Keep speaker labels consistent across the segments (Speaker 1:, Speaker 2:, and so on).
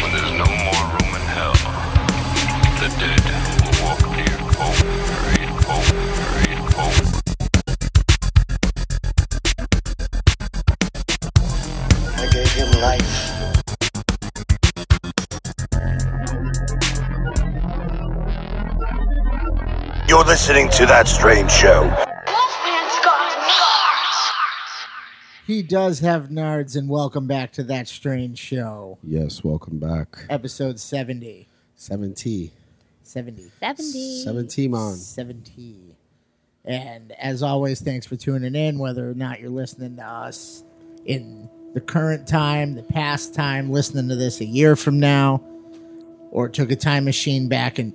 Speaker 1: When there's no more room in hell, the dead will walk near over, over, over.
Speaker 2: I gave him life.
Speaker 3: You're listening to That Strange Show.
Speaker 4: Wolfman's got nards.
Speaker 5: He does have nards, and welcome back to that strange show,
Speaker 6: Yes, welcome back.
Speaker 5: episode 70.
Speaker 6: 70.
Speaker 5: 70.
Speaker 7: 70.
Speaker 6: 70 mon.
Speaker 5: 70. And as always, thanks for tuning in, whether or not you're listening to us in the current time, the past time, listening to this a year from now, or took a time machine back and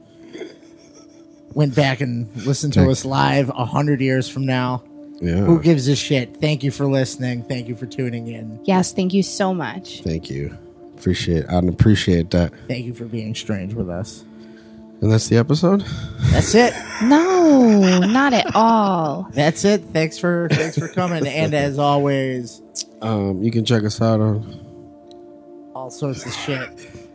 Speaker 5: went back and listened to us live a hundred years from now. Who
Speaker 6: Yeah.
Speaker 5: gives a shit? Thank you for listening. Thank you for tuning in.
Speaker 7: Yes, thank you so much.
Speaker 6: Thank you. Appreciate I'd appreciate that.
Speaker 5: Thank you for being strange with us.
Speaker 6: And that's the episode?
Speaker 5: That's it.
Speaker 7: No, not at all.
Speaker 5: That's it. Thanks for thanks for coming. And as always,
Speaker 6: Um, you can check us out on
Speaker 5: all sorts of shit.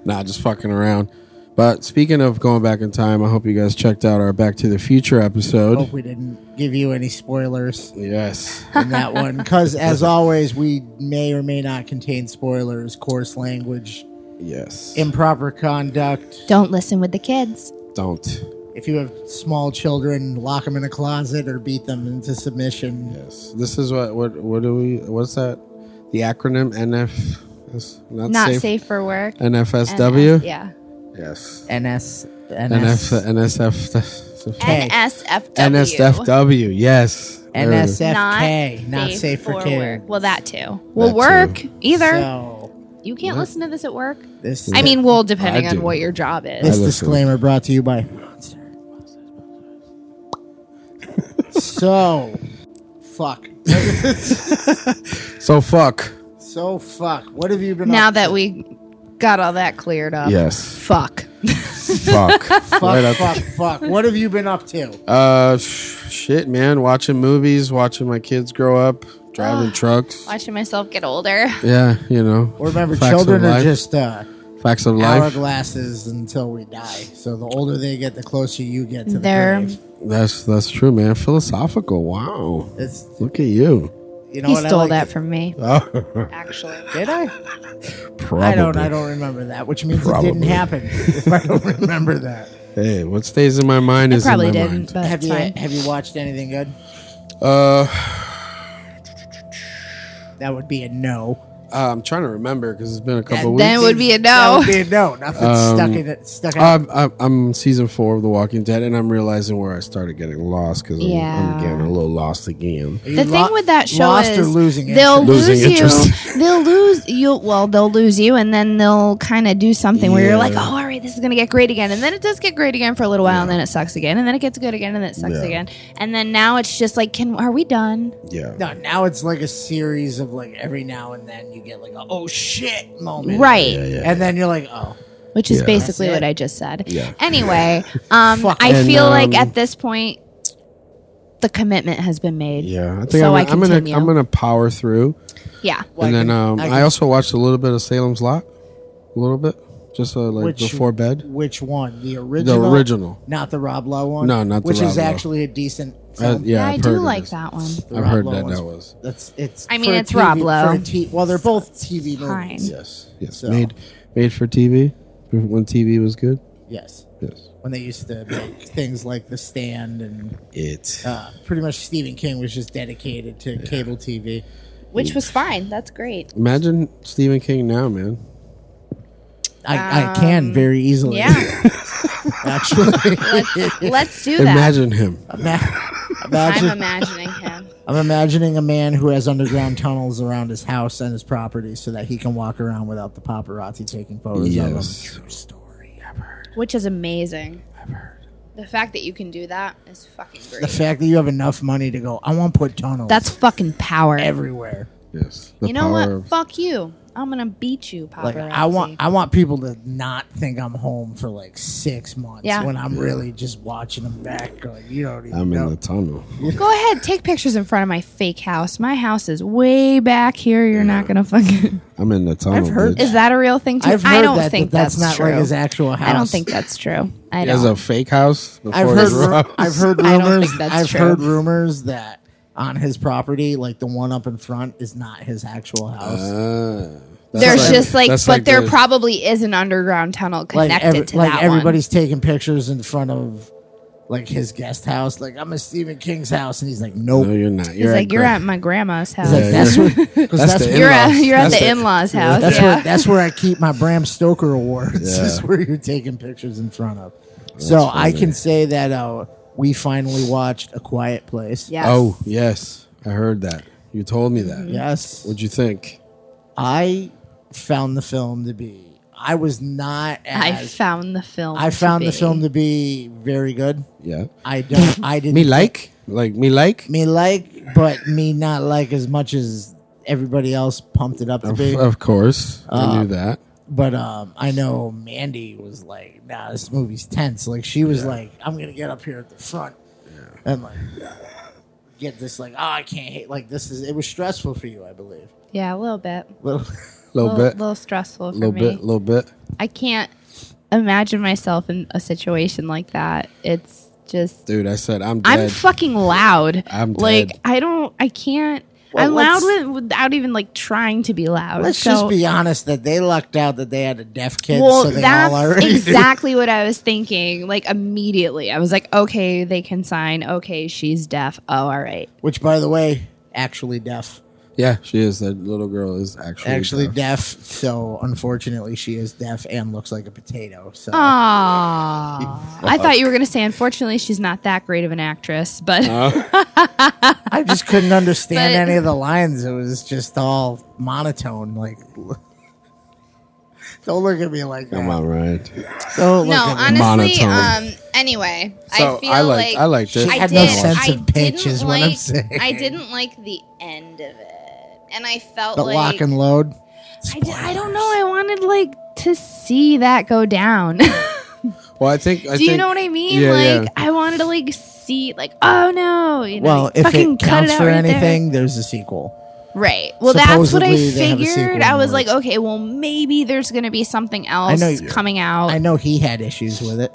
Speaker 6: Nah, just fucking around. But speaking of going back in time, I hope you guys checked out our Back to the Future episode.
Speaker 5: Hope we didn't give you any spoilers
Speaker 6: Yes.
Speaker 5: in that one. Because as always, we may or may not contain spoilers, coarse language,
Speaker 6: Yes.
Speaker 5: improper conduct.
Speaker 7: Don't listen with the kids.
Speaker 6: Don't.
Speaker 5: If you have small children, lock them in a closet or beat them into submission.
Speaker 6: Yes. This is what what what do we what's that? The acronym NF is not,
Speaker 7: Not
Speaker 6: safe.
Speaker 7: safe, for work.
Speaker 6: NFSW?
Speaker 7: NS yeah.
Speaker 6: Yes.
Speaker 5: NS. NS.
Speaker 6: NF NSF
Speaker 5: Hey.
Speaker 7: NSFW.
Speaker 6: NSFW, yes. There we go.
Speaker 5: NSFK. Not, safe for kids.
Speaker 7: Well, that too. Will
Speaker 6: That
Speaker 7: work either.
Speaker 5: So,
Speaker 7: you can't listen to this at work.
Speaker 5: this,
Speaker 7: I mean, well, depending
Speaker 6: I
Speaker 7: on
Speaker 6: do.
Speaker 7: what your job
Speaker 5: this
Speaker 7: is.
Speaker 6: listen.
Speaker 5: disclaimer brought to you by. so, fuck.
Speaker 6: So fuck.
Speaker 5: So fuck. What have you been
Speaker 7: Now
Speaker 5: up
Speaker 7: that we got all that cleared up.
Speaker 6: Yes.
Speaker 7: Fuck.
Speaker 6: fuck.
Speaker 5: Fuck,
Speaker 6: Right up-
Speaker 5: fuck, fuck. What have you been up to?
Speaker 6: Uh, sh- shit, man. Watching movies, watching my kids grow up,
Speaker 5: Ah.
Speaker 6: driving trucks.
Speaker 7: Watching myself get older.
Speaker 6: Yeah, you know.
Speaker 5: Well, remember,
Speaker 6: facts
Speaker 5: children
Speaker 6: of
Speaker 5: are
Speaker 6: life,
Speaker 5: just uh,
Speaker 6: facts of life.
Speaker 5: hourglasses until we die. So the older they get, the closer you get to the
Speaker 7: They're-
Speaker 5: grave.
Speaker 6: That's that's true, man. Philosophical. Wow.
Speaker 5: It's,
Speaker 6: Look at you.
Speaker 5: you know
Speaker 7: He
Speaker 5: what I
Speaker 7: stole
Speaker 5: like
Speaker 7: that
Speaker 5: to-
Speaker 7: from me.
Speaker 6: Probably.
Speaker 7: Actually.
Speaker 5: Did I? I don't. I don't remember that, which means it didn't
Speaker 6: Probably.
Speaker 5: happen. if I don't remember that.
Speaker 6: Hey, what stays in my mind
Speaker 7: I
Speaker 6: is in
Speaker 7: probably
Speaker 6: my
Speaker 7: didn't,
Speaker 6: mind.
Speaker 7: but
Speaker 5: have
Speaker 7: it's
Speaker 5: you
Speaker 7: fine.
Speaker 5: Have you watched anything good?
Speaker 6: Uh,
Speaker 5: That would be a no.
Speaker 6: ah, I'm trying to remember because it's been a couple
Speaker 7: Then it
Speaker 6: weeks. Um, uh,
Speaker 7: would be a
Speaker 5: That
Speaker 7: no.
Speaker 5: would be a no. Nothing stuck in it. Stuck in
Speaker 6: I'm, I'm, I'm season four of The Walking Dead, and I'm realizing where I started getting lost because I'm,
Speaker 7: Yeah.
Speaker 6: I'm getting a little lost again.
Speaker 5: it. You
Speaker 7: The thing
Speaker 5: lo-
Speaker 7: with that show
Speaker 5: lost
Speaker 7: is
Speaker 5: or losing
Speaker 7: they'll
Speaker 5: interest.
Speaker 6: Losing
Speaker 7: lose
Speaker 6: interest.
Speaker 7: you. They'll lose you. Well, they'll lose you, and then they'll kind of do something where you're like, "Oh, all right, this is gonna get great again," and then it does get great again for a little while, and then it sucks again, and then it gets good again, and then it sucks
Speaker 6: Yeah.
Speaker 7: again, and then now it's just like, "Can are we done?"
Speaker 6: Yeah.
Speaker 5: No, now it's like a series of like every now and then you get like a oh shit moment,
Speaker 7: Right,
Speaker 5: And then you're like, oh,
Speaker 7: which is
Speaker 6: Yeah.
Speaker 7: basically what
Speaker 5: That's it.
Speaker 7: I just said.
Speaker 6: Yeah.
Speaker 7: Anyway, um,
Speaker 5: Fuck.
Speaker 7: I
Speaker 6: And,
Speaker 7: feel like
Speaker 6: um,
Speaker 7: at this point, the commitment has been made.
Speaker 6: Yeah, I think
Speaker 7: So I
Speaker 6: I'm, I'm gonna
Speaker 7: continue.
Speaker 6: I'm gonna power through,
Speaker 7: Yeah.
Speaker 5: Well,
Speaker 6: and
Speaker 5: I
Speaker 6: then
Speaker 5: can-
Speaker 6: um,
Speaker 5: I
Speaker 6: I,
Speaker 5: can-
Speaker 6: also watched a little bit of Salem's Lot, a little bit, just uh, like before bed.
Speaker 5: Which one? The original.
Speaker 6: original.
Speaker 5: not the Rob Lowe one.
Speaker 6: No, not the
Speaker 5: which
Speaker 6: Rob
Speaker 5: is
Speaker 6: Lowe.
Speaker 5: actually a decent.
Speaker 6: Uh,
Speaker 5: Film.
Speaker 6: yeah,
Speaker 7: I
Speaker 6: I've
Speaker 7: do
Speaker 6: heard it
Speaker 7: like
Speaker 6: is.
Speaker 7: that one.
Speaker 5: The
Speaker 6: I've
Speaker 5: Rob
Speaker 6: heard
Speaker 5: Lowe
Speaker 6: that
Speaker 5: one's-
Speaker 6: that was
Speaker 5: That's it's.
Speaker 7: I mean,
Speaker 5: for a
Speaker 7: it's Rob
Speaker 5: TV
Speaker 7: Lowe.
Speaker 5: for a T- well, they're both TV
Speaker 7: Fine.
Speaker 5: movies.
Speaker 6: yes, yes,
Speaker 5: So-
Speaker 6: made made for TV when TV was good.
Speaker 5: Yes,
Speaker 6: Yes,
Speaker 5: when they used to make things like The Stand and
Speaker 6: it.
Speaker 5: uh, pretty much Stephen King was just dedicated to cable TV.
Speaker 7: Which was fine. That's great.
Speaker 6: Imagine Stephen King now, man.
Speaker 5: I, I can very easily.
Speaker 7: Um, Yeah.
Speaker 5: actually.
Speaker 7: Let's do that.
Speaker 6: Imagine him.
Speaker 7: I'm
Speaker 5: Imagine,
Speaker 7: imagining him.
Speaker 5: I'm imagining a man who has underground tunnels around his house and his property so that he can walk around without the paparazzi taking photos
Speaker 6: Yes.
Speaker 5: of him. True story.
Speaker 7: Which is amazing. The fact that you can do that is fucking
Speaker 5: The
Speaker 7: great.
Speaker 5: fact that you have enough money to go, I want to put tunnels
Speaker 7: That's fucking power.
Speaker 5: everywhere.
Speaker 6: Yes. The
Speaker 7: you know what?
Speaker 6: power of-
Speaker 7: Fuck you. I'm gonna beat you, paparazzi.
Speaker 5: Like I want, I want people to not think I'm home for like six months
Speaker 7: Yeah.
Speaker 5: when I'm really just watching them back. Like you don't even
Speaker 6: I'm
Speaker 5: know.
Speaker 6: in the tunnel.
Speaker 7: Go ahead, take pictures in front of my fake house. My house is way back here. You're not gonna fucking.
Speaker 6: I'm in the tunnel.
Speaker 5: I've heard
Speaker 6: bitch.
Speaker 7: Is that a real thing? Too?
Speaker 5: I've heard
Speaker 7: I don't
Speaker 5: that, but
Speaker 7: think
Speaker 5: that's,
Speaker 7: that's,
Speaker 5: not
Speaker 7: true.
Speaker 5: like his actual house.
Speaker 7: I don't think that's true. I
Speaker 6: He has
Speaker 7: don't.
Speaker 6: a fake house. Before
Speaker 5: I've
Speaker 6: his
Speaker 5: heard,
Speaker 6: house.
Speaker 5: I've heard
Speaker 7: I don't think
Speaker 5: rumors.
Speaker 7: that's
Speaker 5: I've
Speaker 7: true.
Speaker 5: heard rumors that on his property, like the one up in front, is not his actual house.
Speaker 6: Ah. That's
Speaker 7: There's just like,
Speaker 6: that's
Speaker 7: but there
Speaker 6: the-
Speaker 7: probably is an underground tunnel
Speaker 5: like
Speaker 7: connected
Speaker 5: every-
Speaker 7: to
Speaker 5: like
Speaker 7: that
Speaker 5: everybody's taking pictures in front of like his guest house. Like I'm at Stephen King's house, and he's like, nope.
Speaker 6: No, you're not.
Speaker 7: one.
Speaker 6: You're
Speaker 7: He's like, you're
Speaker 6: gra-
Speaker 7: at my grandma's house.
Speaker 5: He's like, that's
Speaker 6: you're-
Speaker 5: where, 'cause
Speaker 6: that's
Speaker 5: that's,
Speaker 6: the
Speaker 5: where,
Speaker 7: you're at
Speaker 6: in-laws.
Speaker 7: you're at
Speaker 6: That's
Speaker 7: the
Speaker 6: the-
Speaker 7: in laws house.
Speaker 5: that's
Speaker 7: yeah.
Speaker 5: where that's where I keep my Bram Stoker awards.
Speaker 6: Yeah.
Speaker 5: Is where you're taking pictures in front of. so I can say that uh, we finally watched A Quiet Place.
Speaker 7: Yes.
Speaker 6: Oh yes, I heard that. You told me that.
Speaker 5: Yes.
Speaker 6: What'd you think?
Speaker 5: I found the film to be. I was not.
Speaker 7: I
Speaker 5: As,
Speaker 7: found the film.
Speaker 5: I found the
Speaker 7: be-
Speaker 5: film to be very good.
Speaker 6: Yeah.
Speaker 5: I don't. I didn't.
Speaker 6: Me like like me like.
Speaker 5: me like, but me not like as much as everybody else pumped it up to
Speaker 6: Of,
Speaker 5: be.
Speaker 6: of course,
Speaker 7: Uh,
Speaker 6: I knew that.
Speaker 5: But um, I know Mandy was like, "Nah, this movie's tense." Like she was like, "I'm gonna get up here at the front and like get this like, oh, I can't hate like this is it was stressful for you, I believe."
Speaker 7: Yeah, a little bit.
Speaker 5: Little
Speaker 6: A little
Speaker 7: little,
Speaker 6: bit,
Speaker 7: little stressful for
Speaker 6: little
Speaker 7: me.
Speaker 6: bit, little bit.
Speaker 7: I can't imagine myself in a situation like that. It's just
Speaker 6: Dude, I said I'm dead.
Speaker 7: I'm fucking loud.
Speaker 6: I'm
Speaker 7: like
Speaker 6: dead.
Speaker 7: I don't. I can't.
Speaker 5: Well,
Speaker 7: I'm loud
Speaker 5: let's-
Speaker 7: with, without even like trying to be loud.
Speaker 5: Let's
Speaker 7: so,
Speaker 5: just be honest that they lucked out that they had a deaf kid,
Speaker 7: well,
Speaker 5: so they
Speaker 7: that's
Speaker 5: all already knew.
Speaker 7: exactly what I was thinking. Like immediately, I was like, okay, they can sign. Okay, she's deaf. Oh, all right.
Speaker 5: Which, by the way, actually deaf,
Speaker 6: yeah, she is. That little girl is actually
Speaker 5: actually
Speaker 6: deaf.
Speaker 5: deaf. So unfortunately, she is deaf and looks like a potato. So
Speaker 7: Aww. I thought you were gonna say. Unfortunately, she's not that great of an actress, but
Speaker 6: Uh,
Speaker 5: I just couldn't understand
Speaker 7: But-
Speaker 5: any of the lines. It was just all monotone. Like, don't look at me like that.
Speaker 6: Come on, right?
Speaker 5: Don't look
Speaker 7: no,
Speaker 5: at me.
Speaker 7: honestly.
Speaker 6: Monotone.
Speaker 7: Um. Anyway,
Speaker 6: So,
Speaker 7: I feel
Speaker 6: I liked-
Speaker 7: like
Speaker 6: I liked it. She
Speaker 5: had no sense of pitch is what I'm
Speaker 7: like-
Speaker 5: saying.
Speaker 7: I didn't like the end of it, and I felt
Speaker 5: but
Speaker 7: like
Speaker 5: lock and load.
Speaker 7: I, di- I don't know. I wanted like to see that go down.
Speaker 6: Well, I think. I
Speaker 7: Do you
Speaker 6: think-
Speaker 7: know what I mean?
Speaker 6: Yeah,
Speaker 7: like
Speaker 6: yeah.
Speaker 7: I wanted to like see like oh no, you know,
Speaker 5: Well,
Speaker 7: like,
Speaker 5: if
Speaker 7: fucking
Speaker 5: it
Speaker 7: cut
Speaker 5: counts
Speaker 7: out
Speaker 5: for
Speaker 7: right there.
Speaker 5: anything, there's a sequel.
Speaker 7: right? Well, that's what I
Speaker 5: Supposedly they have a
Speaker 7: figured.
Speaker 5: sequel
Speaker 7: I was
Speaker 5: in
Speaker 7: like,
Speaker 5: works.
Speaker 7: okay, well maybe there's gonna be something else
Speaker 5: know- Yeah.
Speaker 7: coming out.
Speaker 5: I know he had issues with it.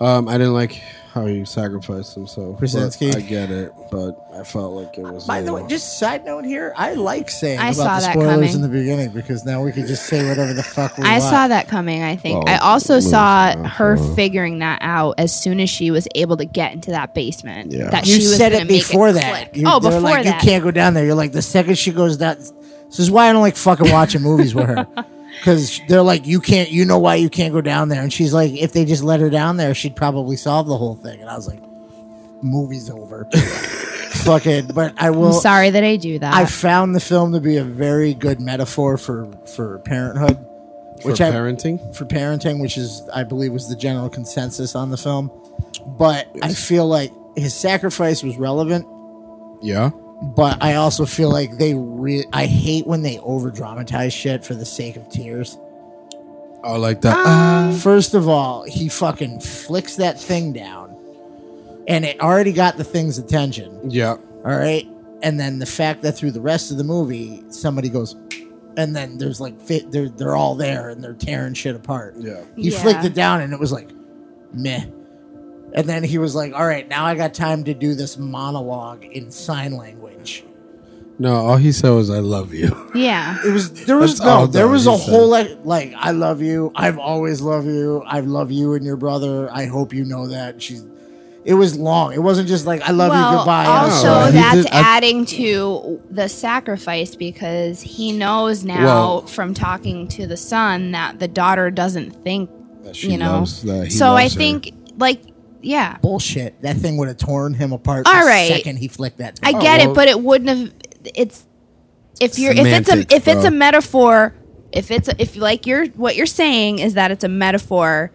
Speaker 6: Um, I didn't like how you sacrificed himself. but
Speaker 5: Krasinski.
Speaker 6: I get it, but I felt like it was.
Speaker 5: By the way,
Speaker 6: uh,
Speaker 5: just side note here, I like saying
Speaker 7: I saw
Speaker 5: about the
Speaker 7: that
Speaker 5: spoilers
Speaker 7: coming.
Speaker 5: in the beginning because now we can just say whatever the fuck we
Speaker 7: I
Speaker 5: want.
Speaker 7: saw that coming, I think.
Speaker 6: Well, uh,
Speaker 7: I also
Speaker 6: listen,
Speaker 7: saw
Speaker 6: that's
Speaker 7: her
Speaker 6: all.
Speaker 7: figuring that out as soon as she was able to get into that basement.
Speaker 6: Yeah.
Speaker 7: That
Speaker 5: You
Speaker 7: she was
Speaker 5: said
Speaker 7: gonna
Speaker 5: it
Speaker 7: make
Speaker 5: before
Speaker 7: it
Speaker 5: that.
Speaker 7: click.
Speaker 5: You,
Speaker 7: oh,
Speaker 5: they're
Speaker 7: before
Speaker 5: like,
Speaker 7: that.
Speaker 5: You can't go down there. You're like, the second she goes down, this is why I don't like fucking watching movies with her. Because they're like, you can't, you know why you can't go down there. And she's like, if they just let her down there, she'd probably solve the whole thing. And I was like, movie's over. fucking, but I
Speaker 7: I'm
Speaker 5: will.
Speaker 7: sorry that I do that.
Speaker 5: I found the film to be a very good metaphor for, for parenthood.
Speaker 6: for
Speaker 5: Which I,
Speaker 6: parenting.
Speaker 5: for parenting, which is I believe was the general consensus on the film. But I feel like his sacrifice was relevant.
Speaker 6: yeah.
Speaker 5: But I also feel like they re- I hate when they over dramatize shit for the sake of tears.
Speaker 6: Oh, like that.
Speaker 7: Uh,
Speaker 5: First of all, he fucking flicks that thing down and it already got the thing's attention.
Speaker 6: yeah.
Speaker 5: All right. And then the fact that through the rest of the movie, somebody goes, and then there's like, fi- they're, they're all there and they're tearing shit apart.
Speaker 6: Yeah.
Speaker 5: He
Speaker 7: Yeah.
Speaker 5: flicked it down and it was like, meh. And then he was like, all right, now I got time to do this monologue in sign language.
Speaker 6: No, all he said was, "I love you."
Speaker 7: yeah.
Speaker 5: It was, there was,
Speaker 6: That's all
Speaker 5: no, there
Speaker 6: that
Speaker 5: was a
Speaker 6: he said.
Speaker 5: whole, like, like, I love you. I've always loved you. I love you and your brother. I hope you know that. She's, it was long. It wasn't just like, I love you, goodbye. I'm
Speaker 7: Also,
Speaker 5: sorry."
Speaker 6: He
Speaker 7: that's
Speaker 6: did- I-
Speaker 7: adding to the sacrifice because he knows now
Speaker 6: Well-
Speaker 7: from talking to the son that the daughter doesn't think,
Speaker 6: That she
Speaker 7: you know.
Speaker 6: loves- that he
Speaker 7: so I
Speaker 6: loves her.
Speaker 7: think, like, yeah,
Speaker 5: bullshit. That thing would have torn him apart
Speaker 7: All
Speaker 5: the
Speaker 7: right.
Speaker 5: second he flicked that
Speaker 7: I
Speaker 5: thing.
Speaker 7: get
Speaker 6: well-
Speaker 7: it, but it wouldn't have. It's if you're if it's
Speaker 6: Semantics,
Speaker 7: a if it's
Speaker 6: bro.
Speaker 7: a metaphor. If it's a, if like you're what you're saying is that it's a metaphor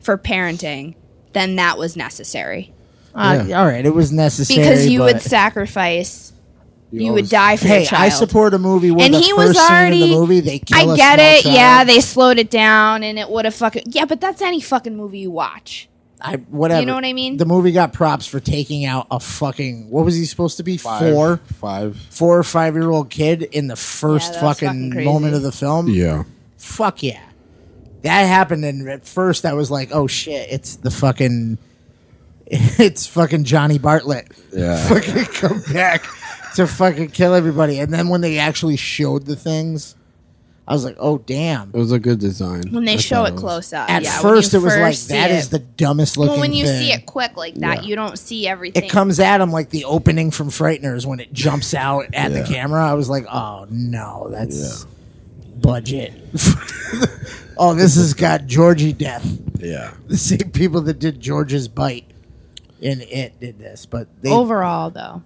Speaker 7: for parenting, then that was necessary
Speaker 5: Uh,
Speaker 6: Yeah.
Speaker 5: All right, it was necessary.
Speaker 7: because you
Speaker 5: but
Speaker 7: would sacrifice You, would die for
Speaker 5: Hey,
Speaker 7: your child.
Speaker 5: I support a movie where
Speaker 7: And
Speaker 5: the
Speaker 7: he
Speaker 5: first
Speaker 7: was
Speaker 5: scene in
Speaker 7: already-
Speaker 5: the movie they
Speaker 7: I
Speaker 5: kill a
Speaker 7: get
Speaker 5: small
Speaker 7: it.
Speaker 5: child.
Speaker 7: Yeah, they slowed it down, and it would have fucking yeah. But that's any fucking movie you watch.
Speaker 5: I, whatever.
Speaker 7: You know what I mean?
Speaker 5: The movie got props for taking out a fucking what was he supposed to be
Speaker 6: Five,
Speaker 5: four,
Speaker 6: five.
Speaker 5: four or five year old kid in the first
Speaker 7: that's
Speaker 5: fucking,
Speaker 7: fucking crazy.
Speaker 5: moment of the film.
Speaker 6: Yeah.
Speaker 5: Fuck yeah, that happened. And at first, I was like, oh shit, it's the fucking, it's fucking Johnny Bartlett.
Speaker 6: Yeah.
Speaker 5: fucking come back to fucking kill everybody. And then when they actually showed the things, I was like, oh damn.
Speaker 6: It was a good design.
Speaker 7: When they
Speaker 6: I
Speaker 7: show
Speaker 6: thought
Speaker 7: it
Speaker 6: was-
Speaker 7: close up.
Speaker 5: At
Speaker 7: yeah, when
Speaker 5: first,
Speaker 7: you
Speaker 5: it was like
Speaker 7: first see
Speaker 5: that is
Speaker 7: it.
Speaker 5: the dumbest looking.
Speaker 7: Well, when you
Speaker 5: thing.
Speaker 7: see it quick like that, you don't see everything.
Speaker 5: it comes at him like the opening from Frighteners when it jumps out at the
Speaker 6: Yeah.
Speaker 5: camera. I was like, oh no, that's budget. oh, this has got Georgie death.
Speaker 6: Yeah.
Speaker 5: The same people that did George's bite in it did this, but they
Speaker 7: overall though.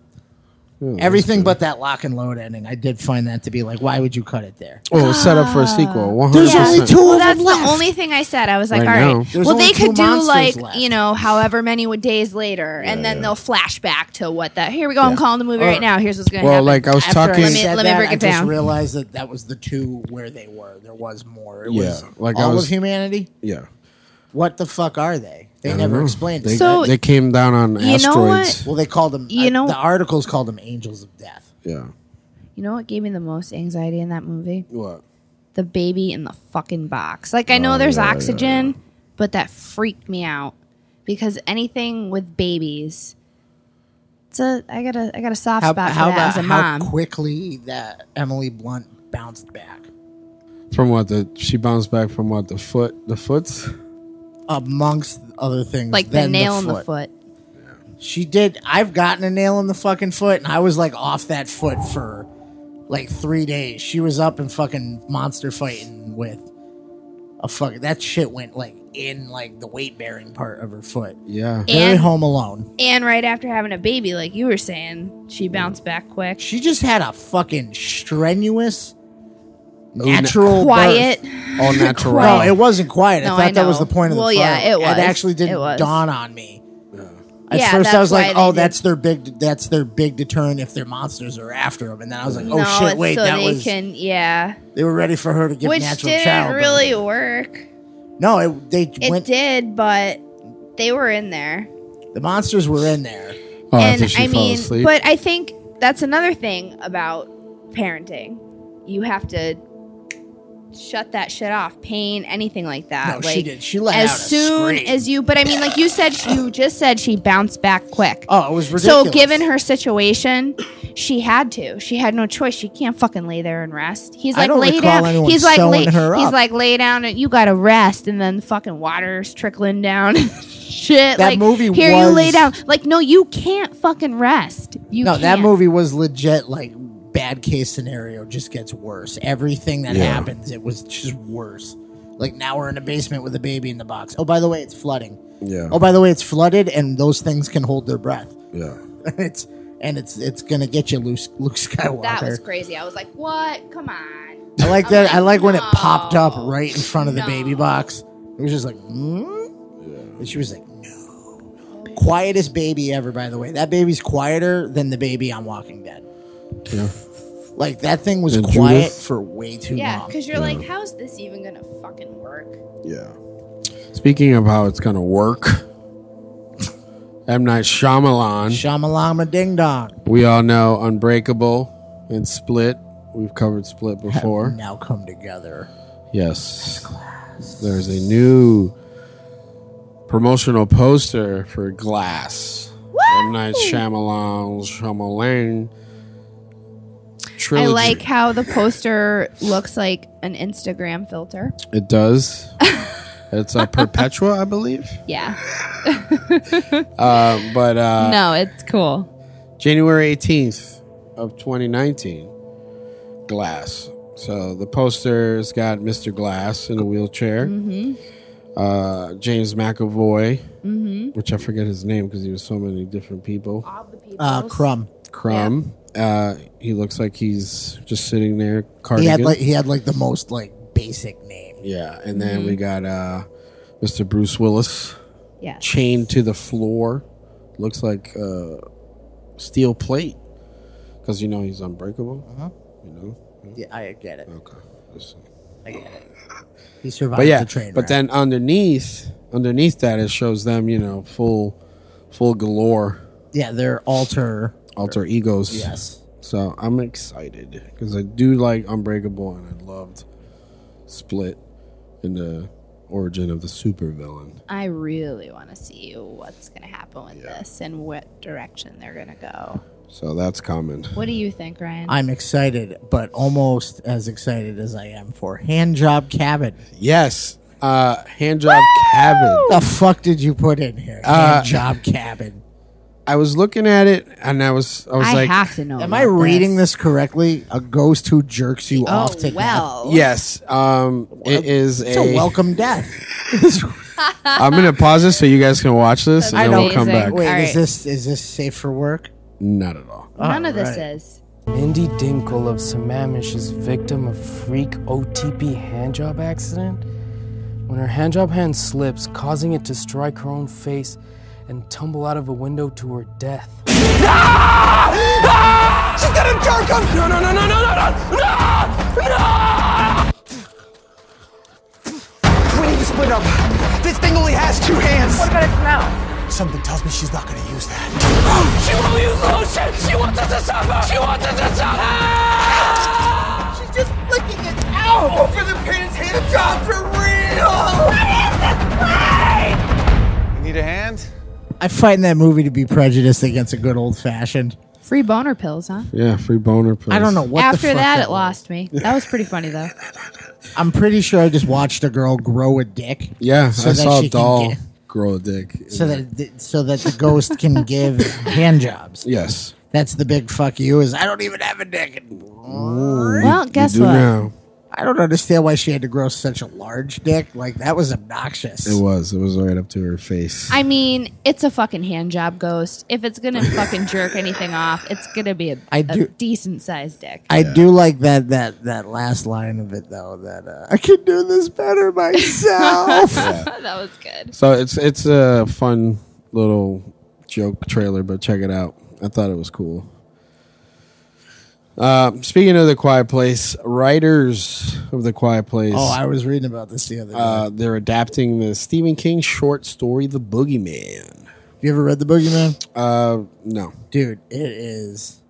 Speaker 5: everything but that lock and load ending. I did find that to be like, why would you cut it there?
Speaker 6: Oh, it was set up for a
Speaker 7: Ah.
Speaker 6: sequel. One
Speaker 5: There's
Speaker 6: hundred
Speaker 5: only
Speaker 6: percent.
Speaker 5: two
Speaker 7: Well,
Speaker 5: of
Speaker 7: that's
Speaker 5: them left.
Speaker 7: the only thing I said. I was like,
Speaker 6: Right
Speaker 7: all
Speaker 6: now.
Speaker 7: right.
Speaker 5: There's
Speaker 7: well,
Speaker 5: only
Speaker 7: they
Speaker 5: two
Speaker 7: could do
Speaker 5: monsters
Speaker 7: like,
Speaker 5: left.
Speaker 7: you know, however many wa- days later, and then they'll flash back to what that. Here we go. I'm calling the movie right now. Here's what's going to
Speaker 6: Well,
Speaker 7: happen.
Speaker 6: like I was
Speaker 5: After I
Speaker 6: talking.
Speaker 5: said
Speaker 7: Let me- let me
Speaker 5: that,
Speaker 7: break it
Speaker 5: I just
Speaker 7: down.
Speaker 5: realized that that was the two where they were. There was more. It was
Speaker 6: Yeah, like I
Speaker 5: all
Speaker 6: was-
Speaker 5: of humanity.
Speaker 6: yeah.
Speaker 5: What the fuck are they? They
Speaker 6: I don't
Speaker 5: never
Speaker 6: know.
Speaker 5: explained
Speaker 6: They,
Speaker 5: it.
Speaker 7: So-
Speaker 6: they came down on
Speaker 7: You know what?
Speaker 6: asteroids.
Speaker 5: well, they called them.
Speaker 7: You
Speaker 5: I-
Speaker 7: know-
Speaker 5: the articles called them angels of death.
Speaker 6: Yeah.
Speaker 7: you know what gave me the most anxiety in that movie?
Speaker 6: What?
Speaker 7: the baby in the fucking box. Like I know
Speaker 5: Oh,
Speaker 7: there's oxygen, but that freaked me out because anything with babies, it's a I got a I got a soft
Speaker 5: How,
Speaker 7: spot for
Speaker 5: how
Speaker 7: that
Speaker 5: about
Speaker 7: as a
Speaker 5: how
Speaker 7: mom.
Speaker 5: quickly that Emily Blunt bounced back?
Speaker 6: From what the she bounced back from what the foot the foots.
Speaker 5: Amongst other things,
Speaker 7: like the
Speaker 5: then
Speaker 7: nail in the foot.
Speaker 5: She did. I've gotten a nail in the fucking foot, and I was like off that foot for like three days. She was up and fucking monster fighting with a fucking. That shit went like in like the weight bearing part of her foot.
Speaker 6: Yeah.
Speaker 5: Very
Speaker 7: And-
Speaker 5: home alone.
Speaker 7: And right after having a baby, like you were saying, she bounced back quick.
Speaker 5: She just had a fucking strenuous, natural,
Speaker 7: Quiet.
Speaker 5: birth.
Speaker 6: All natural.
Speaker 5: No, it wasn't quiet. I
Speaker 7: No,
Speaker 5: thought
Speaker 7: I
Speaker 5: that was
Speaker 7: know.
Speaker 5: the point of
Speaker 7: Well,
Speaker 5: the
Speaker 7: yeah,
Speaker 5: film.
Speaker 7: it was.
Speaker 5: It actually didn't
Speaker 7: It was.
Speaker 5: dawn on me. At
Speaker 7: Yeah,
Speaker 5: first, I
Speaker 7: that's
Speaker 5: was like,
Speaker 7: why they
Speaker 5: "Oh,
Speaker 7: did-
Speaker 5: that's their big. That's their big deterrent if their monsters are after them." And then I was like, "Oh
Speaker 7: no,
Speaker 5: shit!
Speaker 7: it's
Speaker 5: Wait,
Speaker 7: so
Speaker 5: that
Speaker 7: they
Speaker 5: was
Speaker 7: can yeah,
Speaker 5: they were ready for her to give
Speaker 7: which
Speaker 5: natural
Speaker 7: didn't
Speaker 5: child."
Speaker 7: really work.
Speaker 5: No, it, they
Speaker 7: It
Speaker 5: went.
Speaker 7: did, but they were in there.
Speaker 5: The monsters were in there.
Speaker 6: oh,
Speaker 7: and
Speaker 6: after she
Speaker 7: I
Speaker 6: fell
Speaker 7: mean,
Speaker 6: asleep.
Speaker 7: but I think that's another thing about parenting. You have to shut that shit off, pain, anything like that.
Speaker 5: No,
Speaker 7: like,
Speaker 5: she did. She let
Speaker 7: as
Speaker 5: out a
Speaker 7: soon
Speaker 5: scream.
Speaker 7: as you, but I mean, like you said, she- you just said she bounced back quick.
Speaker 5: Oh, it was ridiculous.
Speaker 7: So, given her situation, she had to. She had no choice. She can't fucking lay there and rest. He's
Speaker 5: I
Speaker 7: like,
Speaker 5: don't
Speaker 7: lay
Speaker 5: recall
Speaker 7: down.
Speaker 5: anyone
Speaker 7: He's like,
Speaker 5: sewing
Speaker 7: lay.
Speaker 5: her
Speaker 7: He's
Speaker 5: up.
Speaker 7: like, lay down, and you gotta rest. And then fucking water's trickling down. Shit.
Speaker 5: That
Speaker 7: like,
Speaker 5: movie
Speaker 7: Here you lay
Speaker 5: was-
Speaker 7: down. Like, no, you can't fucking rest. You
Speaker 5: no, that
Speaker 7: can't.
Speaker 5: movie was legit. Like bad case scenario, just gets worse. Everything that
Speaker 6: Yeah.
Speaker 5: happens, it was just worse. Like now we're in a basement with a baby in the box. Oh, by the way, it's flooding.
Speaker 6: yeah.
Speaker 5: Oh, by the way, it's flooded, and those things can hold their breath.
Speaker 6: yeah.
Speaker 5: it's and it's it's gonna get you, Luke, Luke Skywalker.
Speaker 7: That was crazy. I was like, what? Come on.
Speaker 5: I like that. I like when it popped up
Speaker 7: No.
Speaker 5: right in front of the
Speaker 7: No.
Speaker 5: baby box. It was just like, mm? and she was like, no. Quietest baby ever, by the way. That baby's quieter than the baby on Walking Dead.
Speaker 6: Yeah.
Speaker 5: Like that thing was
Speaker 6: And
Speaker 5: quiet
Speaker 6: Judith?
Speaker 5: for way too
Speaker 7: Yeah,
Speaker 5: long.
Speaker 7: because you're like, how's this even gonna fucking work?
Speaker 6: Yeah. Speaking of how it's gonna work, M Night Shyamalan.
Speaker 5: Shamalama ding dong.
Speaker 6: We all know Unbreakable and Split. We've covered Split before.
Speaker 5: Now come together.
Speaker 6: Yes. There's a new promotional poster for Glass. M. Night Shyamalan, Shyamalan trilogy.
Speaker 7: I like how the poster looks like an Instagram filter.
Speaker 6: it. Does it's a Perpetua, I believe.
Speaker 7: Yeah.
Speaker 6: Uh, but uh,
Speaker 7: no, it's cool.
Speaker 6: January 18th of 2019, Glass. So the poster's got Mr. Glass in a wheelchair, uh, James McAvoy, which I forget his name because he was so many different people.
Speaker 5: Uh, crumb.
Speaker 6: Crumb. Uh, he looks like he's just sitting there. Cardigan.
Speaker 5: He had like he had like the most like basic name.
Speaker 6: yeah, and then we got uh, Mr. Bruce Willis
Speaker 7: Yeah.
Speaker 6: chained to the floor. Looks like a steel uh, plate Because you know he's unbreakable. You know.
Speaker 5: Yeah, I get it.
Speaker 6: Uh-huh. Okay. Listen.
Speaker 5: I get it. He survived
Speaker 6: But yeah.
Speaker 5: the train.
Speaker 6: but
Speaker 5: wreck.
Speaker 6: then underneath, underneath that, it shows them, you know, full, full galore
Speaker 5: yeah, their alter.
Speaker 6: alter egos.
Speaker 5: Yes.
Speaker 6: So I'm excited because I do like Unbreakable and I loved Split and the origin of the supervillain.
Speaker 7: I really want to see what's going to happen with this and what direction they're going to go.
Speaker 6: So that's coming.
Speaker 7: What do you think, Ryan?
Speaker 5: I'm excited, but almost as excited as I am for Handjob Cabin.
Speaker 6: Yes. Uh Handjob Cabin.
Speaker 5: The fuck did you put in here?
Speaker 6: Uh,
Speaker 5: Handjob Cabin.
Speaker 6: I was looking at it and I was I was
Speaker 7: I
Speaker 6: like
Speaker 7: have to know.
Speaker 5: Am
Speaker 7: about
Speaker 5: I reading this correctly? A ghost who jerks you
Speaker 7: Oh
Speaker 5: off to death.
Speaker 7: well.
Speaker 6: Yes. Um it is
Speaker 5: It's a welcome death.
Speaker 6: I'm gonna pause this so you guys can watch this and
Speaker 7: I
Speaker 6: then
Speaker 7: know.
Speaker 6: we'll come
Speaker 7: Amazing.
Speaker 6: back.
Speaker 5: Wait,
Speaker 7: All
Speaker 5: is
Speaker 7: right.
Speaker 5: this is this safe for work?
Speaker 6: Not at all.
Speaker 7: None of this
Speaker 5: Alright.
Speaker 7: is.
Speaker 8: Mindy Dinkle of Sammamish is victim of freak OTP handjob accident when her handjob hand slips, causing it to strike her own face and tumble out of a window to her death.
Speaker 9: We need to split up. This thing only has two hands. What about its mouth? Something tells me she's not gonna use that. She will use lotion! She wants us to suffer! She wants us to suffer! She's just flicking it out! Over the pin's hand job for real! What is this place? You need a hand?
Speaker 5: I find that movie to be prejudiced against a good old fashioned.
Speaker 7: Free boner pills, huh?
Speaker 6: Yeah, free boner pills.
Speaker 5: I don't know what. the
Speaker 7: After
Speaker 5: fuck
Speaker 7: that, it
Speaker 5: was.
Speaker 7: lost me. That was pretty funny, though.
Speaker 5: I'm pretty sure I just watched a girl grow a dick.
Speaker 6: Yeah,
Speaker 5: So
Speaker 6: I
Speaker 5: that
Speaker 6: saw
Speaker 5: she
Speaker 6: a
Speaker 5: can
Speaker 6: doll
Speaker 5: get-
Speaker 6: grow a dick.
Speaker 5: So that th- so that the ghost can give hand jobs.
Speaker 6: Yes.
Speaker 5: That's the big fuck you. Is I don't even have a dick.
Speaker 7: well, guess
Speaker 6: you do
Speaker 7: what?
Speaker 6: now.
Speaker 5: I don't understand why she had to grow such a large dick. Like that was obnoxious.
Speaker 6: It was. It was right up to her face.
Speaker 7: I mean, it's a fucking hand job ghost. If it's gonna fucking jerk anything off, it's gonna be a,
Speaker 5: I do-
Speaker 7: decent sized dick.
Speaker 5: I do like that that that last line of it though. That uh, I could do this better myself.
Speaker 7: that was good.
Speaker 6: So it's it's a fun little joke trailer, but check it out. I thought it was cool. Uh, speaking of the Quiet Place, writers of the Quiet Place,
Speaker 5: oh, I was reading about this the other day.
Speaker 6: uh, they're adapting the Stephen King short story "The Boogeyman."
Speaker 5: you ever read the Boogeyman,
Speaker 6: Uh, no,
Speaker 5: dude? It is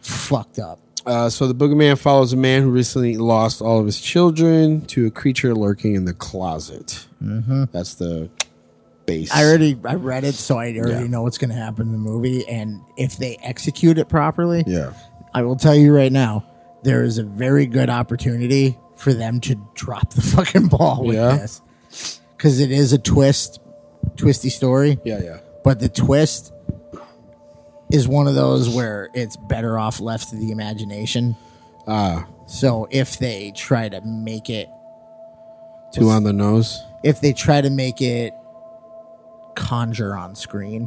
Speaker 5: fucked up.
Speaker 6: Uh, so the boogeyman follows a man who recently lost all of his children to a creature lurking in the closet. Mm-hmm. That's the base.
Speaker 5: I already I read it, so I already
Speaker 6: Yeah.
Speaker 5: know what's going to happen in the movie. And if they execute it properly,
Speaker 6: yeah.
Speaker 5: I will tell you right now, there is a very good opportunity for them to drop the fucking ball with
Speaker 6: Yeah.
Speaker 5: this because it is a twist, twisty story.
Speaker 6: Yeah, yeah.
Speaker 5: but the twist is one of those where it's better off left to the imagination.
Speaker 6: Ah,
Speaker 5: So if they try to make it,
Speaker 6: two on the nose.
Speaker 5: if they try to make it conjure on screen,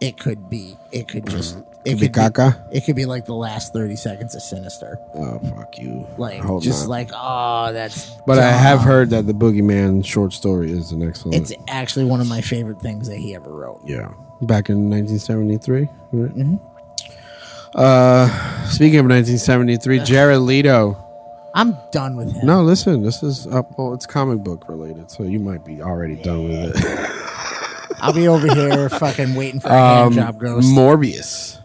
Speaker 5: it could be, it could just, it
Speaker 6: Uh. Could be
Speaker 5: could be,
Speaker 6: caca.
Speaker 5: it could be like the last thirty seconds of Sinister,
Speaker 6: Oh fuck you.
Speaker 5: like
Speaker 6: Hold
Speaker 5: just
Speaker 6: on.
Speaker 5: like oh that's.
Speaker 6: But I
Speaker 5: dumb."
Speaker 6: have heard that the boogeyman short story is an excellent.
Speaker 5: It's actually one of my favorite things that he ever wrote.
Speaker 6: yeah, back in 1973. Right?
Speaker 5: Mm-hmm.
Speaker 6: Uh, speaking of 1973, Jared Leto.
Speaker 5: I'm done with him.
Speaker 6: No, listen, this is up. Well, it's comic book related, so you might be already done with it.
Speaker 5: I'll be over here fucking waiting for a
Speaker 6: Um,
Speaker 5: hand job ghost.
Speaker 6: Morbius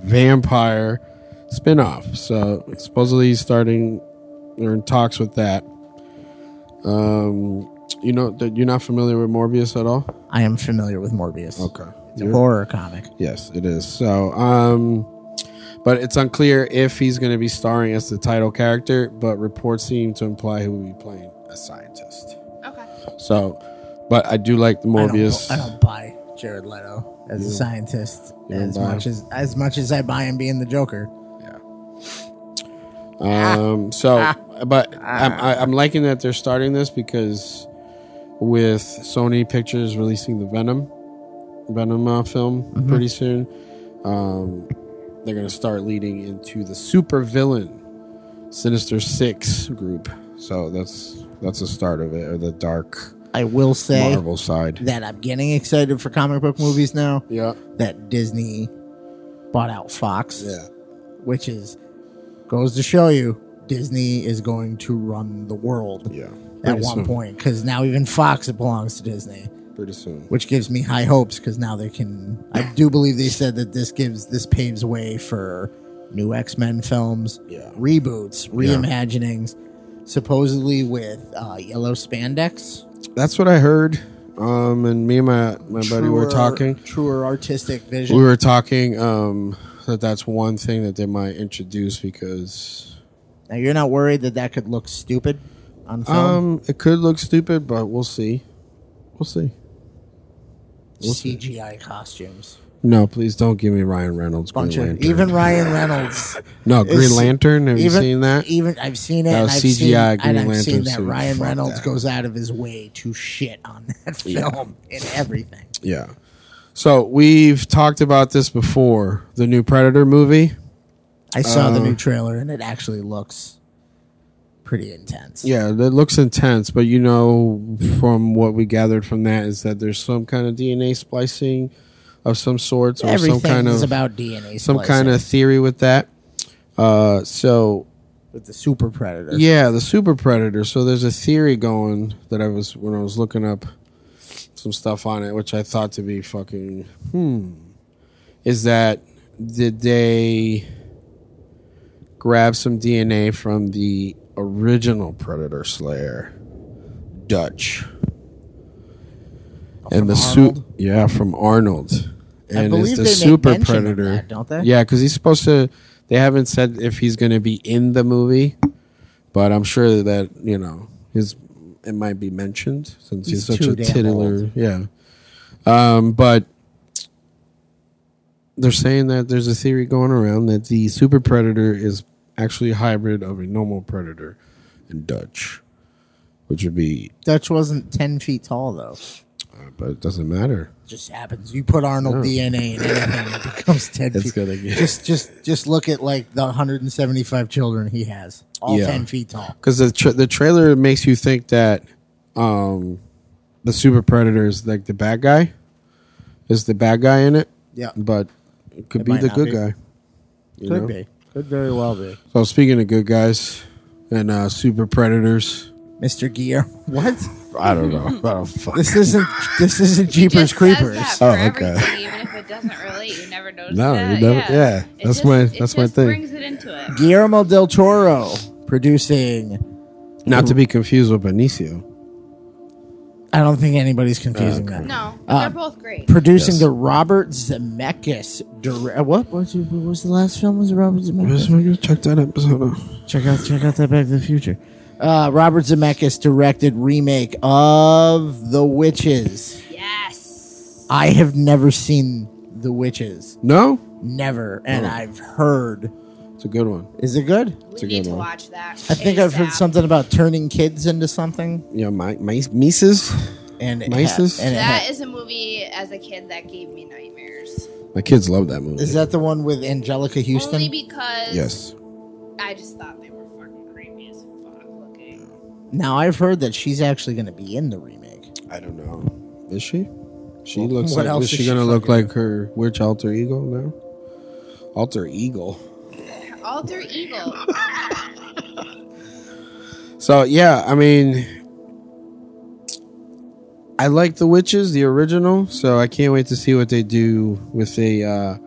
Speaker 6: vampire spinoff. So supposedly he's starting they're in talks with that. Um you know that you're not familiar with Morbius at all?
Speaker 5: I am familiar with Morbius.
Speaker 6: Okay.
Speaker 5: It's a horror comic.
Speaker 6: Yes, it is. So um but it's unclear if he's going to be starring as the title character, but reports seem to imply he will be playing a scientist.
Speaker 7: Okay.
Speaker 6: So, but I do like the
Speaker 5: I don't
Speaker 6: Morbius.
Speaker 5: bu- I don't, buy Jared Leto as a scientist
Speaker 6: You don't
Speaker 5: as
Speaker 6: buy
Speaker 5: much as as much as I buy him being the Joker.
Speaker 6: Um, so, but I'm, I- I'm liking that they're starting this because with Sony Pictures releasing the Venom Venom uh, film pretty soon, um, they're going to start leading into the super villain Sinister Six group. So that's that's the start of it, or the dark
Speaker 5: I will say
Speaker 6: Marvel side.
Speaker 5: that I'm getting excited for comic book movies now
Speaker 6: Yeah,
Speaker 5: that Disney bought out Fox.
Speaker 6: yeah.
Speaker 5: which is goes to show you Disney is going to run the world
Speaker 6: Yeah.
Speaker 5: at
Speaker 6: Pretty
Speaker 5: one
Speaker 6: soon.
Speaker 5: point because now even Fox it belongs to Disney,
Speaker 6: Pretty soon.
Speaker 5: which gives me high hopes because now they can. I do believe they said that this gives this paves way for new X Men films,
Speaker 6: Yeah.
Speaker 5: reboots, reimaginings, supposedly with uh, yellow spandex.
Speaker 6: That's what I heard. Um, and me and my, my buddy were
Speaker 5: Truer-
Speaker 6: talking.
Speaker 5: truer artistic vision.
Speaker 6: We were talking um, that that's one thing that they might introduce because
Speaker 5: now you're not worried that that could look stupid on film.
Speaker 6: um, it could look stupid, but we'll see. We'll see.
Speaker 5: CGI costumes.
Speaker 6: No, please don't give me Ryan Reynolds.
Speaker 5: Bunch
Speaker 6: Green
Speaker 5: of
Speaker 6: Lantern.
Speaker 5: even Ryan Reynolds.
Speaker 6: no Green
Speaker 5: is-
Speaker 6: Lantern. Have you
Speaker 5: even, e-
Speaker 6: seen that?
Speaker 5: Even I've seen it.
Speaker 6: That
Speaker 5: and
Speaker 6: was
Speaker 5: I've
Speaker 6: CGI
Speaker 5: seen,
Speaker 6: Green
Speaker 5: and I've seen
Speaker 6: Lantern
Speaker 5: that
Speaker 6: suit.
Speaker 5: Ryan
Speaker 6: Fuck
Speaker 5: Reynolds
Speaker 6: that.
Speaker 5: goes out of his way to shit on that film and everything.
Speaker 6: Yeah. So we've talked about this before. The new Predator movie.
Speaker 5: I saw
Speaker 6: Um,
Speaker 5: the new trailer and it actually looks pretty intense.
Speaker 6: Yeah, it looks intense, but you know, from what we gathered from that is that there's some kind of DNA splicing of some sorts, or
Speaker 5: everything
Speaker 6: some kind
Speaker 5: is
Speaker 6: of
Speaker 5: about DNA.
Speaker 6: some kind
Speaker 5: splicing
Speaker 6: of theory with that. Uh, so
Speaker 5: with the super predator.
Speaker 6: yeah, the super predator. So there's a theory going that I was when I was looking up some stuff on it, which I thought to be fucking hmm, is that did they grab some DNA from the original predator slayer, Dutch, and the suit? Yeah, from Arnold.
Speaker 5: I
Speaker 6: And
Speaker 5: believe
Speaker 6: is the
Speaker 5: they make
Speaker 6: super
Speaker 5: mention of
Speaker 6: predator?
Speaker 5: that, don't they?
Speaker 6: Yeah, because he's supposed to. They haven't said if he's going to be in the movie, but I'm sure that you know his. It might be mentioned since
Speaker 5: He's
Speaker 6: he's, such
Speaker 5: too
Speaker 6: a
Speaker 5: damn
Speaker 6: titular.
Speaker 5: old.
Speaker 6: Yeah. Um, but they're saying that there's a theory going around that the super predator is actually a hybrid of a normal predator and Dutch, which would be,
Speaker 5: Dutch wasn't ten feet tall though.
Speaker 6: uh, but it doesn't matter.
Speaker 5: just happens. You put Arnold DNA in anything, it becomes ten
Speaker 6: It's
Speaker 5: feet.
Speaker 6: gonna get-
Speaker 5: Just, just, just look at like the 175 children he has, all
Speaker 6: Yeah.
Speaker 5: ten feet tall.
Speaker 6: because the tra- the trailer makes you think that um, the super predator is like the bad guy, is the bad guy in it,
Speaker 5: Yeah,
Speaker 6: but it could
Speaker 5: It
Speaker 6: be
Speaker 5: might
Speaker 6: the
Speaker 5: not
Speaker 6: good
Speaker 5: be.
Speaker 6: guy. you
Speaker 5: could
Speaker 6: know?
Speaker 5: be, could very well be.
Speaker 6: So speaking of good guys and uh, super predators,
Speaker 5: Mr. Gear, what?
Speaker 6: I don't know. I don't fuck.
Speaker 5: This isn't, this isn't Jeepers
Speaker 7: just
Speaker 5: Creepers.
Speaker 7: Says that for
Speaker 6: Oh, okay.
Speaker 7: everything, even if it doesn't relate, you never notice
Speaker 6: No,
Speaker 7: that.
Speaker 6: you never-
Speaker 7: yeah,
Speaker 6: yeah,
Speaker 7: It
Speaker 6: that's
Speaker 7: just-
Speaker 6: my-
Speaker 7: it
Speaker 6: that's my
Speaker 7: just
Speaker 6: thing.
Speaker 7: Brings it into it.
Speaker 5: Guillermo del Toro producing.
Speaker 6: Not to be confused with Benicio.
Speaker 5: I don't think anybody's confusing that.
Speaker 7: No, they're both great.
Speaker 5: Producing
Speaker 6: Yes.
Speaker 5: the Robert Zemeckis. Dire- what? What was, what was the last film? Was Robert Zemeckis?
Speaker 6: Check that episode out.
Speaker 5: Check out check out that Back to the Future. Uh, Robert Zemeckis directed remake of The Witches.
Speaker 7: yes.
Speaker 5: I have never seen The Witches,
Speaker 6: No,
Speaker 5: never, and I've heard.
Speaker 6: it's a good one.
Speaker 5: Is it good?
Speaker 6: a
Speaker 7: We need
Speaker 6: good
Speaker 7: to
Speaker 6: one.
Speaker 7: watch that.
Speaker 5: I think I've heard
Speaker 7: ASAP.
Speaker 5: something about turning kids into something,
Speaker 6: Yeah, my my Mises.
Speaker 5: and it
Speaker 6: Mices?
Speaker 5: and it
Speaker 7: That is a movie as a kid that gave me nightmares.
Speaker 6: My kids love that movie.
Speaker 5: is that the one with Angelica Houston?
Speaker 7: Only because
Speaker 6: yes?
Speaker 7: I just thought they were fucking creepy as fuck looking.
Speaker 5: now I've heard that she's actually going to be in the remake.
Speaker 6: I don't know. Is she? She looks
Speaker 5: what
Speaker 6: like.
Speaker 5: else
Speaker 6: is
Speaker 5: is
Speaker 6: she
Speaker 5: she
Speaker 6: gonna look
Speaker 5: fucking-
Speaker 6: like her witch alter ego now? Alter ego.
Speaker 7: Alter Eagle.
Speaker 6: So yeah, I mean, I like the witches, the original. So I can't wait to see what they do with a uh,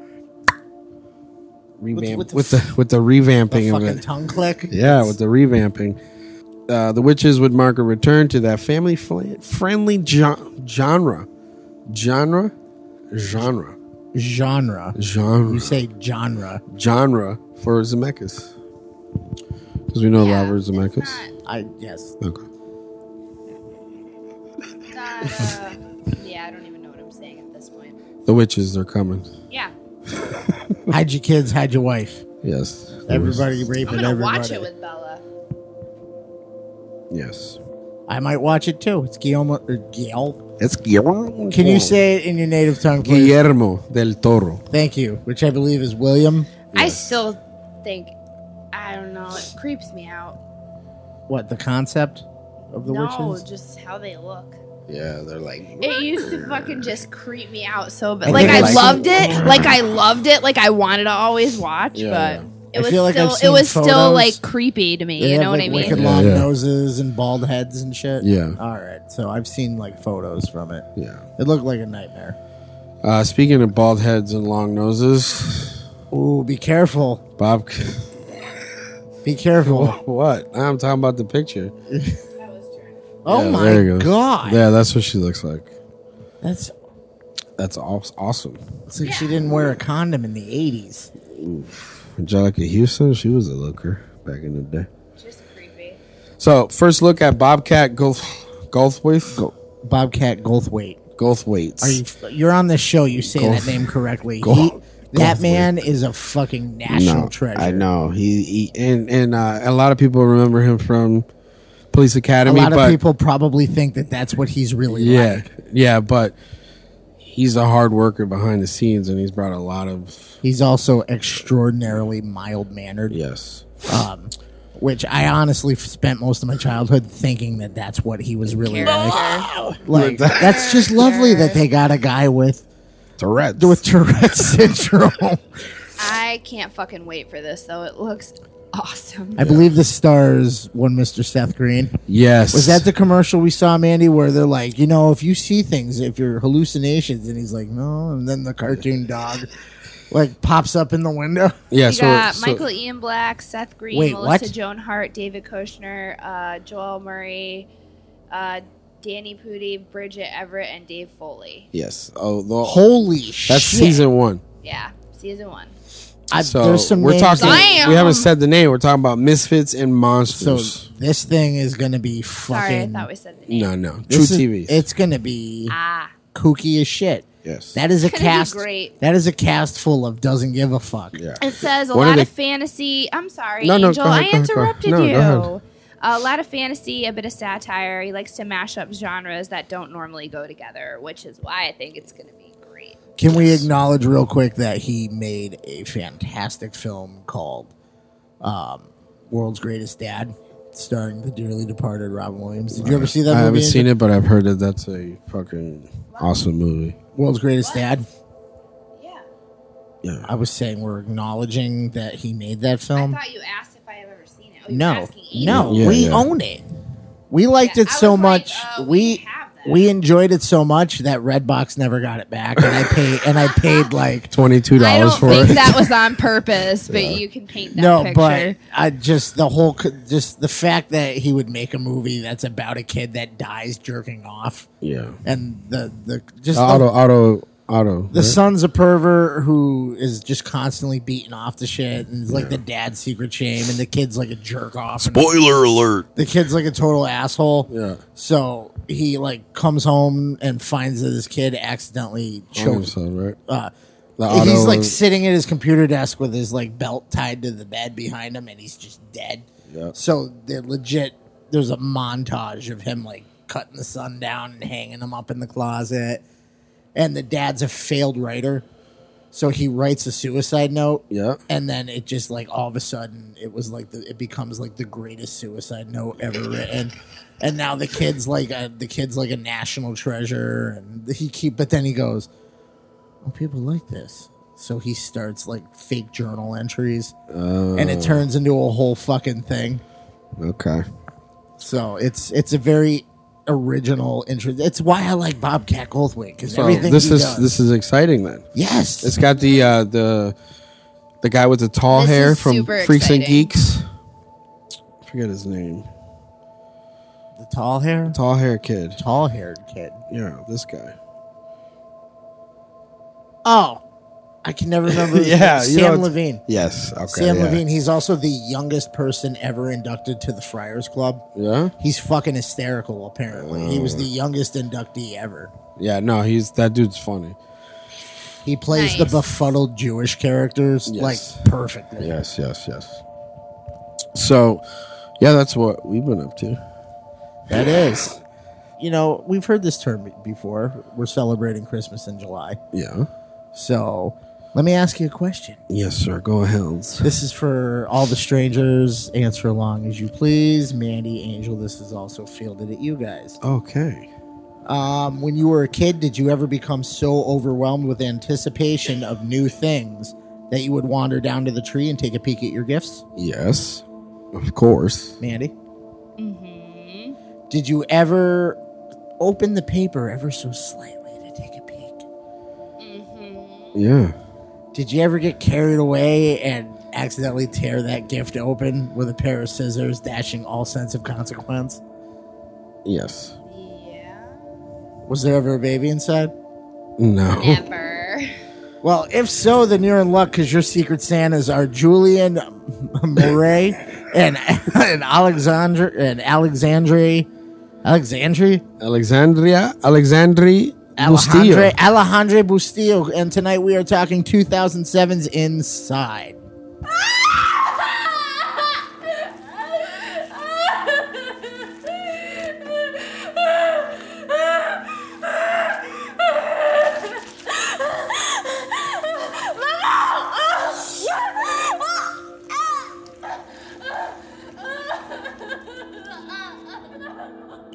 Speaker 6: revamp
Speaker 5: with the
Speaker 6: with the with the revamping
Speaker 5: The
Speaker 6: of
Speaker 5: fucking
Speaker 6: it.
Speaker 5: tongue click.
Speaker 6: Yeah, with the revamping. Uh, the witches would mark a return to that family fl- friendly gen- genre, genre, genre,
Speaker 5: genre. You
Speaker 6: genre,
Speaker 5: say genre.
Speaker 6: genre for Zemeckis. Because we know Robert Zemeckis.
Speaker 5: I yes.
Speaker 6: Okay.
Speaker 7: Not, uh, yeah, I don't even know what I'm saying at this point.
Speaker 6: The witches are coming.
Speaker 7: Yeah,
Speaker 5: Hide your kids. Hide your wife.
Speaker 6: Yes.
Speaker 5: Everybody
Speaker 7: I'm
Speaker 5: raping
Speaker 7: gonna
Speaker 5: everybody.
Speaker 7: watch it with Bella.
Speaker 6: Yes.
Speaker 5: I might watch it too. It's Guillermo. Or Guil.
Speaker 6: It's Guillermo.
Speaker 5: Can you say it in your native tongue, please?
Speaker 6: Guillermo del Toro?
Speaker 5: Thank you, which I believe is William.
Speaker 7: I still think I don't know. It creeps me out.
Speaker 5: What the concept of the
Speaker 7: no,
Speaker 5: witches?
Speaker 7: just how they look.
Speaker 6: Yeah, they're like.
Speaker 7: It used to fucking just creep me out so bad.
Speaker 5: I
Speaker 7: Like
Speaker 5: think
Speaker 7: I
Speaker 5: I like-
Speaker 7: loved it. Like I loved it. Like I wanted to always watch,
Speaker 6: Yeah,
Speaker 7: but it
Speaker 5: I
Speaker 7: was
Speaker 5: feel like
Speaker 7: still
Speaker 5: I've
Speaker 7: it
Speaker 5: seen
Speaker 7: was still
Speaker 5: photos.
Speaker 7: like creepy to me.
Speaker 5: They
Speaker 7: you
Speaker 5: have,
Speaker 7: know what
Speaker 5: like,
Speaker 7: I
Speaker 5: Wicked
Speaker 7: mean?
Speaker 6: Yeah,
Speaker 5: long
Speaker 6: yeah.
Speaker 5: noses and bald heads and shit.
Speaker 6: Yeah.
Speaker 5: All right. So I've seen like photos from it.
Speaker 6: Yeah.
Speaker 5: It looked like a nightmare.
Speaker 6: Uh, speaking of bald heads and long noses,
Speaker 5: Ooh, be careful.
Speaker 6: Bob.
Speaker 5: Be careful.
Speaker 6: What? I'm talking about the picture.
Speaker 5: oh
Speaker 6: Yeah,
Speaker 5: my
Speaker 6: there you go.
Speaker 5: god.
Speaker 6: Yeah, that's what she looks like.
Speaker 5: That's
Speaker 6: That's aw- awesome.
Speaker 5: it's like she didn't wear a condom in the 80s.
Speaker 6: Angelica Houston, she was a looker back in the day. So first look at Bobcat Golf Golfwaith.
Speaker 5: Bobcat Goldthwait.
Speaker 6: Golfwaits.
Speaker 5: Are you you're on this show, you say
Speaker 6: Gold-
Speaker 5: that name correctly.
Speaker 6: Gold-
Speaker 5: He- that
Speaker 6: Goldthwait.
Speaker 5: man is a fucking national
Speaker 6: no,
Speaker 5: treasure.
Speaker 6: I know he, he and and uh, a lot of people remember him from Police
Speaker 5: A
Speaker 6: Academy.
Speaker 5: lot of
Speaker 6: but
Speaker 5: people probably think that that's what he's really
Speaker 6: yeah,
Speaker 5: like.
Speaker 6: yeah, but he's a hard worker behind the scenes, and he's brought a lot of
Speaker 5: He's also extraordinarily mild mannered.
Speaker 6: yes.
Speaker 5: um, which I honestly f- spent most of my childhood thinking that that's what he was really like. Like that's just lovely that they got a guy with
Speaker 6: Tourette's.
Speaker 5: with Tourette's syndrome.
Speaker 7: I can't fucking wait for this though. It looks awesome.
Speaker 5: I believe the stars one Mr. Seth Green.
Speaker 6: yes,
Speaker 5: Was that the commercial we saw, Mandy, where they're like, you know, if you see things, if you're hallucinations, and he's like, no, and then the cartoon dog like pops up in the window.
Speaker 6: yeah?
Speaker 7: You
Speaker 6: So,
Speaker 7: got
Speaker 6: so-
Speaker 7: Michael Ian Black, Seth Green,
Speaker 5: Wait,
Speaker 7: Melissa
Speaker 5: what?
Speaker 7: Joan Hart, David Koshner, uh, Joel Murray, uh, Danny Pudi, Bridget Everett, and Dave Foley.
Speaker 6: yes. Oh, the,
Speaker 5: Holy
Speaker 6: that's
Speaker 5: shit!
Speaker 6: season one.
Speaker 7: Yeah, season one.
Speaker 5: I,
Speaker 6: So
Speaker 5: there's some
Speaker 6: we're
Speaker 5: names
Speaker 6: talking.
Speaker 5: that-
Speaker 7: Damn.
Speaker 6: We haven't said the name. We're talking about misfits and
Speaker 5: So
Speaker 6: monsters.
Speaker 5: this thing is gonna be
Speaker 7: Sorry, I
Speaker 5: fucking.
Speaker 7: thought we said the name.
Speaker 6: no, no, true
Speaker 5: This is-
Speaker 6: TV.
Speaker 5: It's gonna be
Speaker 7: Ah,
Speaker 5: kooky as shit.
Speaker 6: yes,
Speaker 5: That is a
Speaker 7: gonna be
Speaker 5: cast.
Speaker 7: great.
Speaker 5: That is a cast full of doesn't give a fuck.
Speaker 6: yeah.
Speaker 7: it says a
Speaker 6: One of
Speaker 7: lot
Speaker 6: the-
Speaker 7: of fantasy. I'm sorry,
Speaker 6: No, no,
Speaker 7: Angel.
Speaker 6: go ahead,
Speaker 7: I
Speaker 6: go ahead, go ahead.
Speaker 7: interrupted
Speaker 6: No, go
Speaker 7: you.
Speaker 6: ahead.
Speaker 7: A lot of fantasy, a bit of satire. He likes to mash up genres that don't normally go together, which is why I think it's going to be great.
Speaker 5: Can we acknowledge real quick that he made a fantastic film called um, "World's Greatest Dad," starring the dearly departed Robin Williams? Did you ever see that?
Speaker 6: I
Speaker 5: movie?
Speaker 6: haven't seen it, but I've heard that that's a fucking awesome movie.
Speaker 5: "World's Greatest Dad."
Speaker 7: Yeah.
Speaker 6: Yeah.
Speaker 5: I was saying we're acknowledging that he made that
Speaker 6: Um,
Speaker 7: I
Speaker 5: film.
Speaker 7: thought you asked if I have ever seen it. Oh, you're
Speaker 5: No,
Speaker 7: asking Amy.
Speaker 5: no,
Speaker 6: Yeah,
Speaker 5: we
Speaker 6: yeah.
Speaker 5: own it. We liked
Speaker 7: Yeah,
Speaker 5: it
Speaker 7: I
Speaker 5: so
Speaker 7: was like,
Speaker 5: much.
Speaker 7: uh, we
Speaker 5: we
Speaker 7: have that.
Speaker 5: we enjoyed it so much that Redbox never got it back, and I paid and I paid like
Speaker 6: Twenty two
Speaker 7: I
Speaker 6: dollars
Speaker 7: don't
Speaker 6: for
Speaker 7: think
Speaker 6: it.
Speaker 7: that was on purpose, but you can paint that
Speaker 5: no, but
Speaker 7: picture.
Speaker 5: I just the whole co- just the fact that he would make a movie that's about a kid that dies jerking off,
Speaker 6: yeah.
Speaker 5: and the the just
Speaker 6: Auto,
Speaker 5: the,
Speaker 6: auto, auto.
Speaker 5: the son's a pervert who is just constantly beaten off to shit, and it's like the dad's secret shame, and the kid's like a jerk off. and
Speaker 3: Boiler alert.
Speaker 5: the kid's like a total asshole.
Speaker 6: Yeah.
Speaker 5: So he like comes home and finds that his kid accidentally choked
Speaker 6: Himself, right?
Speaker 5: uh,
Speaker 6: The
Speaker 5: he's
Speaker 6: auto-
Speaker 5: like sitting at his computer desk with his like belt tied to the bed behind him, and he's just dead.
Speaker 6: Yeah.
Speaker 5: So they're legit. There's a montage of him like cutting the sun down and hanging him up in the closet. And the dad's a failed writer, so he writes a suicide note.
Speaker 6: Yeah.
Speaker 5: And then it just like all of a sudden it was like the, it becomes like the greatest suicide note ever written. And now the kid's like a, the kid's like a national treasure, and he keep. But then he goes, "Oh, people like this," so he starts like fake journal entries, and
Speaker 6: Oh.
Speaker 5: it turns into a whole fucking thing.
Speaker 6: Okay.
Speaker 5: So it's it's a very original interest. It's why I like Bobcat Goldthwait because
Speaker 6: So
Speaker 5: everything
Speaker 6: this
Speaker 5: he
Speaker 6: is
Speaker 5: does.
Speaker 6: this is exciting then.
Speaker 5: yes,
Speaker 6: It's got the uh, the the guy with the tall
Speaker 7: This
Speaker 6: hair
Speaker 7: is
Speaker 6: from
Speaker 7: super
Speaker 6: Freaks and
Speaker 7: exciting.
Speaker 6: Geeks. I forget his name.
Speaker 5: the tall hair,
Speaker 6: Tall hair kid.
Speaker 5: tall haired kid.
Speaker 6: Yeah, this guy.
Speaker 5: Oh, I can never remember. his
Speaker 6: Yeah,
Speaker 5: name.
Speaker 6: you know,
Speaker 5: Sam
Speaker 6: it's-
Speaker 5: Levine.
Speaker 6: Yes. Okay.
Speaker 5: Sam
Speaker 6: yeah.
Speaker 5: Levine. He's also the youngest person ever inducted to the Friars Club.
Speaker 6: Yeah. Oh.
Speaker 5: He's fucking hysterical. Apparently, he was the youngest inductee ever.
Speaker 6: Yeah. No, he's that dude's funny.
Speaker 5: He plays
Speaker 7: Nice.
Speaker 5: the befuddled Jewish characters
Speaker 6: Yes.
Speaker 5: like perfectly.
Speaker 6: Yes. Yes. Yes. So, yeah, that's what we've been up to.
Speaker 5: That is, you know, we've heard this term be- before. We're celebrating Christmas in July,
Speaker 6: Yeah.
Speaker 5: so let me ask you a question.
Speaker 6: Yes, sir. Go ahead.
Speaker 5: This is for all the strangers. Answer along as you please, Mandy, Angel. This is also fielded at you guys.
Speaker 6: Okay.
Speaker 5: Um, when you were a kid, did you ever become so overwhelmed with anticipation of new things that you would wander down to the tree and take a peek at your gifts,
Speaker 6: Yes, of course.
Speaker 5: Mandy? Did you ever open the paper ever so slightly to take a peek?
Speaker 6: Yeah.
Speaker 5: Did you ever get carried away and accidentally tear that gift open with a pair of scissors, dashing all sense of consequence?
Speaker 6: Yes.
Speaker 5: Was there ever a baby inside?
Speaker 6: No.
Speaker 7: Never.
Speaker 5: Well, if so, then you're in luck because your secret Santas are Julian Murray and and Alexandre and Alexandre Alexandre
Speaker 6: Alexandria, Alexandri,
Speaker 5: Alejandre
Speaker 6: Bustillo.
Speaker 5: Alejandre Bustillo. And tonight we are talking 2007's Inside.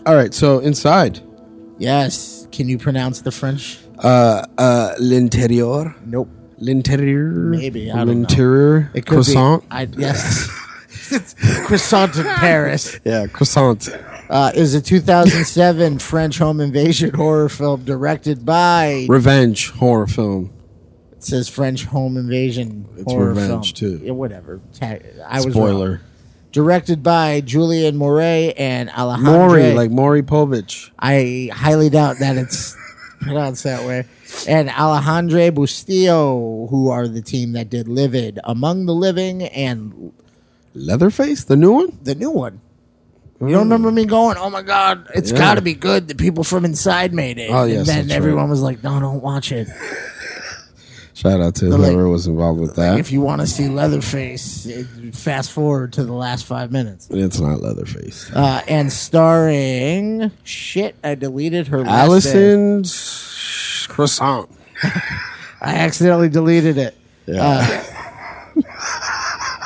Speaker 6: All right. So inside,
Speaker 5: Yes, can you pronounce the French?
Speaker 6: uh, uh, l'interior,
Speaker 5: Nope.
Speaker 6: l'interior,
Speaker 5: Maybe, I don't know.
Speaker 6: l'interior,
Speaker 5: It could
Speaker 6: croissant.
Speaker 5: Be, I, yes. croissant in Paris.
Speaker 6: Yeah, croissant.
Speaker 5: uh, is a 2007 French home invasion horror film directed by.
Speaker 6: Revenge horror film.
Speaker 5: It says French home invasion
Speaker 6: It's
Speaker 5: horror
Speaker 6: revenge,
Speaker 5: film.
Speaker 6: too.
Speaker 5: Yeah, whatever. Ta- I was wrong.
Speaker 6: Spoiler.
Speaker 5: Directed by Julian Moray and Alejandro.
Speaker 6: Maury, like Maury Povich.
Speaker 5: I highly doubt that it's pronounced that way. And Alejandro Bustillo, who are the team that did Livid, Among the Living, and
Speaker 6: Leatherface, the new one.
Speaker 5: the new one. You don't remember me going, oh my God, it's
Speaker 6: Yeah.
Speaker 5: got to be good. The people from inside made it.
Speaker 6: Oh,
Speaker 5: and
Speaker 6: yes,
Speaker 5: then
Speaker 6: that's
Speaker 5: everyone
Speaker 6: right.
Speaker 5: was like, no, don't watch it.
Speaker 6: Shout out to
Speaker 5: like-
Speaker 6: whoever was involved with that.
Speaker 5: If you want to see Leatherface, eh, fast forward to the last five minutes.
Speaker 6: it's not Leatherface.
Speaker 5: Uh, and starring, shit, I deleted her last name.
Speaker 6: Allison's croissant.
Speaker 5: I accidentally deleted it.
Speaker 6: Yeah.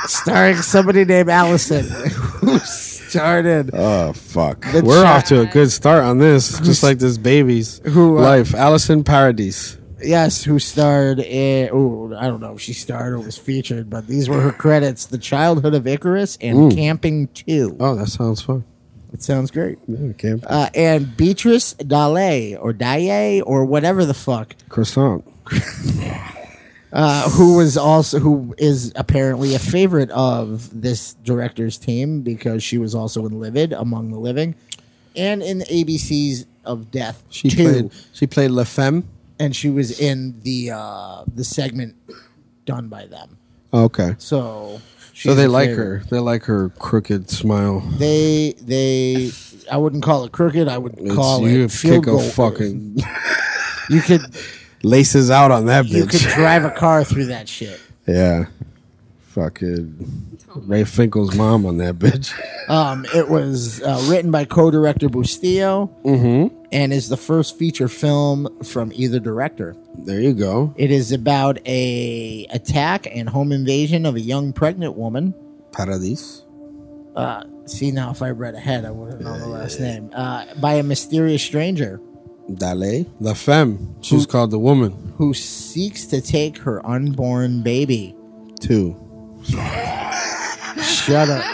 Speaker 5: Starring somebody named Allison, who started
Speaker 6: oh fuck. We're off to a good start on this, just like this baby's
Speaker 5: Who, uh,
Speaker 6: life. Allison Paradis.
Speaker 5: Yes, who starred in? Oh, I don't know if she starred or was featured, but these were her credits: "The Childhood of Icarus" and "Camping 2.
Speaker 6: Oh, that sounds fun.
Speaker 5: It sounds great.
Speaker 6: Yeah, camp.
Speaker 5: Uh, and Beatrice Dale or Daye or whatever the fuck,
Speaker 6: croissant.
Speaker 5: uh, who was also who is apparently a favorite of this director's team because she was also in Livid, Among the Living, and in ABC's of Death.
Speaker 6: She
Speaker 5: 2.
Speaker 6: played. She played La Femme.
Speaker 5: and she was in the uh, the segment done by them.
Speaker 6: Oh, Okay.
Speaker 5: So, she's
Speaker 6: So they
Speaker 5: a
Speaker 6: like
Speaker 5: favorite.
Speaker 6: her. They like her crooked smile.
Speaker 5: They they I wouldn't call it crooked. I would
Speaker 6: It's,
Speaker 5: call it
Speaker 6: you could
Speaker 5: field
Speaker 6: kick
Speaker 5: goal.
Speaker 6: a fucking
Speaker 5: You could
Speaker 6: laces out on that
Speaker 5: you could
Speaker 6: bitch.
Speaker 5: drive a car through that shit.
Speaker 6: yeah. Fucking Ray Finkel's mom on that bitch.
Speaker 5: Um, it was uh, written by co-director Bustillo, and is the first feature film from either director.
Speaker 6: There you go.
Speaker 5: It is about a attack and home invasion of a young pregnant woman.
Speaker 6: Paradis.
Speaker 5: See now, if I read ahead, I would have known the last name. Uh, by a mysterious stranger
Speaker 6: Dale. La Femme. She was called the woman.
Speaker 5: who seeks to take her unborn baby.
Speaker 6: Too.
Speaker 5: Shut up.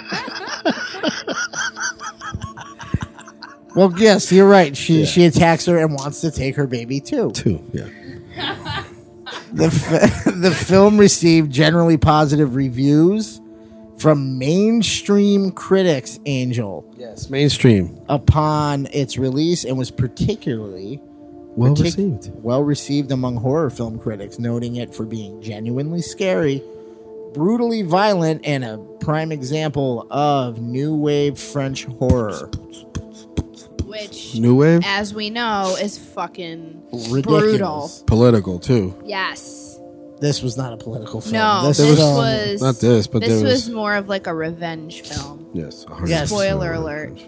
Speaker 5: well, yes, you're right. She she attacks her and wants to take her baby too.
Speaker 6: Two. Yeah.
Speaker 5: The f- the film received generally positive reviews from mainstream critics. Angel
Speaker 6: Yes. Mainstream.
Speaker 5: upon its release and was particularly
Speaker 6: Well
Speaker 5: partic-
Speaker 6: received.
Speaker 5: well received among horror film critics, noting it for being genuinely scary, brutally violent, and a prime example of new wave French horror.
Speaker 7: Which,
Speaker 6: New wave.
Speaker 7: as we know, is fucking
Speaker 5: Ridiculous.
Speaker 7: brutal.
Speaker 6: Political too.
Speaker 7: Yes.
Speaker 5: This was not a political film.
Speaker 7: No,
Speaker 5: this,
Speaker 7: this,
Speaker 5: film-
Speaker 7: was
Speaker 6: um, Not this, but
Speaker 7: this
Speaker 6: there
Speaker 7: was,
Speaker 6: was-
Speaker 7: more of like a revenge film.
Speaker 6: Yes. 100%.
Speaker 5: Yes.
Speaker 7: Spoiler alert.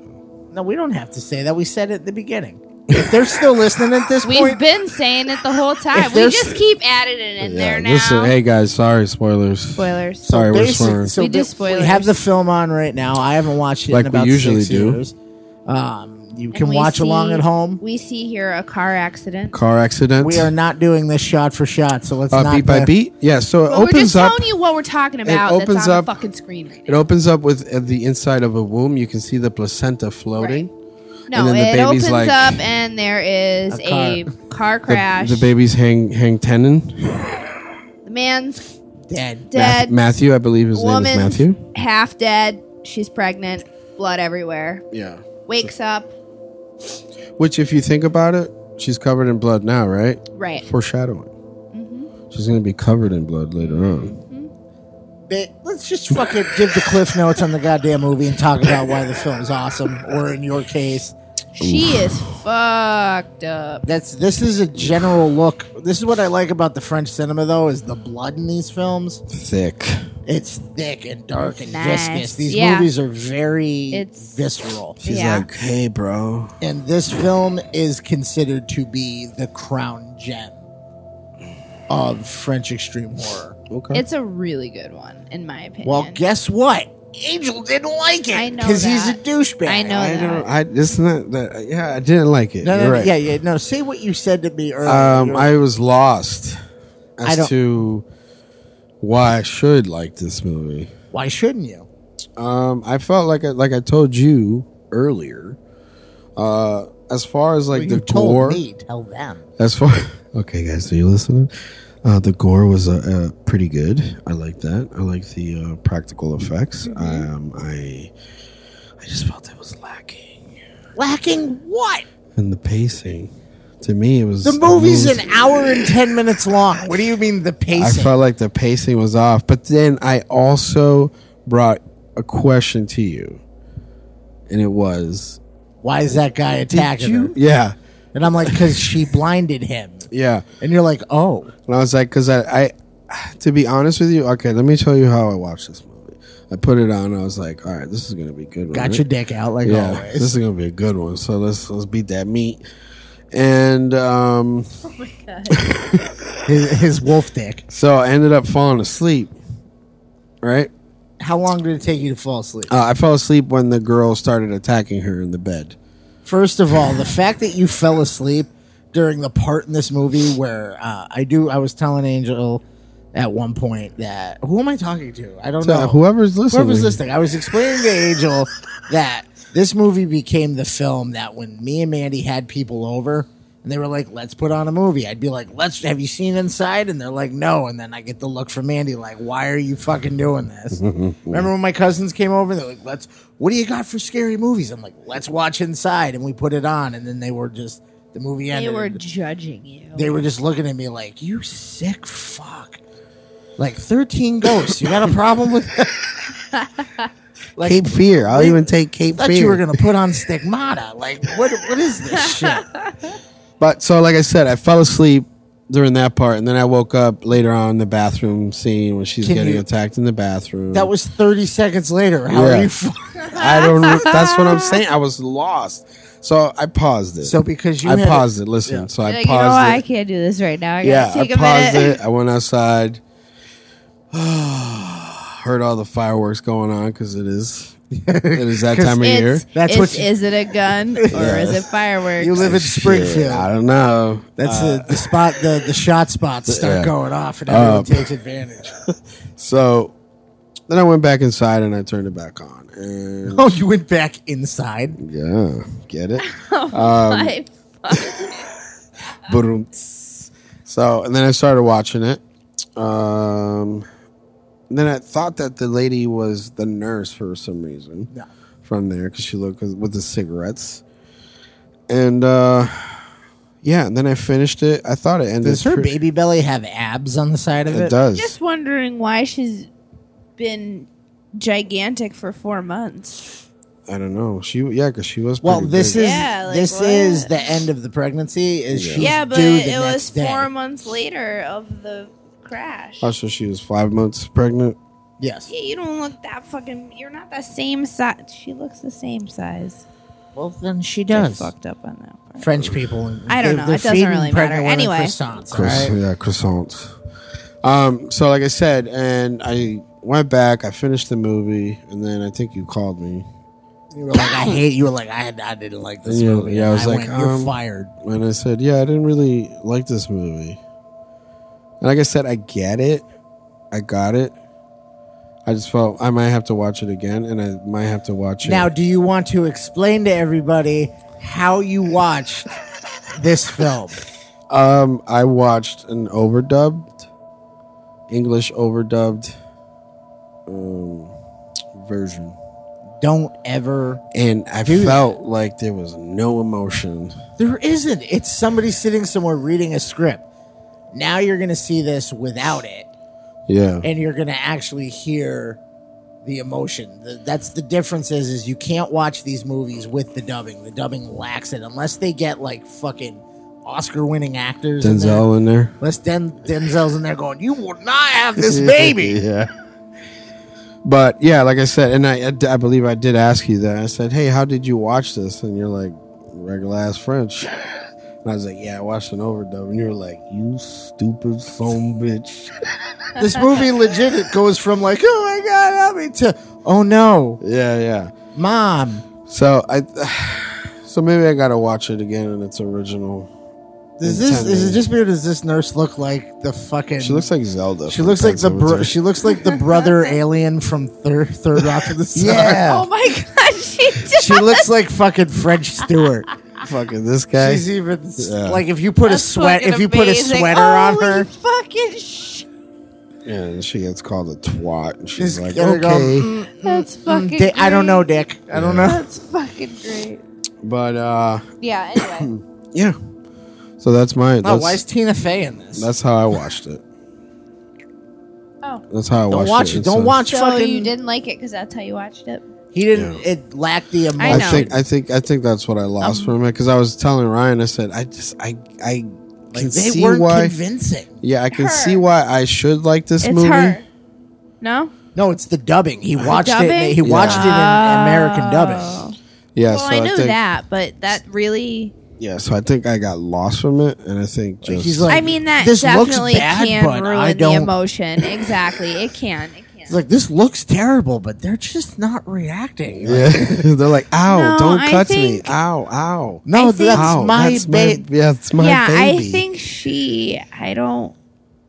Speaker 5: No, we don't have to say that. We said it at the beginning. If they're still listening at this
Speaker 7: We've
Speaker 5: point,
Speaker 7: been saying it the whole time. We
Speaker 5: there's-
Speaker 7: just keep adding it in there now.
Speaker 6: Listen, hey guys, sorry spoilers.
Speaker 7: Spoilers.
Speaker 6: Sorry, we're
Speaker 5: basic-
Speaker 6: swearing.
Speaker 5: so
Speaker 7: We do
Speaker 5: the- we
Speaker 7: spoilers.
Speaker 5: have the film on right now. I haven't watched it
Speaker 6: Like
Speaker 5: in
Speaker 6: we
Speaker 5: about
Speaker 6: usually
Speaker 5: six
Speaker 6: do.
Speaker 5: years. Um, you
Speaker 7: And
Speaker 5: can
Speaker 7: we
Speaker 5: watch along
Speaker 7: see-
Speaker 5: at home.
Speaker 7: We see here a car accident.
Speaker 6: Car accident.
Speaker 5: We are not doing this shot for shot, so let's
Speaker 6: uh,
Speaker 5: not
Speaker 6: beat by
Speaker 5: the-
Speaker 6: beat. Yeah. So it
Speaker 7: But we're
Speaker 6: opens
Speaker 7: just
Speaker 6: up.
Speaker 7: telling you what we're talking about.
Speaker 6: opens
Speaker 7: that's on
Speaker 6: up-
Speaker 7: the fucking screen right
Speaker 6: It opens up with uh, the inside of a womb. You can see the placenta floating.
Speaker 7: now.
Speaker 6: and
Speaker 7: No,
Speaker 6: then the
Speaker 7: it
Speaker 6: baby's
Speaker 7: opens
Speaker 6: like-
Speaker 7: up and there is
Speaker 5: A
Speaker 7: a
Speaker 5: car.
Speaker 7: car,
Speaker 6: The-
Speaker 7: crash.
Speaker 6: The, baby's hang hang tenon.
Speaker 7: the man's
Speaker 5: Dead.
Speaker 7: dead.
Speaker 6: Matthew, I believe his name is
Speaker 7: woman's
Speaker 6: Matthew.
Speaker 7: half dead. She's pregnant. Blood everywhere.
Speaker 6: Yeah.
Speaker 7: Wakes up.
Speaker 6: Which, if you think about it, she's covered in blood now, right?
Speaker 7: Right.
Speaker 6: Foreshadowing. She's gonna be covered in blood later on.
Speaker 5: Ba- Let's just fucking give the cliff notes on the goddamn movie and talk about why the film's awesome. Or in your case,
Speaker 7: She is fucked up.
Speaker 5: that's this is a general look. This is what I like about the French cinema, though, is the blood in these films.
Speaker 6: Thick.
Speaker 5: It's thick and dark and
Speaker 7: Nice.
Speaker 5: viscous. These
Speaker 7: Yeah.
Speaker 5: movies are very
Speaker 7: It's-
Speaker 5: visceral,
Speaker 6: She's
Speaker 7: Yeah.
Speaker 6: like, hey, bro.
Speaker 5: and this film is considered to be the crown gem of French extreme horror.
Speaker 6: Okay.
Speaker 7: It's a really good one, in my opinion.
Speaker 5: Well, guess what? Angel didn't like it
Speaker 7: I know
Speaker 5: because he's a
Speaker 7: that.
Speaker 5: douchebag.
Speaker 7: I know
Speaker 6: I
Speaker 7: that.
Speaker 6: don't. I. It's not that. Yeah, I didn't like it.
Speaker 5: No, no,
Speaker 6: You're
Speaker 5: no,
Speaker 6: right.
Speaker 5: yeah, yeah. No, say what you said to me earlier.
Speaker 6: Um,
Speaker 5: You're-
Speaker 6: I was lost
Speaker 5: I don't-
Speaker 6: as to why I should like this movie.
Speaker 5: Why shouldn't you?
Speaker 6: Um, I felt like I, like I told you earlier. Uh, as far as like
Speaker 5: Well,
Speaker 6: the
Speaker 5: you told
Speaker 6: gore,
Speaker 5: me. Tell them.
Speaker 6: as far okay, guys, are you listening? Uh, the gore was uh, uh, pretty good. I like that. I like the uh, practical effects.
Speaker 5: Mm-hmm.
Speaker 6: Um, I I just felt it was lacking
Speaker 5: Lacking what?
Speaker 6: in the pacing. To me, it was
Speaker 5: The movie's
Speaker 6: moved-
Speaker 5: an hour and ten minutes long. What do you mean the
Speaker 6: I
Speaker 5: pacing?
Speaker 6: felt like the pacing was off. But then I also brought a question to you, and it was,
Speaker 5: Why is that guy attacking her?
Speaker 6: yeah,
Speaker 5: And I'm like, because she blinded him.
Speaker 6: yeah.
Speaker 5: And you're like, oh,
Speaker 6: And I was like, because I, I, to be honest with you, okay, let me tell you how I watched this movie. I put it on. I was like, all right, this is gonna be a good. One,
Speaker 5: got
Speaker 6: right?
Speaker 5: your dick out like
Speaker 6: Yeah,
Speaker 5: always.
Speaker 6: this is gonna be a good one. So let's let's beat that meat. And um,
Speaker 5: His, his wolf dick.
Speaker 6: so I ended up falling asleep. Right,
Speaker 5: How long did it take you to fall asleep?
Speaker 6: uh, I fell asleep when the girl started attacking her in the bed.
Speaker 5: First of all, the fact that you fell asleep during the part in this movie where uh, I do, I was telling Angel at one point that who am I talking to? I don't
Speaker 6: So
Speaker 5: know.
Speaker 6: whoever's listening,
Speaker 5: Oh, Whoever's listening, I was explaining to Angel that this movie became the film that when me and Mandy had people over and they were like, "Let's put on a movie," I'd be like, "Let's have you seen Inside?" And they're like, "No," and then I get the look from Mandy like, "Why are you fucking doing this?" Remember when my cousins came over? They're like, "Let's what do you got for scary movies?" I'm like, "Let's watch Inside," and we put it on, and then they were just the movie
Speaker 7: They
Speaker 5: ended.
Speaker 7: were
Speaker 5: and
Speaker 7: judging you.
Speaker 5: they were just looking at me like, "You sick fuck." Like thirteen ghosts. You got a problem with? like
Speaker 6: Cape Fear. I'll
Speaker 5: Wait,
Speaker 6: even take Cape
Speaker 5: thought
Speaker 6: Fear.
Speaker 5: you were gonna put on stigmata. Like what? What is this shit?
Speaker 6: but so, like I said, I fell asleep during that part, and then I woke up later on in the bathroom scene when she's
Speaker 5: Can
Speaker 6: getting
Speaker 5: you-
Speaker 6: attacked in the bathroom.
Speaker 5: That was thirty seconds later. How
Speaker 6: Yeah.
Speaker 5: are you? F-
Speaker 6: I don't. know- That's what I'm saying. I was lost, so I paused it.
Speaker 5: so because you
Speaker 6: I
Speaker 5: had-
Speaker 6: paused it. Listen, so I
Speaker 7: Like,
Speaker 6: paused
Speaker 7: you know what? I
Speaker 6: it.
Speaker 7: can't do this right now. I
Speaker 6: yeah,
Speaker 7: gotta
Speaker 6: I
Speaker 7: take a
Speaker 6: paused
Speaker 7: minute.
Speaker 6: it. I went outside. Heard all the fireworks going on because it is. it is that time of year.
Speaker 7: It's,
Speaker 5: That's
Speaker 7: it's-
Speaker 5: what you-
Speaker 7: is it a gun or is it fireworks?
Speaker 5: you live in
Speaker 6: Shit,
Speaker 5: Springfield.
Speaker 6: I don't know.
Speaker 5: That's the, the spot. The the shot spots Um, start
Speaker 6: yeah.
Speaker 5: going off, and everyone takes advantage.
Speaker 6: So then I went back inside and I turned it back on. And
Speaker 5: Oh, you went back inside.
Speaker 6: yeah, get it?
Speaker 5: um,
Speaker 7: Like,
Speaker 6: Boom. so and then I started watching it. Um, and then I thought that the lady was the nurse for some reason
Speaker 5: No.
Speaker 6: from there because she looked with with the cigarettes. And uh, yeah, and then I finished it. I thought it ended.
Speaker 5: Does her
Speaker 6: pre-
Speaker 5: baby belly have abs on the side of it?
Speaker 6: It does.
Speaker 7: just wondering why she's been gigantic for four months.
Speaker 6: I don't know. She yeah, because she was.
Speaker 5: Well,
Speaker 6: pretty
Speaker 5: this
Speaker 6: big.
Speaker 5: is
Speaker 7: Yeah, like,
Speaker 5: this
Speaker 7: what?
Speaker 5: is the end of the pregnancy. Is she?
Speaker 7: Yeah, but
Speaker 5: due the
Speaker 7: it
Speaker 5: next
Speaker 7: was
Speaker 5: day.
Speaker 7: four months later of the crash.
Speaker 6: Oh, so she was five months pregnant.
Speaker 5: Yes.
Speaker 7: yeah, you don't look that fucking. You're not the same size. She looks the same size.
Speaker 5: Well, then she
Speaker 7: They're
Speaker 5: does.
Speaker 7: fucked up on that part.
Speaker 5: French people. and
Speaker 7: I don't know.
Speaker 5: they're
Speaker 7: It doesn't
Speaker 5: feeding
Speaker 7: really
Speaker 5: pregnant
Speaker 7: matter.
Speaker 5: women
Speaker 7: Anyway.
Speaker 5: croissants, all
Speaker 6: Croiss-
Speaker 5: right?
Speaker 6: Yeah, croissants. Um, so like I said, and I went back, I finished the movie, and then I think you called me
Speaker 5: You were like, I hate. You were like, I, I didn't like this
Speaker 6: Yeah,
Speaker 5: movie.
Speaker 6: yeah, I
Speaker 5: And
Speaker 6: was like,
Speaker 5: went, you're
Speaker 6: um,
Speaker 5: fired.
Speaker 6: And I said, yeah, I didn't really like this movie. And like I said, I get it. I got it. I just felt I might have to watch it again and I might have to watch it.
Speaker 5: Now, do you want to explain to everybody how you watched this film?
Speaker 6: um, I watched an overdubbed, English overdubbed um, version.
Speaker 5: Don't ever.
Speaker 6: And I
Speaker 5: Dude.
Speaker 6: felt like there was no emotion.
Speaker 5: There isn't. It's somebody sitting somewhere reading a script. Now you're going to see this without it,
Speaker 6: Yeah.
Speaker 5: and you're going to actually hear the emotion. Th- That's the difference. Is is you can't watch these movies with the dubbing. The dubbing lacks it unless they get like fucking Oscar-winning actors. in there.
Speaker 6: Denzel in there.
Speaker 5: Unless Den- Denzel's in there going, "You will not have this baby."
Speaker 6: yeah. But yeah, like I said, and I, I, I believe I did ask you that. I said, "Hey, how did you watch this?" And you're like, "Regular ass French." And I was like, "Yeah, I watched an overdub." And you were like, "You stupid son of a bitch."
Speaker 5: this movie legit it goes from like, "Oh my god, help me!" to "Oh no,
Speaker 6: yeah, yeah.
Speaker 5: mom,
Speaker 6: So I, so maybe I gotta watch it again in its original.
Speaker 5: does this is it just me or does this nurse look like the fucking?"
Speaker 6: She looks like Zelda.
Speaker 5: She
Speaker 6: from
Speaker 5: looks like
Speaker 6: Pet
Speaker 5: the bro-
Speaker 6: Cemetery.
Speaker 5: she looks like the brother alien from Third Third Rock of the Sun.
Speaker 7: Oh my god, she did.
Speaker 5: she looks like fucking French Stewart.
Speaker 6: fucking this guy.
Speaker 5: She's even
Speaker 6: Yeah.
Speaker 5: like if you put a sweat if you put a sweater on her.
Speaker 7: Fucking sh-
Speaker 6: yeah, and she gets called a twat. And she's
Speaker 5: She's
Speaker 6: like,
Speaker 5: gonna go,
Speaker 6: "Okay."
Speaker 7: That's fucking.
Speaker 5: Dick, I don't know,
Speaker 7: great.
Speaker 5: Dick. I don't know.
Speaker 7: That's fucking great.
Speaker 6: But uh,
Speaker 7: Yeah. Anyway,
Speaker 6: yeah. So that's my.
Speaker 5: No,
Speaker 6: that's-
Speaker 5: why is Tina Fey in this?
Speaker 6: That's how I watched it.
Speaker 7: Oh.
Speaker 6: That's how I
Speaker 5: Don't
Speaker 6: watched
Speaker 5: watch
Speaker 6: it.
Speaker 5: it. Don't
Speaker 6: It's a-
Speaker 5: watch
Speaker 7: so
Speaker 5: fucking.
Speaker 7: you didn't like it because that's how you watched it.
Speaker 5: He didn't.
Speaker 6: Yeah.
Speaker 5: It lacked the emotion.
Speaker 7: I
Speaker 6: I
Speaker 7: know.
Speaker 6: think I think I think that's what I lost from it because I was telling Ryan. I said I just I I can
Speaker 5: Like, they
Speaker 6: see
Speaker 5: weren't
Speaker 6: why.
Speaker 5: convincing.
Speaker 6: yeah, I can
Speaker 7: Her.
Speaker 6: see why I should like this
Speaker 7: It's
Speaker 6: movie.
Speaker 7: her. No.
Speaker 5: No, it's the dubbing. He watched
Speaker 7: dubbing?
Speaker 5: it. He watched it in American
Speaker 7: Oh.
Speaker 5: dubbing.
Speaker 6: Yeah,
Speaker 7: Well,
Speaker 6: so
Speaker 7: I knew
Speaker 6: think,
Speaker 7: that, but that really.
Speaker 6: Yeah, so I think I got lost from it, and I think just
Speaker 5: He's like,
Speaker 7: I mean, that
Speaker 5: this looks
Speaker 7: definitely
Speaker 5: bad, but
Speaker 7: can ruin
Speaker 5: I
Speaker 7: the
Speaker 5: don't-
Speaker 7: emotion. Exactly, it can. It can.
Speaker 5: It's like this looks terrible, but they're just not reacting.
Speaker 6: yeah, they're like, ow,
Speaker 7: No,
Speaker 6: don't
Speaker 7: I
Speaker 6: touch
Speaker 7: think-
Speaker 6: me, ow, ow,
Speaker 5: No,
Speaker 7: I
Speaker 5: that's
Speaker 7: think-
Speaker 6: ow,
Speaker 5: my
Speaker 6: that's
Speaker 5: ba-
Speaker 6: my, yeah, that's my
Speaker 7: yeah,
Speaker 6: baby.
Speaker 7: I think she. I don't.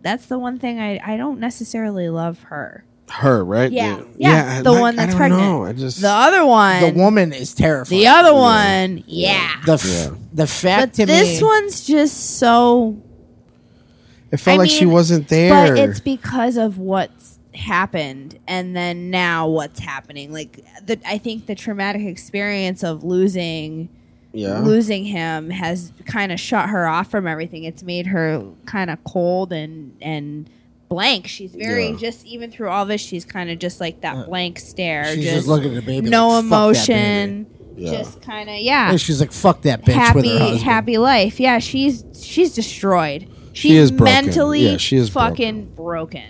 Speaker 7: That's the one thing I. I don't necessarily love her.
Speaker 6: her right.
Speaker 7: Yeah,
Speaker 6: The-
Speaker 7: yeah,
Speaker 6: I-
Speaker 7: the
Speaker 6: like,
Speaker 7: one that's
Speaker 6: I don't
Speaker 7: pregnant.
Speaker 6: Know. I just
Speaker 7: The other one.
Speaker 5: The woman is terrifying.
Speaker 7: The other one. Yeah.
Speaker 5: The f-
Speaker 6: Yeah.
Speaker 5: the fact
Speaker 7: But
Speaker 5: to
Speaker 7: this
Speaker 5: me,
Speaker 7: one's just so.
Speaker 6: it felt
Speaker 7: I
Speaker 6: like she
Speaker 7: mean,
Speaker 6: wasn't there.
Speaker 7: But it's because of what's happened, and then now what's happening. Like the, I think the traumatic experience of losing
Speaker 6: yeah.
Speaker 7: losing him has kind of shut her off from everything. It's made her kind of cold and and blank. She's very
Speaker 6: Yeah.
Speaker 7: just even through all this, she's kind of just like that blank stare,
Speaker 5: Uh, she's
Speaker 7: just,
Speaker 5: just looking at the baby.
Speaker 7: no
Speaker 5: like, "Fuck that
Speaker 7: emotion,
Speaker 6: baby. Yeah.
Speaker 7: just kind of
Speaker 5: baby."
Speaker 7: yeah,
Speaker 5: And she's like, "Fuck that bitch." with her
Speaker 7: happy
Speaker 5: husband.
Speaker 7: happy life. Yeah, she's she's destroyed. She's
Speaker 6: is broken.
Speaker 7: mentally
Speaker 6: Yeah, she is
Speaker 7: fucking broken.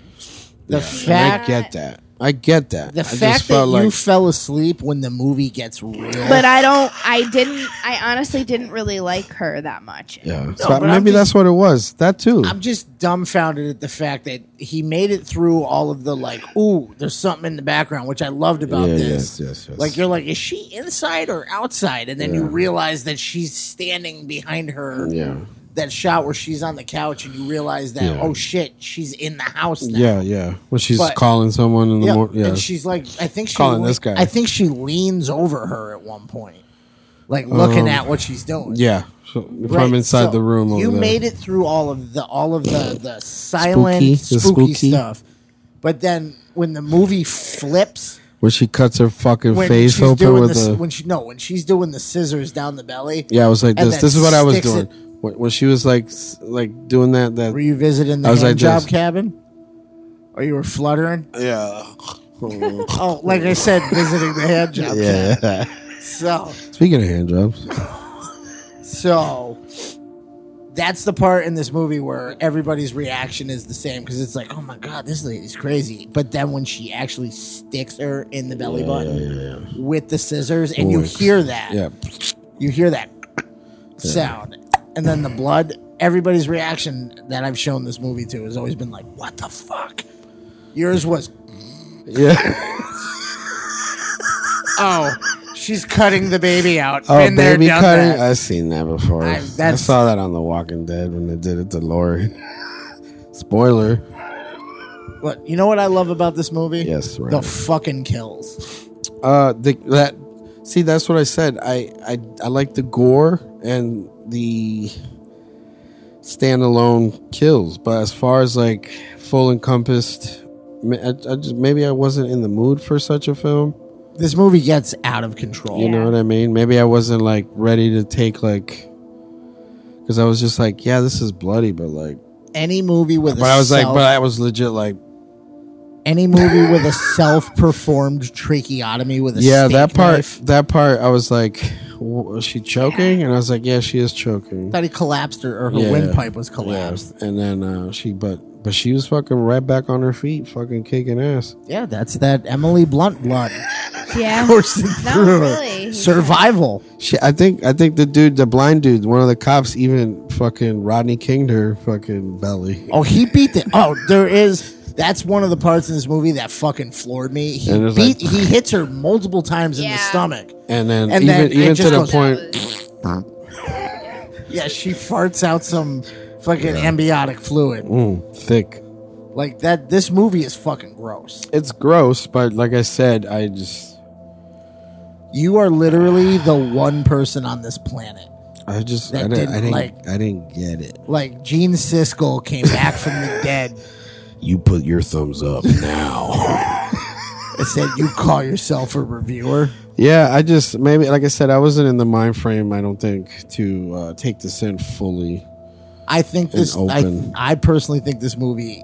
Speaker 5: The
Speaker 6: And I
Speaker 5: fact,
Speaker 6: get that. I get that.
Speaker 5: the
Speaker 6: I
Speaker 5: fact that
Speaker 6: felt like
Speaker 5: you fell asleep when the movie gets real.
Speaker 7: But I don't. I didn't. I honestly didn't really like her that much.
Speaker 6: yeah.
Speaker 5: but
Speaker 6: So
Speaker 5: I'm
Speaker 6: maybe
Speaker 5: just-
Speaker 6: that's what it was. That too.
Speaker 5: I'm just dumbfounded at the fact that he made it through all of the like, ooh, there's something in the background, which I loved about
Speaker 6: Yeah,
Speaker 5: this.
Speaker 6: yes, yes, yes.
Speaker 5: Like you're like, is she inside or outside? And then you realize that she's standing behind her.
Speaker 6: Yeah.
Speaker 5: That shot where she's on the couch, and you realize that
Speaker 6: Yeah.
Speaker 5: oh shit, she's in the house now.
Speaker 6: yeah, yeah. When she's
Speaker 5: But-
Speaker 6: calling someone in the
Speaker 5: Yeah,
Speaker 6: morning. Yeah.
Speaker 5: and she's like, I think she
Speaker 6: Calling this guy.
Speaker 5: I think she leans over her at one point, like looking at what she's doing.
Speaker 6: Um, yeah. So,
Speaker 5: Right,
Speaker 6: From inside
Speaker 5: so
Speaker 6: the room. Over
Speaker 5: You
Speaker 6: there.
Speaker 5: made it through all of the all of the the silent
Speaker 6: Spooky, the
Speaker 5: spooky,
Speaker 6: spooky.
Speaker 5: stuff, but then when the movie flips,
Speaker 6: Where she cuts her fucking
Speaker 5: when
Speaker 6: face
Speaker 5: she's
Speaker 6: open
Speaker 5: doing
Speaker 6: with
Speaker 5: this,
Speaker 6: a.
Speaker 5: when she no when she's doing the scissors down the belly,
Speaker 6: yeah, I was like
Speaker 5: and
Speaker 6: this.
Speaker 5: then
Speaker 6: This is what I was
Speaker 5: sticks
Speaker 6: doing.
Speaker 5: it-
Speaker 6: When, when she was like, s- like doing that, that.
Speaker 5: Were you visiting the
Speaker 6: I was
Speaker 5: hand
Speaker 6: like
Speaker 5: job
Speaker 6: this.
Speaker 5: cabin, or you were fluttering?
Speaker 6: yeah.
Speaker 5: Oh, like I said, visiting the hand job. cabin.
Speaker 6: yeah.
Speaker 5: So
Speaker 6: Speaking of hand jobs,
Speaker 5: So that's the part in this movie where everybody's reaction is the same because it's like, oh my god, this lady's crazy. But then when she actually sticks her in the belly button with the scissors, and you
Speaker 6: Boinks.
Speaker 5: hear that,
Speaker 6: yeah,
Speaker 5: you hear that sound, and then the blood. Everybody's reaction that I've shown this movie to has always been like, what the fuck? Yours was,
Speaker 6: yeah,
Speaker 5: oh, She's cutting the baby out.
Speaker 6: Oh,
Speaker 5: Been there,
Speaker 6: baby
Speaker 5: done
Speaker 6: cutting.
Speaker 5: that.
Speaker 6: I've seen that before.
Speaker 5: I-
Speaker 6: I,
Speaker 5: that's-
Speaker 6: saw that on The Walking Dead when they did it to Lori. Spoiler.
Speaker 5: Look, you know what I love about this movie?
Speaker 6: Yes,
Speaker 5: The
Speaker 6: right.
Speaker 5: fucking kills.
Speaker 6: Uh, the, that. See, that's what I said. I, I I like the gore and the standalone kills, but as far as like full encompassed, ma- I, I just maybe I wasn't in the mood for such a film.
Speaker 5: This movie gets out of control.
Speaker 6: You know what I mean? Maybe I wasn't like ready to take like because I was just like, yeah, this is bloody, but like,
Speaker 5: Any movie with
Speaker 6: but
Speaker 5: a
Speaker 6: I was like,
Speaker 5: self-
Speaker 6: but I was legit like,
Speaker 5: any movie with a self-performed tracheotomy with a
Speaker 6: yeah,
Speaker 5: steak
Speaker 6: that part,
Speaker 5: knife.
Speaker 6: that part, I was like, w- is she choking? And I was like, yeah, she is choking.
Speaker 5: Thought he collapsed her, or her
Speaker 6: Yeah.
Speaker 5: windpipe was
Speaker 6: Yeah.
Speaker 5: collapsed.
Speaker 6: And then uh, she, but but she was fucking right back on her feet, fucking kicking ass.
Speaker 5: Yeah, that's that Emily Blunt blood
Speaker 7: Yeah.
Speaker 5: coursing through her.
Speaker 7: really.
Speaker 5: Survival.
Speaker 6: She, I think, I think the dude, the blind dude, one of the cops, even fucking Rodney Kinged her fucking belly.
Speaker 5: Oh, he beat the. Oh, there is. That's one of the parts in this movie that fucking floored me. He
Speaker 6: And it's
Speaker 5: beat.
Speaker 6: like-
Speaker 5: he hits her multiple times in the
Speaker 7: Yeah.
Speaker 5: stomach.
Speaker 6: And then
Speaker 5: And
Speaker 6: even
Speaker 5: then it
Speaker 6: even to
Speaker 5: just
Speaker 6: the
Speaker 5: goes-
Speaker 6: point,
Speaker 5: Yeah, she farts out some fucking ambiotic fluid.
Speaker 6: mm, thick.
Speaker 5: Like that. This movie is fucking gross.
Speaker 6: It's gross, but like I said, I just
Speaker 5: You are literally the one person on this planet.
Speaker 6: I just
Speaker 5: That
Speaker 6: I didn't, I
Speaker 5: didn't
Speaker 6: didn't
Speaker 5: like-
Speaker 6: I didn't get it.
Speaker 5: Like Gene Siskel came back from the dead.
Speaker 6: You put your thumbs up now.
Speaker 5: and said, "You call yourself a reviewer."
Speaker 6: yeah, I just maybe like I said, I wasn't in the mind frame. I don't think to uh, take this in fully.
Speaker 5: I think
Speaker 6: And
Speaker 5: this. I,
Speaker 6: open.
Speaker 5: I personally think this movie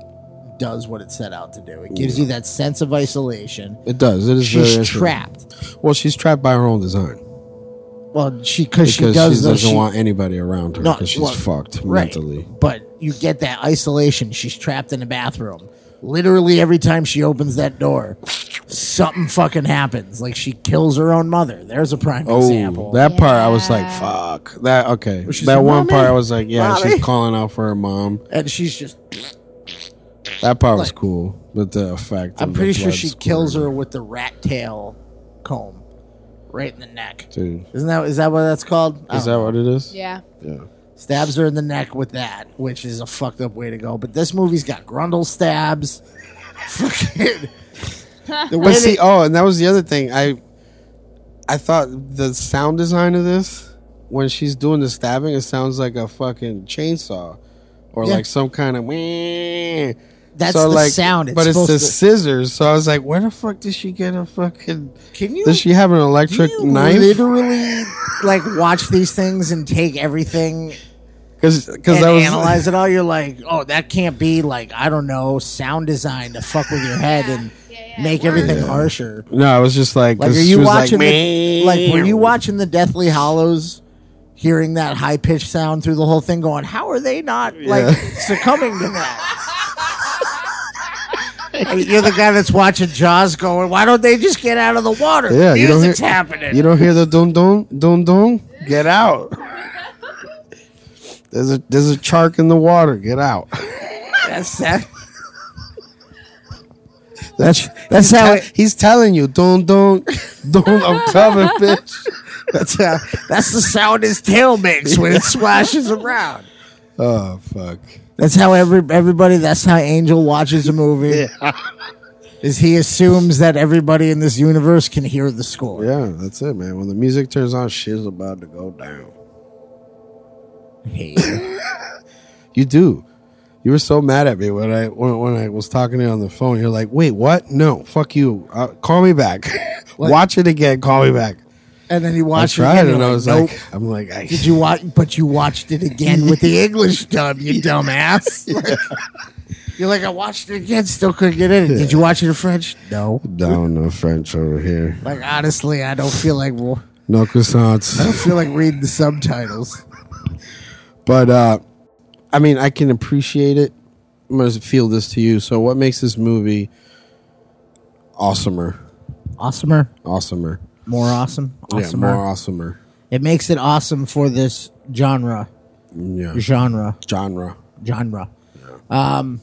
Speaker 5: does what it set out to do. It gives you that sense of isolation.
Speaker 6: It does. It is very
Speaker 5: She's
Speaker 6: interesting.
Speaker 5: trapped.
Speaker 6: Well, she's trapped by her own design
Speaker 5: Well, she because
Speaker 6: because
Speaker 5: she does
Speaker 6: she
Speaker 5: though,
Speaker 6: doesn't
Speaker 5: she,
Speaker 6: want anybody around her
Speaker 5: No,
Speaker 6: because she's
Speaker 5: well,
Speaker 6: fucked
Speaker 5: right.
Speaker 6: mentally.
Speaker 5: But you get that isolation. She's trapped in a bathroom. Literally every time she opens that door, something fucking happens. Like she kills her own mother. There's a prime
Speaker 6: Oh,
Speaker 5: example.
Speaker 6: that part I was like,
Speaker 7: Yeah.
Speaker 6: fuck. That okay.
Speaker 5: She's
Speaker 6: that
Speaker 5: like,
Speaker 6: one
Speaker 5: "Mommy,
Speaker 6: part I was like, yeah,
Speaker 5: mommy."
Speaker 6: she's calling out for her mom.
Speaker 5: and she's just.
Speaker 6: That part was
Speaker 5: Like-
Speaker 6: cool, but the effect.
Speaker 5: I'm
Speaker 6: of the
Speaker 5: pretty sure
Speaker 6: blood
Speaker 5: she
Speaker 6: squirting.
Speaker 5: kills her with the rat tail comb, right in the neck.
Speaker 6: Dude,
Speaker 5: Isn't that is that what that's called? I
Speaker 6: is
Speaker 5: don't
Speaker 6: that what it is?
Speaker 7: Yeah.
Speaker 6: Yeah.
Speaker 5: stabs her in the neck with that, which is a fucked up way to go. But this movie's got grundle stabs. Fucking the way they,
Speaker 6: But see, oh, and that was the other thing. I I thought the sound design of this, when she's doing the stabbing, it sounds like a fucking chainsaw. Or
Speaker 5: Yeah.
Speaker 6: like some kind of wah.
Speaker 5: that's
Speaker 6: so
Speaker 5: the
Speaker 6: like,
Speaker 5: sound. It's
Speaker 6: but it's
Speaker 5: supposed
Speaker 6: the
Speaker 5: to,
Speaker 6: scissors. So I was like, where the fuck did she get a fucking?
Speaker 5: can you
Speaker 6: Does she have an electric
Speaker 5: do you
Speaker 6: knife?
Speaker 5: literally like watch these things and take everything
Speaker 6: Because
Speaker 5: and
Speaker 6: I was
Speaker 5: analyze it all? You're like, oh, that can't be like I don't know sound design to fuck with your head and make everything harsher.
Speaker 6: no, I was just like,
Speaker 5: Like,
Speaker 6: this-
Speaker 5: are
Speaker 6: she
Speaker 5: you
Speaker 6: was
Speaker 5: watching?
Speaker 6: Like,
Speaker 5: the,
Speaker 6: "Meh."
Speaker 5: like, were you watching the Deathly Hollows? Hearing that high pitched sound through the whole thing, going, how are they not like succumbing to that? And You're the guy that's watching Jaws, going, why don't they just get out of the water?
Speaker 6: Yeah, you don't
Speaker 5: Music's
Speaker 6: hear-
Speaker 5: happening.
Speaker 6: You don't hear the dun dun dun dun? Get out. There's a there's a shark in the water. Get out.
Speaker 5: That's that.
Speaker 6: That's
Speaker 5: That's
Speaker 6: he's
Speaker 5: how
Speaker 6: te-
Speaker 5: it-
Speaker 6: he's telling you. Dun dun dun. I'm coming, bitch.
Speaker 5: That's how. That's the sound his tail makes when it splashes around.
Speaker 6: Oh fuck.
Speaker 5: That's how every everybody. That's how Angel watches a movie. Is he assumes that everybody in this universe can hear the score?
Speaker 6: Yeah, that's it, man. When the music turns on, shit's about to go down.
Speaker 5: Hey.
Speaker 6: You do. You were so mad at me when I when, when I was talking to you on the phone. You're like, wait, what? No, fuck you. Uh, call me back. Watch it again. Call me back.
Speaker 5: And then you
Speaker 6: I
Speaker 5: watched
Speaker 6: tried,
Speaker 5: it again,
Speaker 6: and
Speaker 5: you're
Speaker 6: I was
Speaker 5: "Nope."
Speaker 6: like, I'm like, I,
Speaker 5: "Did you watch?" But you watched it again with the English dub, you dumbass. Like, You're like, I watched it again, still couldn't get in it. Did you watch it in French? No.
Speaker 6: down no French over here.
Speaker 5: Like honestly, I don't feel like well,
Speaker 6: No
Speaker 5: I don't
Speaker 6: croissants.
Speaker 5: feel like reading the subtitles.
Speaker 6: But uh I mean I can appreciate it. I'm gonna feel this to you. So what makes this movie awesomer?
Speaker 5: Awesomer,
Speaker 6: Awesomer.
Speaker 5: more awesome,
Speaker 6: Yeah, more awesomer.
Speaker 5: It makes it awesome for this genre,
Speaker 6: Yeah.
Speaker 5: genre,
Speaker 6: Genre.
Speaker 5: genre. Um,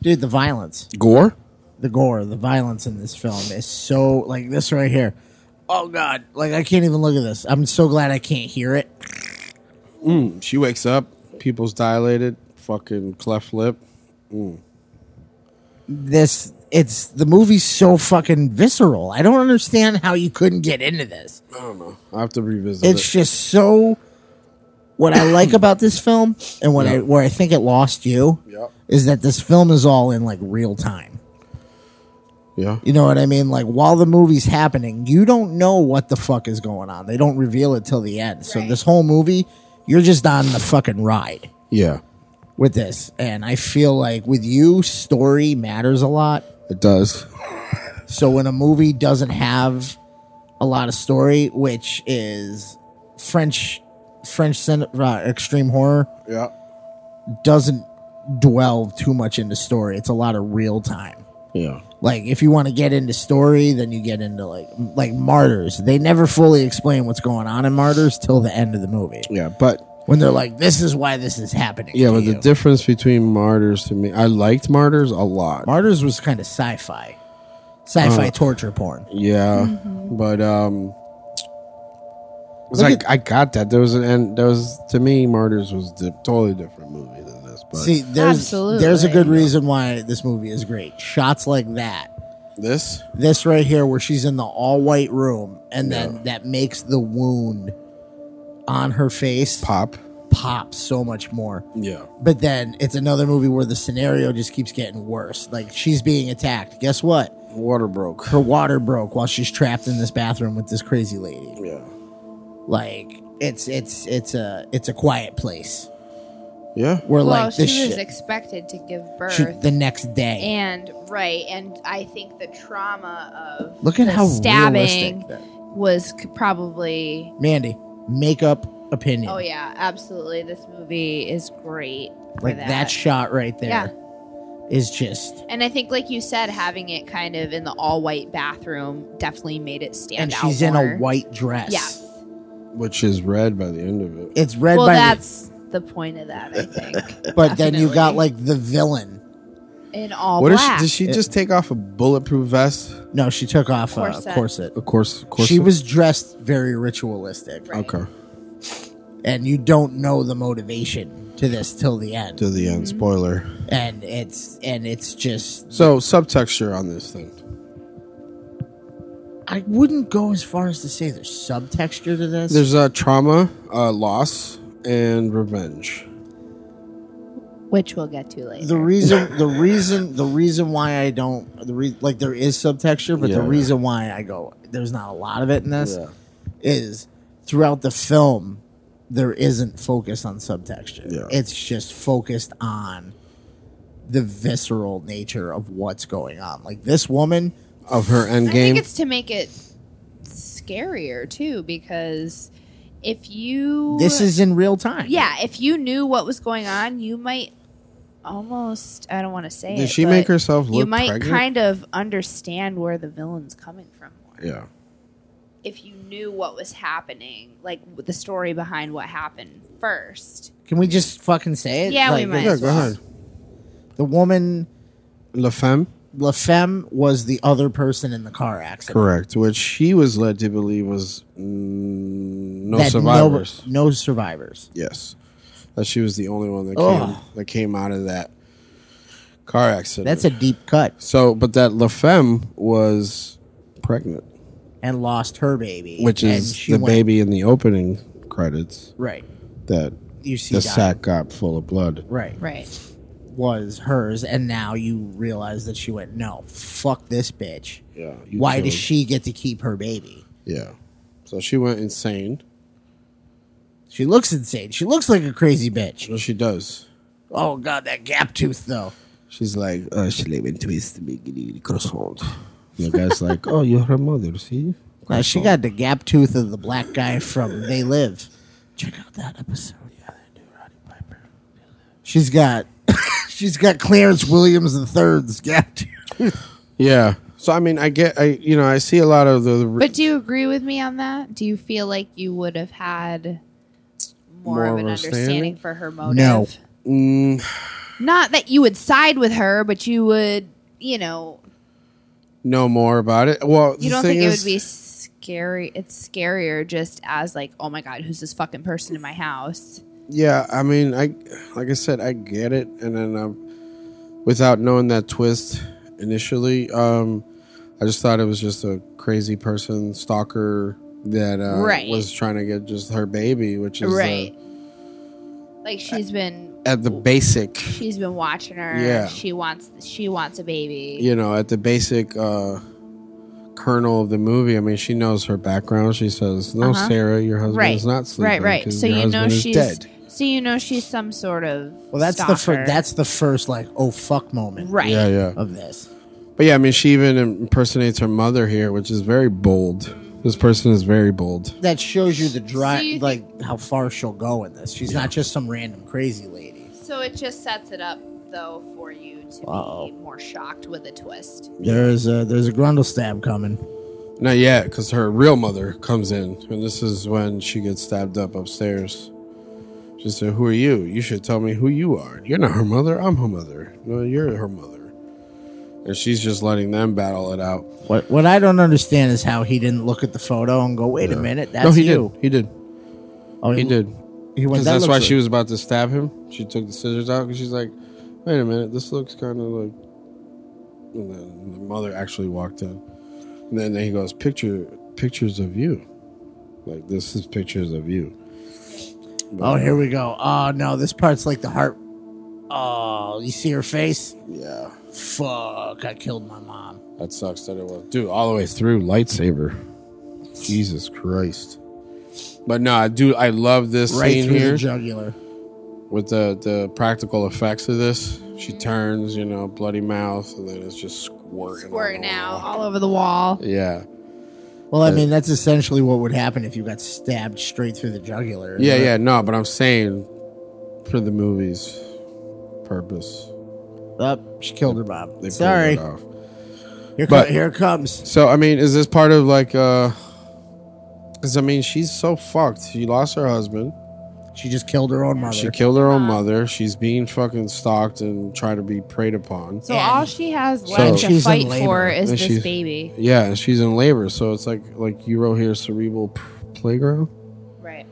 Speaker 5: dude, the violence.
Speaker 6: Gore?
Speaker 5: the gore, the violence in this film is so like this right here. oh god, like I can't even look at this. I'm so glad I can't hear it.
Speaker 6: She wakes up, pupils dilated, fucking cleft lip.
Speaker 5: This it's the movie's so fucking visceral. I don't understand how you couldn't get into this.
Speaker 6: I don't know. I have to revisit
Speaker 5: It's
Speaker 6: it.
Speaker 5: just so what I like about this film and what I
Speaker 6: Yeah.
Speaker 5: where I think it lost you
Speaker 6: Yep.
Speaker 5: is that this film is all in like real time.
Speaker 6: Yeah.
Speaker 5: You know what I mean? Like while the movie's happening, you don't know what the fuck is going on. They don't reveal it till the end. So
Speaker 7: Right.
Speaker 5: this whole movie, you're just on the fucking ride
Speaker 6: Yeah.
Speaker 5: with this. And I feel like with you, story matters a lot.
Speaker 6: It does.
Speaker 5: So when a movie doesn't have a lot of story, which is French French cin- uh, extreme horror,
Speaker 6: Yeah.
Speaker 5: doesn't dwell too much into story. It's a lot of real time.
Speaker 6: Yeah.
Speaker 5: Like if you want to get into story, then you get into like like martyrs. They never fully explain what's going on in martyrs till the end of the movie
Speaker 6: Yeah. But
Speaker 5: when they're like, "This is why this is happening."
Speaker 6: yeah,
Speaker 5: to
Speaker 6: but the
Speaker 5: you."
Speaker 6: difference between martyrs to me, I liked martyrs a lot.
Speaker 5: martyrs was kind of sci-fi,
Speaker 6: Oh.
Speaker 5: sci-fi torture porn.
Speaker 6: yeah, but um, it's
Speaker 5: Look
Speaker 6: like I got that. There was an end. There was to me, martyrs was a totally different movie than this. But
Speaker 5: See, there's
Speaker 7: Absolutely.
Speaker 5: there's a good reason why this movie is great. Shots like that,
Speaker 6: this,
Speaker 5: this right here, where she's in the all-white room, and then that makes the wound on her face
Speaker 6: pop,
Speaker 5: pop so much more.
Speaker 6: yeah,
Speaker 5: But then it's another movie where the scenario just keeps getting worse. Like she's being attacked. Guess what?
Speaker 6: water broke,
Speaker 5: Her water broke while she's trapped in this bathroom with this crazy lady.
Speaker 6: yeah,
Speaker 5: Like it's it's it's a it's a quiet place
Speaker 6: yeah,
Speaker 5: where
Speaker 7: well,
Speaker 5: like
Speaker 7: she
Speaker 5: this
Speaker 7: was
Speaker 5: shit.
Speaker 7: expected to give birth.
Speaker 5: she- the next day.
Speaker 7: and right, and I think the trauma of
Speaker 5: Look at
Speaker 7: the
Speaker 5: how
Speaker 7: stabbing
Speaker 5: realistic that-
Speaker 7: was c- probably.
Speaker 5: Mandy, makeup opinion.
Speaker 7: Oh yeah, absolutely. This movie is great. for
Speaker 5: like that. shot right
Speaker 7: Yeah.
Speaker 5: there is just
Speaker 7: And I think, like you said, having it kind of in the all-white bathroom definitely made it stand
Speaker 5: and
Speaker 7: out.
Speaker 5: she's in a
Speaker 7: more.
Speaker 5: white dress.
Speaker 7: Yes.
Speaker 6: which is red by the end of it.
Speaker 5: It's red
Speaker 7: Well,
Speaker 5: by
Speaker 7: that's the point of that, I think.
Speaker 5: the, but then you got
Speaker 7: definitely.
Speaker 5: like the villain.
Speaker 7: In all
Speaker 6: What is she,
Speaker 7: black.
Speaker 6: did she just take off a bulletproof vest?
Speaker 5: No, she took off a
Speaker 7: Corset.
Speaker 5: corset.
Speaker 6: Of course, of course,
Speaker 5: She was dressed very ritualistic,
Speaker 7: Right.
Speaker 6: okay
Speaker 5: and you don't know the motivation to this till the end.
Speaker 6: to the end. Spoiler.
Speaker 5: And it's and it's just
Speaker 6: So subtexture on this thing.
Speaker 5: I wouldn't go as far as to say there's subtexture to this.
Speaker 6: There's uh, trauma, uh, loss, and revenge.
Speaker 7: which we'll get to later.
Speaker 5: the reason the reason the reason why I don't the re- like there is subtexture, but the
Speaker 6: Yeah.
Speaker 5: reason why I go there's not a lot of it in this is throughout the film there isn't focus on subtexture.
Speaker 6: Yeah.
Speaker 5: It's just focused on the visceral nature of what's going on. Like this woman
Speaker 6: Of her end
Speaker 7: I think
Speaker 6: game.
Speaker 7: it's to make it scarier too, because if you
Speaker 5: this is in real time.
Speaker 7: yeah, if you knew what was going on, you might almost I don't want to say
Speaker 6: Did
Speaker 7: it,
Speaker 6: she
Speaker 7: but
Speaker 6: make herself
Speaker 7: You
Speaker 6: look
Speaker 7: might
Speaker 6: pregnant?
Speaker 7: kind of understand where the villain's coming from more
Speaker 6: Yeah.
Speaker 7: if you knew what was happening, like the story behind what happened first.
Speaker 5: Can we just fucking say it?
Speaker 7: Yeah, we might
Speaker 5: the-
Speaker 7: as
Speaker 6: Go ahead.
Speaker 5: The woman
Speaker 6: La femme,
Speaker 5: LaFemme was the other person in the car accident.
Speaker 6: correct. Which she was led to believe was mm, no
Speaker 5: That
Speaker 6: survivors.
Speaker 5: No, no survivors.
Speaker 6: Yes, that she was the only one that
Speaker 5: Ugh.
Speaker 6: came that came out of that car accident.
Speaker 5: That's a deep cut.
Speaker 6: so. But that La femme was pregnant,
Speaker 5: and lost her baby,
Speaker 6: which
Speaker 5: and
Speaker 6: is
Speaker 5: she
Speaker 6: the
Speaker 5: went-
Speaker 6: baby in the opening credits
Speaker 5: Right,
Speaker 6: that
Speaker 5: you see,
Speaker 6: the
Speaker 5: died.
Speaker 6: sack got full of blood.
Speaker 5: Right,
Speaker 7: Right.
Speaker 5: was hers, and now you realize that she went. No, fuck this bitch.
Speaker 6: Yeah. you
Speaker 5: Why
Speaker 6: killed-
Speaker 5: does she get to keep her baby?
Speaker 6: Yeah. So she went insane.
Speaker 5: She looks insane. She looks like a crazy bitch.
Speaker 6: Well, she does.
Speaker 5: Oh god, that gap tooth though.
Speaker 6: She's like, uh, she live in twist the croissant. The guy's like, oh, you're her mother, see?
Speaker 5: Now she got the gap tooth of the black guy from They Live. Check out that episode. Yeah, they do. Roddy Piper. She's got, she's got Clarence Williams III's gap tooth.
Speaker 6: Yeah. So I mean, I get, I you know, I see a lot of the, the
Speaker 7: But do you agree with me on that? Do you feel like you would have had more,
Speaker 6: More
Speaker 7: of
Speaker 6: of
Speaker 7: an
Speaker 6: a
Speaker 7: understanding
Speaker 6: standing?
Speaker 7: for her motive?
Speaker 5: No.
Speaker 6: Mm,
Speaker 7: Not that you would side with her, but you would, you know,
Speaker 6: know more about it. Well, the
Speaker 7: you don't
Speaker 6: thing
Speaker 7: think
Speaker 6: is,
Speaker 7: it would be scary. It's scarier just as like, oh my god, who's this fucking person in my house?
Speaker 6: Yeah, I mean, I like I said, I get it, and then um, without knowing that twist initially, um, I just thought it was just a crazy person stalker that uh,
Speaker 7: Right.
Speaker 6: was trying to get just her baby, which is uh,
Speaker 7: Right. Like she's been
Speaker 6: at the basic,
Speaker 7: she's been watching her.
Speaker 6: Yeah.
Speaker 7: She wants she wants a baby.
Speaker 6: you know, at the basic uh, kernel of the movie. I mean, she knows her background. She says, "No,
Speaker 7: Uh-huh.
Speaker 6: Sarah, your husband
Speaker 7: Right.
Speaker 6: is not sleeping.
Speaker 7: Right, right.
Speaker 6: 'cause
Speaker 7: So
Speaker 6: your
Speaker 7: you know
Speaker 6: husband is
Speaker 7: she's
Speaker 6: dead."
Speaker 7: so you know she's some sort of
Speaker 5: Well, that's the
Speaker 7: stalker.
Speaker 5: first. That's the first like oh fuck moment
Speaker 7: right.
Speaker 6: Yeah, yeah.
Speaker 5: of this.
Speaker 6: But yeah, I mean, she even impersonates her mother here, which is very bold. This person is very bold.
Speaker 5: That shows you the drive,
Speaker 7: See-
Speaker 5: like how far she'll go in this. She's not just some random crazy lady.
Speaker 7: So it just sets it up though for you to
Speaker 5: Uh-oh.
Speaker 7: be more shocked with a twist.
Speaker 5: There's a there's a grundle stab coming.
Speaker 6: Not yet, because her real mother comes in, and this is when she gets stabbed up upstairs. She said, "Who are you? You should tell me who you are. You're not her mother. I'm her mother. No, you're her mother." And she's just letting them battle it out.
Speaker 5: What what I don't understand is how he didn't look at the photo and go, wait a minute, that's
Speaker 6: no, he
Speaker 5: you.
Speaker 6: did. He did.
Speaker 5: Oh,
Speaker 6: He did.
Speaker 5: He went.
Speaker 6: Because
Speaker 5: "That
Speaker 6: that's
Speaker 5: looks
Speaker 6: why
Speaker 5: like-"
Speaker 6: she was about to stab him. She took the scissors out because she's like, wait a minute, this looks kind of like. And then the mother actually walked in. And then, then he goes, picture pictures of you. Like, this is pictures of you.
Speaker 5: Oh, here we go. Oh no, this part's like the heart. Oh, you see her face?
Speaker 6: Yeah.
Speaker 5: Fuck! I killed my mom.
Speaker 6: That sucks that it was. Dude, all the way through, lightsaber. Jesus Christ. But no, I do. I love this
Speaker 5: Right
Speaker 6: scene
Speaker 5: through the
Speaker 6: here.
Speaker 5: jugular.
Speaker 6: with the the practical effects of this. She turns, you know, bloody mouth, and then it's just squirting.
Speaker 7: Squirting
Speaker 6: all
Speaker 7: out
Speaker 6: over.
Speaker 7: all over the wall.
Speaker 6: Yeah,
Speaker 5: Well, I mean, that's essentially what would happen if you got stabbed straight through the jugular.
Speaker 6: yeah, yeah. No, but I'm saying for the movie's purpose,
Speaker 5: Up, she killed her mom.
Speaker 6: they pulled
Speaker 5: Sorry,
Speaker 6: it off.
Speaker 5: here,
Speaker 6: But-
Speaker 5: co- here it comes.
Speaker 6: So I mean, is this part of like? uh Because I mean, she's so fucked. She lost her husband.
Speaker 5: She just killed her own mother.
Speaker 6: She killed her own mother. She's being fucking stalked and tried to be preyed upon.
Speaker 7: So
Speaker 5: And-
Speaker 7: all she has
Speaker 6: So-
Speaker 7: left to
Speaker 5: She's in
Speaker 7: fight
Speaker 5: labor.
Speaker 7: for is
Speaker 6: And
Speaker 7: this
Speaker 6: she's-
Speaker 7: baby.
Speaker 6: Yeah, and she's in labor, so it's like like you wrote here, cerebral p- playground.
Speaker 7: Right.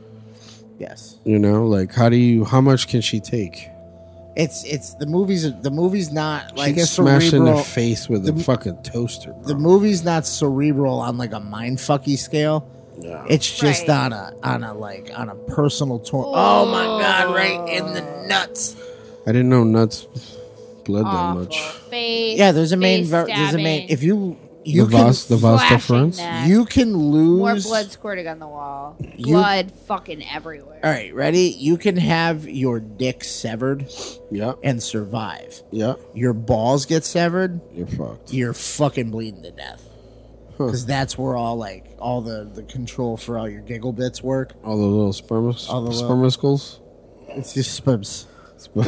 Speaker 5: yes,
Speaker 6: You know, like how do you? How much can she take?
Speaker 5: it's it's the movies. The movie's not
Speaker 6: she
Speaker 5: like
Speaker 6: gets smashed in the
Speaker 5: cerebral.
Speaker 6: face with
Speaker 5: the-
Speaker 6: a fucking toaster.
Speaker 5: The
Speaker 6: bro.
Speaker 5: movie's not cerebral on like a mind fucky scale. It's just
Speaker 7: Right.
Speaker 5: on a on a like on a personal tour. Oh my god! Right in the nuts.
Speaker 6: I didn't know nuts bled
Speaker 7: Awful.
Speaker 6: that much.
Speaker 7: Face,
Speaker 5: Yeah, there's a main.
Speaker 7: face
Speaker 5: ver- there's a main.
Speaker 7: stabbing,
Speaker 5: If you
Speaker 6: The
Speaker 5: you can
Speaker 6: Vos, the Vos de
Speaker 7: slashing
Speaker 6: France.
Speaker 7: neck,
Speaker 5: you can lose
Speaker 7: more blood squirting on the wall.
Speaker 5: You-
Speaker 7: blood fucking everywhere.
Speaker 5: All right, ready? You can have your dick severed
Speaker 6: Yeah,
Speaker 5: and survive.
Speaker 6: yeah,
Speaker 5: Your balls get severed,
Speaker 6: you're fucked.
Speaker 5: you're fucking bleeding to death. Because that's where all like all the the control for all your giggle bits work.
Speaker 6: All the little spermas,
Speaker 5: All the little-
Speaker 6: spermiscles,
Speaker 5: It's just spibs.
Speaker 6: all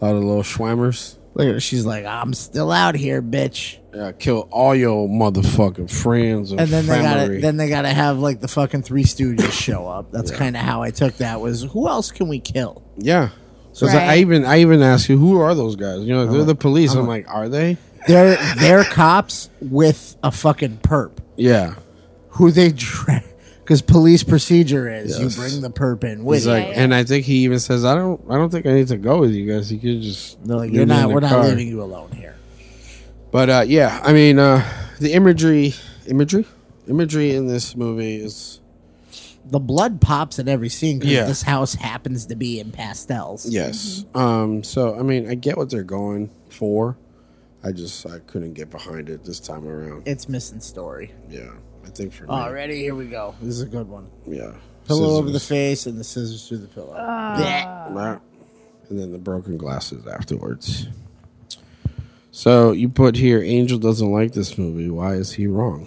Speaker 6: the little schwammers.
Speaker 5: Look at her. She's like, I'm still out here, bitch.
Speaker 6: Yeah, kill all your motherfucking friends and,
Speaker 5: And then they
Speaker 6: family.
Speaker 5: gotta then they gotta have like the fucking three Stooges show up. That's kind of how I took that. Was who else can we kill?
Speaker 6: yeah. So it's like, I
Speaker 7: Right.
Speaker 6: even I even asked you who are those guys? You know, they're the police. I'm like, are they?
Speaker 5: They're they're cops with a fucking perp.
Speaker 6: Yeah.
Speaker 5: who they drag because police procedure is
Speaker 6: Yes.
Speaker 5: you bring the perp in with
Speaker 6: He's
Speaker 5: you.
Speaker 6: like, and I think he even says, I don't, I don't think I need to go with you guys. You could just,
Speaker 5: They're like,
Speaker 6: leave
Speaker 5: you're
Speaker 6: me in
Speaker 5: not
Speaker 6: the
Speaker 5: we're not
Speaker 6: car."
Speaker 5: leaving you alone here.
Speaker 6: But uh, yeah, I mean, uh, the imagery, imagery, imagery in this movie is
Speaker 5: The blood pops at every scene because
Speaker 6: Yeah.
Speaker 5: this house happens to be in pastels.
Speaker 6: yes. Um, so I mean, I get what they're going for. I just I couldn't get behind it this time around.
Speaker 5: It's missing story.
Speaker 6: Yeah, I think for me.
Speaker 5: Already, here we go. This is a good one.
Speaker 6: Yeah,
Speaker 5: Pillow over the
Speaker 6: Scissors.
Speaker 5: face and the scissors through the pillow. Blech.
Speaker 6: Right. And then the broken glasses afterwards. So you put here, Angel doesn't like this movie. Why is he wrong?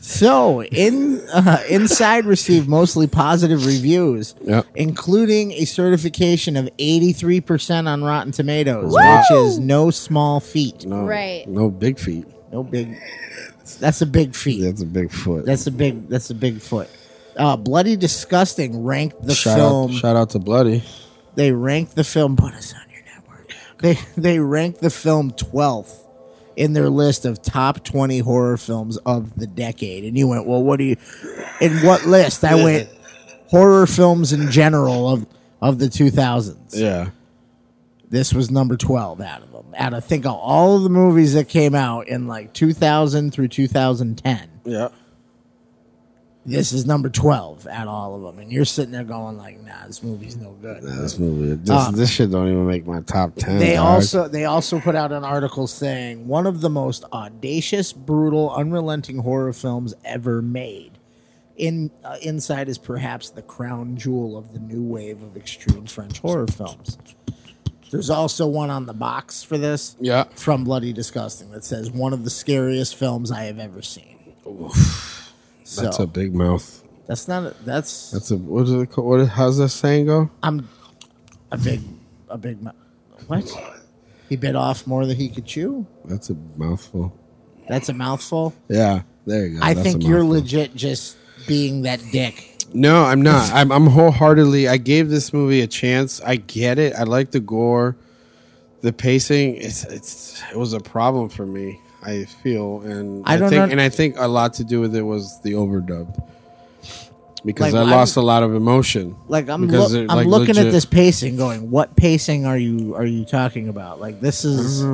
Speaker 5: So, in uh, inside received mostly positive reviews,
Speaker 6: Yep.
Speaker 5: including a certification of eighty three percent on Rotten Tomatoes, which is no small feat.
Speaker 6: No,
Speaker 7: Right.
Speaker 6: No big feet.
Speaker 5: No big. That's a big feat.
Speaker 6: That's a big foot.
Speaker 5: That's a big. That's a big foot. Uh, Bloody disgusting ranked the
Speaker 6: shout
Speaker 5: film.
Speaker 6: Out, shout out to Bloody.
Speaker 5: they ranked the film. Put us on your network. They they ranked the film twelfth in their list of top 20 horror films of the decade. And you went, well, what do you, in what list? I went, horror films in general of, of the 2000s.
Speaker 6: Yeah.
Speaker 5: This was number 12 out of them. Out of, think of all of the movies that came out in like 2000 through 2010
Speaker 6: Yeah.
Speaker 5: this is number 12 out of all of them and you're sitting there going like nah this movie's no good
Speaker 6: This movie, this,
Speaker 5: Uh,
Speaker 6: this shit don't even make my top ten.
Speaker 5: they
Speaker 6: dog.
Speaker 5: also they also put out an article saying one of the most audacious brutal unrelenting horror films ever made in uh, inside is perhaps the crown jewel of the new wave of extreme french horror films there's also one on the box for this
Speaker 6: Yeah.
Speaker 5: from bloody disgusting that says one of the scariest films i have ever seen so
Speaker 6: That's a big mouth.
Speaker 5: that's not a, that's
Speaker 6: That's a what is it called? What, how's that saying go?
Speaker 5: I'm a big, a big. Mu- what? He bit off more than he could chew.
Speaker 6: That's a mouthful.
Speaker 5: That's a mouthful.
Speaker 6: Yeah, there you go.
Speaker 5: I
Speaker 6: That's
Speaker 5: think
Speaker 6: a
Speaker 5: you're
Speaker 6: mouthful.
Speaker 5: legit just being that dick.
Speaker 6: No, I'm not. I'm, I'm wholeheartedly. I gave this movie a chance. I get it. I like the gore, the pacing. It's it's it was a problem for me. I feel and
Speaker 5: I don't
Speaker 6: think
Speaker 5: know-
Speaker 6: and I think a lot to do with it was the overdubbed because
Speaker 5: Like,
Speaker 6: I
Speaker 5: I'm-
Speaker 6: lost a lot of emotion.
Speaker 5: Like I'm,
Speaker 6: Because
Speaker 5: loo-
Speaker 6: they're,
Speaker 5: I'm
Speaker 6: like,
Speaker 5: looking at
Speaker 6: legit-
Speaker 5: this pacing, going, what pacing are you are you talking about? Like this is.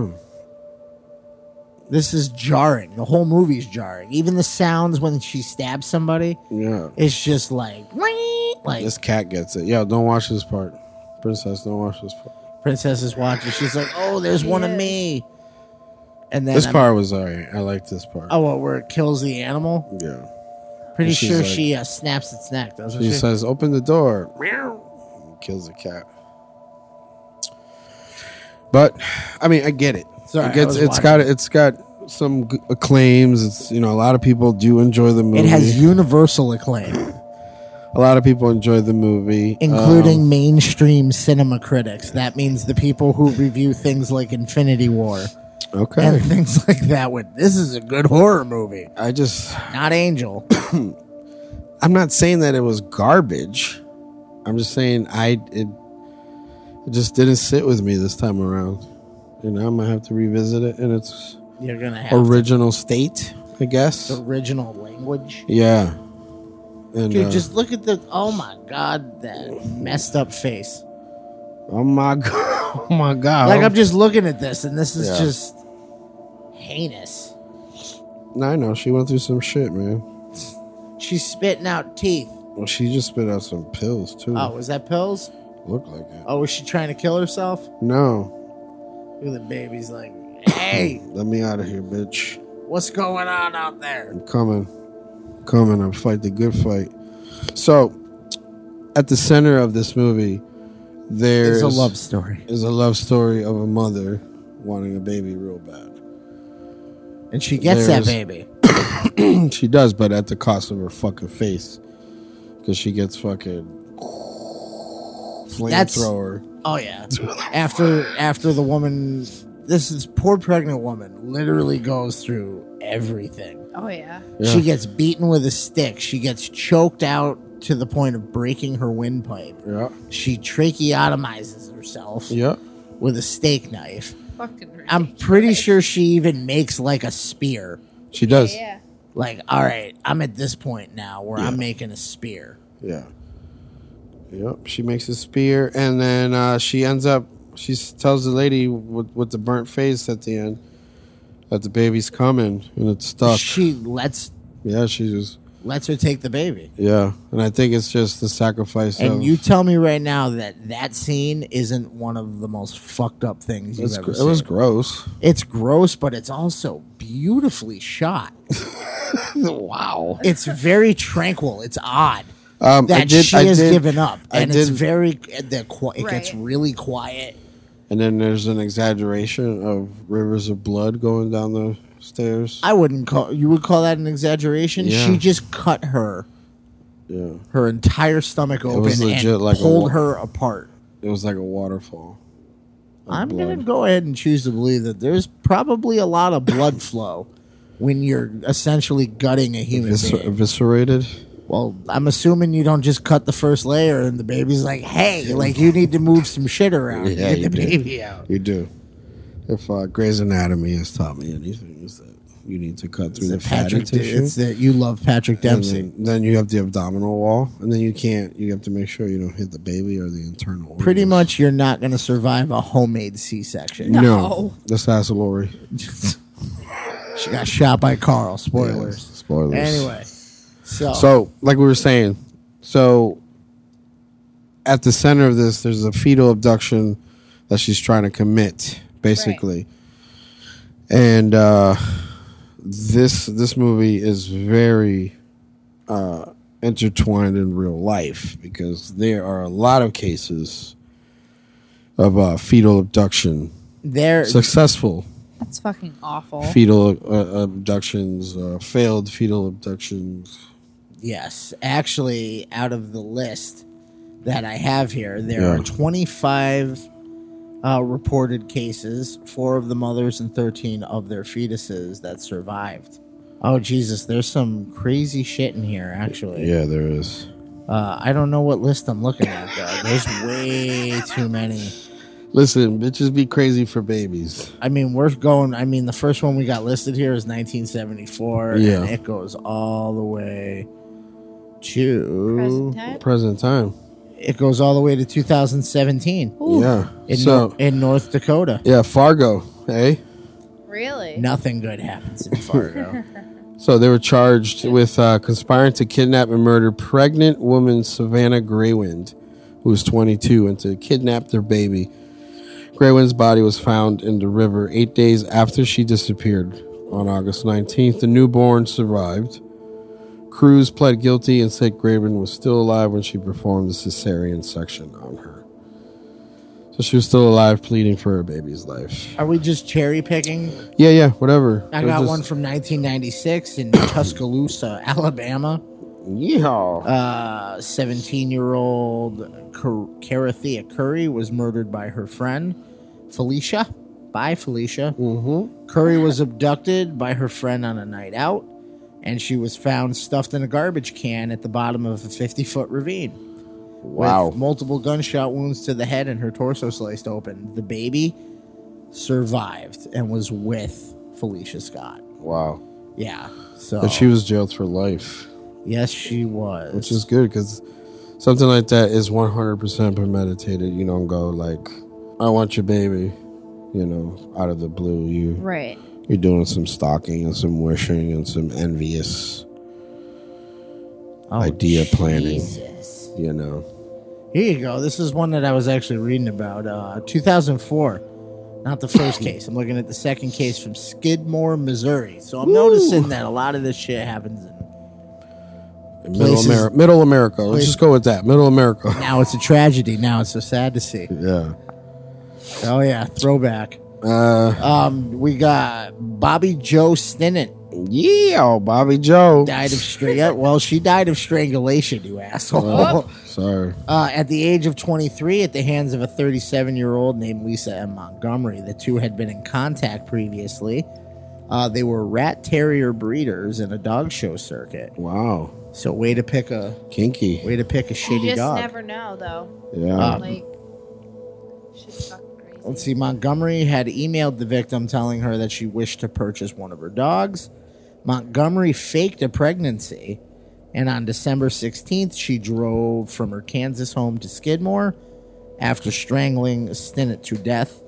Speaker 5: This is jarring. The whole movie's jarring. Even the sounds when she stabs somebody,
Speaker 6: Yeah,
Speaker 5: it's just like, like
Speaker 6: this cat gets it. Yo, don't watch this part, princess. Don't watch this part.
Speaker 5: princess is watching. She's like, oh, there's one of me. And then
Speaker 6: This
Speaker 5: I'm-
Speaker 6: part was alright. I like this part.
Speaker 5: Oh, well, where it kills the animal?
Speaker 6: Yeah.
Speaker 5: Pretty
Speaker 6: She's
Speaker 5: sure
Speaker 6: like-
Speaker 5: she uh, snaps its neck, doesn't
Speaker 6: She
Speaker 5: she?
Speaker 6: says, "Open the door." Kills the cat. But I mean, I get it.
Speaker 5: Sorry,
Speaker 6: it gets,
Speaker 5: I was
Speaker 6: it's
Speaker 5: watching.
Speaker 6: got it's got some g- acclaims. It's you know a lot of people do enjoy the movie.
Speaker 5: It has universal acclaim,
Speaker 6: a lot of people enjoy the movie,
Speaker 5: including
Speaker 6: Um,
Speaker 5: mainstream cinema critics. That means the people who review things like Infinity War
Speaker 6: Uh, okay,
Speaker 5: and things like that. With this is a good horror movie,
Speaker 6: I just
Speaker 5: not Angel.
Speaker 6: I'm not saying that it was garbage. I'm just saying I it, it just didn't sit with me this time around. You know, I'm gonna have to revisit it in its
Speaker 5: You're gonna have
Speaker 6: original state, I guess.
Speaker 5: the original language.
Speaker 6: Yeah. And
Speaker 5: Dude,
Speaker 6: uh,
Speaker 5: just look at the oh my god, that messed up face.
Speaker 6: oh my god, oh my god.
Speaker 5: Like I'm just looking at this, and this is
Speaker 6: Yeah.
Speaker 5: just heinous.
Speaker 6: No, I know she went through some shit, man.
Speaker 5: She's spitting out teeth.
Speaker 6: Well, she just spit out some pills too.
Speaker 5: Oh, was that pills?
Speaker 6: Looked like it.
Speaker 5: Oh, was she trying to kill herself?
Speaker 6: No,
Speaker 5: Look at the baby's like, hey,
Speaker 6: let me out of here, bitch.
Speaker 5: what's going on out there?
Speaker 6: I'm coming, coming. I'm fight the good fight. So, at the center of this movie, there
Speaker 5: It's
Speaker 6: is
Speaker 5: a love story.
Speaker 6: is a love story of a mother wanting a baby real bad.
Speaker 5: And she gets that
Speaker 6: There's-
Speaker 5: baby.
Speaker 6: She does, but at the cost of her fucking face, because she gets fucking
Speaker 5: That's-
Speaker 6: flamethrower.
Speaker 5: Oh, yeah. After after the woman, this is poor pregnant woman, literally goes through everything.
Speaker 7: Oh yeah.
Speaker 5: She gets beaten with a stick. She gets choked out to the point of breaking her windpipe.
Speaker 6: Yeah,
Speaker 5: She tracheotomizes herself
Speaker 6: yeah.
Speaker 5: with a steak knife.
Speaker 7: Fucking ridiculous.
Speaker 5: I'm pretty sure she even makes like a spear.
Speaker 6: She does.
Speaker 7: yeah.
Speaker 5: like all right i'm at this point now where i'm making a spear
Speaker 6: Yeah. Yep. She makes a spear, and then uh, she ends up. She s- tells the lady with, with the burnt face at the end that the baby's coming and it's stuck.
Speaker 5: she lets
Speaker 6: yeah, she just.
Speaker 5: lets her take the baby
Speaker 6: Yeah, and I think it's just the sacrifice. of,
Speaker 5: and you tell me right now that that scene isn't one of the most fucked up things you've
Speaker 6: it's,
Speaker 5: ever
Speaker 6: gr- it
Speaker 5: seen.
Speaker 6: was gross.
Speaker 5: it's gross, but it's also beautifully shot.
Speaker 6: wow.
Speaker 5: It's very tranquil. It's odd
Speaker 6: Um, I
Speaker 5: that
Speaker 6: did,
Speaker 5: she
Speaker 6: I
Speaker 5: has
Speaker 6: did,
Speaker 5: given up,
Speaker 6: I
Speaker 5: and it's
Speaker 6: did-
Speaker 5: very the qui- it gets
Speaker 7: Right.
Speaker 5: really quiet.
Speaker 6: And then there's an exaggeration of rivers of blood going down the stairs.
Speaker 5: I wouldn't call you would call that an exaggeration.
Speaker 6: Yeah.
Speaker 5: She just cut her
Speaker 6: yeah,
Speaker 5: her entire stomach open
Speaker 6: was legit
Speaker 5: and
Speaker 6: like a wa-
Speaker 5: pulled her apart.
Speaker 6: it was like a waterfall. of
Speaker 5: I'm going to
Speaker 6: blood.
Speaker 5: go ahead and choose to believe that there's probably a lot of blood flow when you're essentially gutting a human
Speaker 6: Eviscer-
Speaker 5: being.
Speaker 6: eviscerated.
Speaker 5: Well, I'm assuming you don't just cut the first layer and the baby's like, hey, like you need to move some shit around. to
Speaker 6: Yeah,
Speaker 5: get
Speaker 6: you
Speaker 5: the
Speaker 6: do.
Speaker 5: baby out.
Speaker 6: You do. If uh, Grey's Anatomy has taught me anything, is that you need to cut through the fatty
Speaker 5: Patrick,
Speaker 6: tissue.
Speaker 5: it's that you love Patrick
Speaker 6: and
Speaker 5: Dempsey.
Speaker 6: then, then you have the abdominal wall, and then you can't. You have to make sure you don't hit the baby or the internal.
Speaker 5: Pretty
Speaker 6: organs.
Speaker 5: much, you're not going to survive a homemade C-section.
Speaker 6: No, that's that's Lori.
Speaker 5: She got shot by Carl. Spoilers.
Speaker 6: Yes, spoilers.
Speaker 5: Anyway, so,
Speaker 6: So, like we were saying, so at the center of this, there's a fetal abduction that she's trying to commit, basically. And uh, this this movie is very uh, intertwined in real life because there are a lot of cases of uh, fetal abduction,
Speaker 5: there,
Speaker 6: successful
Speaker 7: That's fucking awful.
Speaker 6: fetal uh, abductions, uh, failed fetal abductions.
Speaker 5: yes, actually, out of the list that I have here, there are
Speaker 6: Yeah.
Speaker 5: 25 uh, reported cases, four of the mothers and 13 of their fetuses that survived. Oh Jesus, there's some crazy shit in here. Actually,
Speaker 6: Yeah, there is.
Speaker 5: uh, I don't know what list I'm looking at though. There's way too many.
Speaker 6: Listen, bitches be crazy for babies.
Speaker 5: I mean, we're going. I mean, the first one we got listed here is 1974,
Speaker 6: Yeah.
Speaker 5: and it goes all the way to
Speaker 7: Present time?
Speaker 6: Present time.
Speaker 5: it goes all the way to 2017
Speaker 6: Yeah.
Speaker 5: in,
Speaker 6: so,
Speaker 5: Nor- in North Dakota.
Speaker 6: yeah, Fargo, eh?
Speaker 7: Really?
Speaker 5: Nothing good happens in Fargo.
Speaker 6: So they were charged with uh, conspiring to kidnap and murder pregnant woman Savannah Graywind, who was 22, and to kidnap their baby. Graywind's body was found in the river eight days after she disappeared on August 19th. The newborn survived. Cruz pled guilty and said Graywind was still alive when she performed the cesarean section on her. So she was still alive, pleading for her baby's life.
Speaker 5: Are we just cherry picking?
Speaker 6: Yeah, yeah, whatever.
Speaker 5: I
Speaker 6: They're
Speaker 5: got
Speaker 6: just-
Speaker 5: one from 1996 in Tuscaloosa, Alabama.
Speaker 6: Yeehaw.
Speaker 5: A 17 year old Car- Carathea Curry was murdered by her friend Felicia. By Felicia. Mm-hmm. Curry was abducted by her friend on a night out, and she was found stuffed in a garbage can at the bottom of a 50 foot ravine.
Speaker 6: Wow.
Speaker 5: With multiple gunshot wounds to the head and her torso sliced open. The baby survived and was with Felicia Scott.
Speaker 6: Wow.
Speaker 5: Oh. Yeah. So
Speaker 6: But she was jailed for life,
Speaker 5: yes, she was.
Speaker 6: which is good because something like that is 100% premeditated. You don't go like, I want your baby, you know, out of the blue. You,
Speaker 7: Right.
Speaker 6: you're doing some stalking and some wishing and some envious
Speaker 5: Oh,
Speaker 6: idea planning,
Speaker 5: Jesus.
Speaker 6: you know.
Speaker 5: Here you go. This is one that I was actually reading about. Uh, 2004. Not the first case. I'm looking at the second case from Skidmore, Missouri. So I'm noticing that a lot of this shit happens. In,
Speaker 6: Middle,
Speaker 5: Places-
Speaker 6: Ameri- middle America. Let's just go with that. Middle America.
Speaker 5: now it's a tragedy. Now it's so sad to see.
Speaker 6: Yeah.
Speaker 5: Oh, yeah. Throwback.
Speaker 6: Uh,
Speaker 5: Um, we got Bobby Joe Stinnett
Speaker 6: yeah, oh, Bobby Joe.
Speaker 5: died of string. well, she died of strangulation, you asshole.
Speaker 6: Oh, sorry.
Speaker 5: Uh, at the age of 23, at the hands of a 37 year old named Lisa M. Montgomery, the two had been in contact previously. Uh, they were rat terrier breeders in a dog show circuit.
Speaker 6: Wow.
Speaker 5: So way to pick a
Speaker 6: Kinky.
Speaker 5: way to pick a
Speaker 7: You
Speaker 5: shitty
Speaker 7: just
Speaker 5: dog. Um,
Speaker 7: never know, though.
Speaker 6: Yeah.
Speaker 7: Like, she's fucking crazy.
Speaker 5: Let's see. Montgomery had emailed the victim telling her that she wished to purchase one of her dogs. Montgomery faked a pregnancy, and on December 16th, she drove from her Kansas home to Skidmore after strangling Stinnett to death.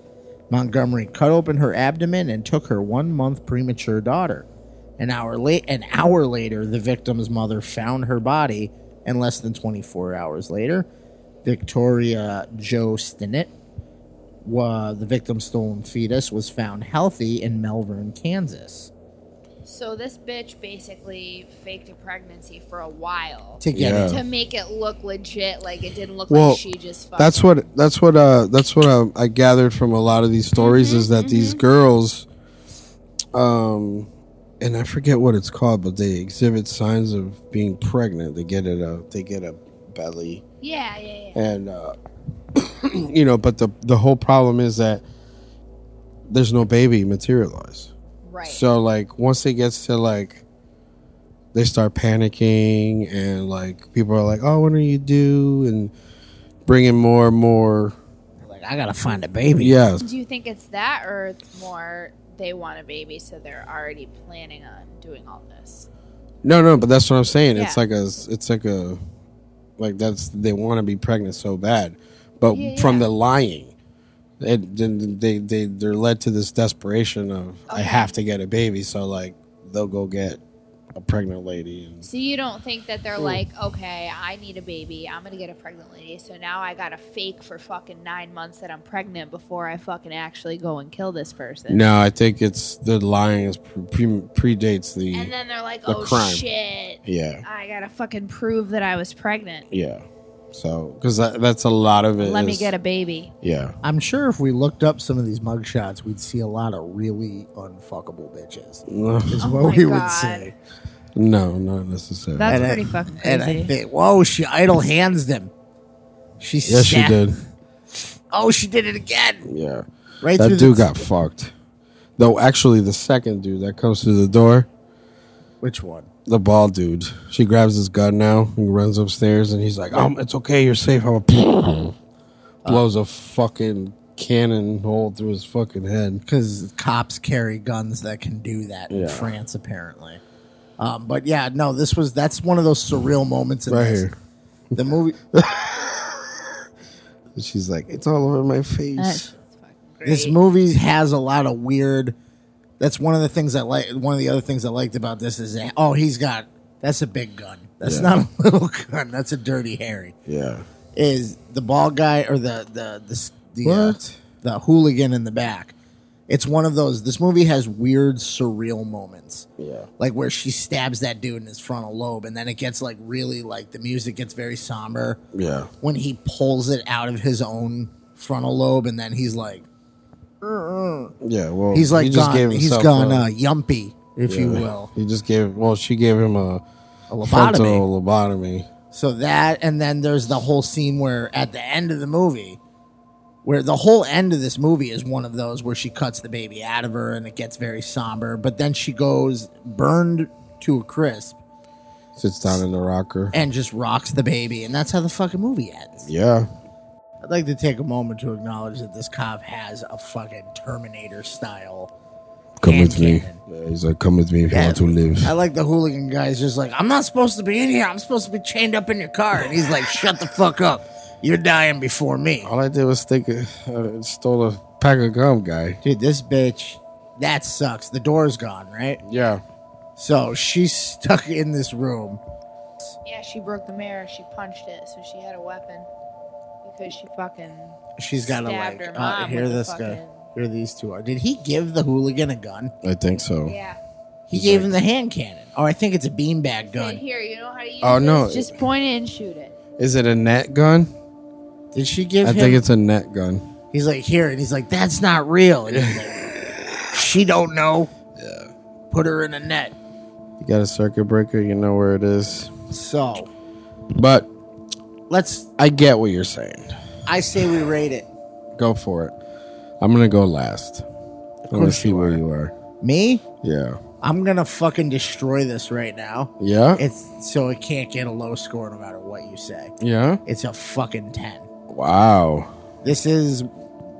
Speaker 5: Montgomery cut open her abdomen and took her one month premature daughter. An hour late, an hour later, the victim's mother found her body, and less than 24 hours later, Victoria Joe Stinnett wa- the victim's stolen fetus was found healthy in Melbourne, Kansas,
Speaker 7: So this bitch basically faked a pregnancy for a while
Speaker 5: to get
Speaker 6: Yeah.
Speaker 5: it.
Speaker 7: to make it look legit, like it didn't look
Speaker 6: Well,
Speaker 7: like she just fucked.
Speaker 6: that's what that's what uh that's what uh, I gathered from a lot of these stories is that these girls um and I forget what it's called but they exhibit signs of being pregnant they get it a they get a belly
Speaker 7: yeah, yeah, yeah.
Speaker 6: and uh you know but the the whole problem is that there's no baby materialized
Speaker 7: Right.
Speaker 6: so like once it gets to like they start panicking and like people are like, Oh, when are you due? And bringing more and more
Speaker 5: Like I gotta find a baby.
Speaker 6: Yes.
Speaker 7: Do you think it's that, or it's more they want a baby, so they're already planning on doing all this?
Speaker 6: No, no, but that's what I'm saying. It's
Speaker 7: Yeah.
Speaker 6: like a, it's like a, like that's they want to be pregnant so bad, but
Speaker 7: Yeah,
Speaker 6: from
Speaker 7: yeah.
Speaker 6: the lying, it, then they they they're led to this desperation of I have to get a baby, so like they'll go get a pregnant lady. And,
Speaker 7: So you don't think that they're like, okay, I need a baby. I'm gonna get a pregnant lady. So now I gotta fake for fucking nine months that I'm pregnant before I fucking actually go and kill this person.
Speaker 6: no, I think it's the lying is pre- predates the
Speaker 7: And then they're like,
Speaker 6: The
Speaker 7: oh
Speaker 6: crime.
Speaker 7: shit,
Speaker 6: yeah
Speaker 7: I gotta fucking prove that I was pregnant.
Speaker 6: yeah. So because that, that's a lot of it.
Speaker 7: Let me
Speaker 6: is-
Speaker 7: get a baby.
Speaker 6: yeah.
Speaker 5: I'm sure if we looked up some of these mugshots, we'd see a lot of really unfuckable bitches. Is
Speaker 7: Oh my
Speaker 5: what we
Speaker 7: God.
Speaker 5: would say.
Speaker 6: No, not necessarily.
Speaker 7: That's
Speaker 5: And I-
Speaker 7: pretty fucking
Speaker 5: And
Speaker 7: crazy.
Speaker 5: I think, whoa, she idle hands them. She
Speaker 6: yes, she
Speaker 5: snapped-
Speaker 6: did.
Speaker 5: Oh, she did it again.
Speaker 6: Yeah.
Speaker 5: Right
Speaker 6: that
Speaker 5: through
Speaker 6: dude
Speaker 5: the,
Speaker 6: got fucked. Though actually, the second dude that comes through the door,
Speaker 5: Which one?
Speaker 6: the bald dude, she grabs his gun now and runs upstairs, and he's like, "Um, it's okay, you're safe." I'm a blows a fucking cannon hole through his fucking head.
Speaker 5: because cops carry guns that can do that in
Speaker 6: Yeah.
Speaker 5: France, apparently. Um, but yeah, no, this was that's one of those surreal moments in
Speaker 6: Right
Speaker 5: this.
Speaker 6: here.
Speaker 5: the movie.
Speaker 6: And she's like, "It's all over my face."
Speaker 5: This movie has a lot of weird. That's one of the things I like. One of the other things I liked about this is that oh, he's got that's a big gun. That's
Speaker 6: Yeah.
Speaker 5: not a little gun. That's a dirty Harry.
Speaker 6: yeah.
Speaker 5: Is the ball guy or the the the the, uh,
Speaker 6: What?
Speaker 5: the hooligan in the back? It's one of those. This movie has weird surreal moments.
Speaker 6: Yeah.
Speaker 5: like where she stabs that dude in his frontal lobe and then it gets like really like the music gets very somber
Speaker 6: Yeah.
Speaker 5: when he pulls it out of his own frontal lobe and then he's like
Speaker 6: Yeah. Well,
Speaker 5: he's like
Speaker 6: he just
Speaker 5: gone
Speaker 6: gave
Speaker 5: he's
Speaker 6: himself
Speaker 5: gone
Speaker 6: a-
Speaker 5: uh, yumpy if you
Speaker 6: yeah.
Speaker 5: will
Speaker 6: He just gave. Well, she gave him a,
Speaker 5: a lobotomy
Speaker 6: frontal lobotomy.
Speaker 5: so that and then there's the whole scene where at the end of the movie where the whole end of this movie is one of those where she cuts the baby out of her and it gets very somber but then she goes burned to a crisp
Speaker 6: Sits down in the rocker.
Speaker 5: and just rocks the baby and that's how the fucking movie ends
Speaker 6: Yeah.
Speaker 5: I'd like to take a moment to acknowledge that this cop has a fucking Terminator style.
Speaker 6: Come
Speaker 5: Hand
Speaker 6: with me.
Speaker 5: cannon.
Speaker 6: Yeah, he's like, come with me if you
Speaker 5: Yeah.
Speaker 6: want to live.
Speaker 5: I like the hooligan guy. He's just like, I'm not supposed to be in here. I'm supposed to be chained up in your car. And he's like, shut the fuck up. You're dying before me.
Speaker 6: All I did was think uh, I stole a pack of gum, guy.
Speaker 5: Dude, this bitch, that sucks. The door's gone, right?
Speaker 6: Yeah.
Speaker 5: So she's stuck in this room.
Speaker 7: Yeah, she broke the mirror. She punched it, so she had a weapon because she fucking.
Speaker 5: She's got to
Speaker 7: Stabbed
Speaker 5: like,
Speaker 7: her
Speaker 5: uh,
Speaker 7: mom
Speaker 5: here
Speaker 7: with the
Speaker 5: this guy.
Speaker 7: fucking-
Speaker 5: Here these two are. Did he give the hooligan a gun?
Speaker 6: I think so.
Speaker 7: Yeah.
Speaker 5: He gave him the hand cannon. Or I think it's a beanbag
Speaker 7: Said,
Speaker 5: gun.
Speaker 7: here, you know how to use
Speaker 6: Oh,
Speaker 7: this?
Speaker 6: no.
Speaker 7: Just point it and shoot it.
Speaker 6: Is it a net gun?
Speaker 5: Did she give
Speaker 6: I
Speaker 5: him
Speaker 6: think it's a net gun.
Speaker 5: He's like, here, and he's like, that's not real. And he's like, she don't know. Put her in a net.
Speaker 6: You got a circuit breaker, you know where it is.
Speaker 5: So
Speaker 6: But
Speaker 5: let's.
Speaker 6: I get what you're saying.
Speaker 5: I say we rate it.
Speaker 6: Go for it. I'm gonna go last. I'm gonna
Speaker 5: course
Speaker 6: see
Speaker 5: you
Speaker 6: where you are.
Speaker 5: Me,
Speaker 6: Yeah.
Speaker 5: I'm gonna fucking destroy this right now.
Speaker 6: Yeah.
Speaker 5: It's so it can't get a low score no matter what you say.
Speaker 6: yeah.
Speaker 5: It's a fucking ten.
Speaker 6: Wow.
Speaker 5: This is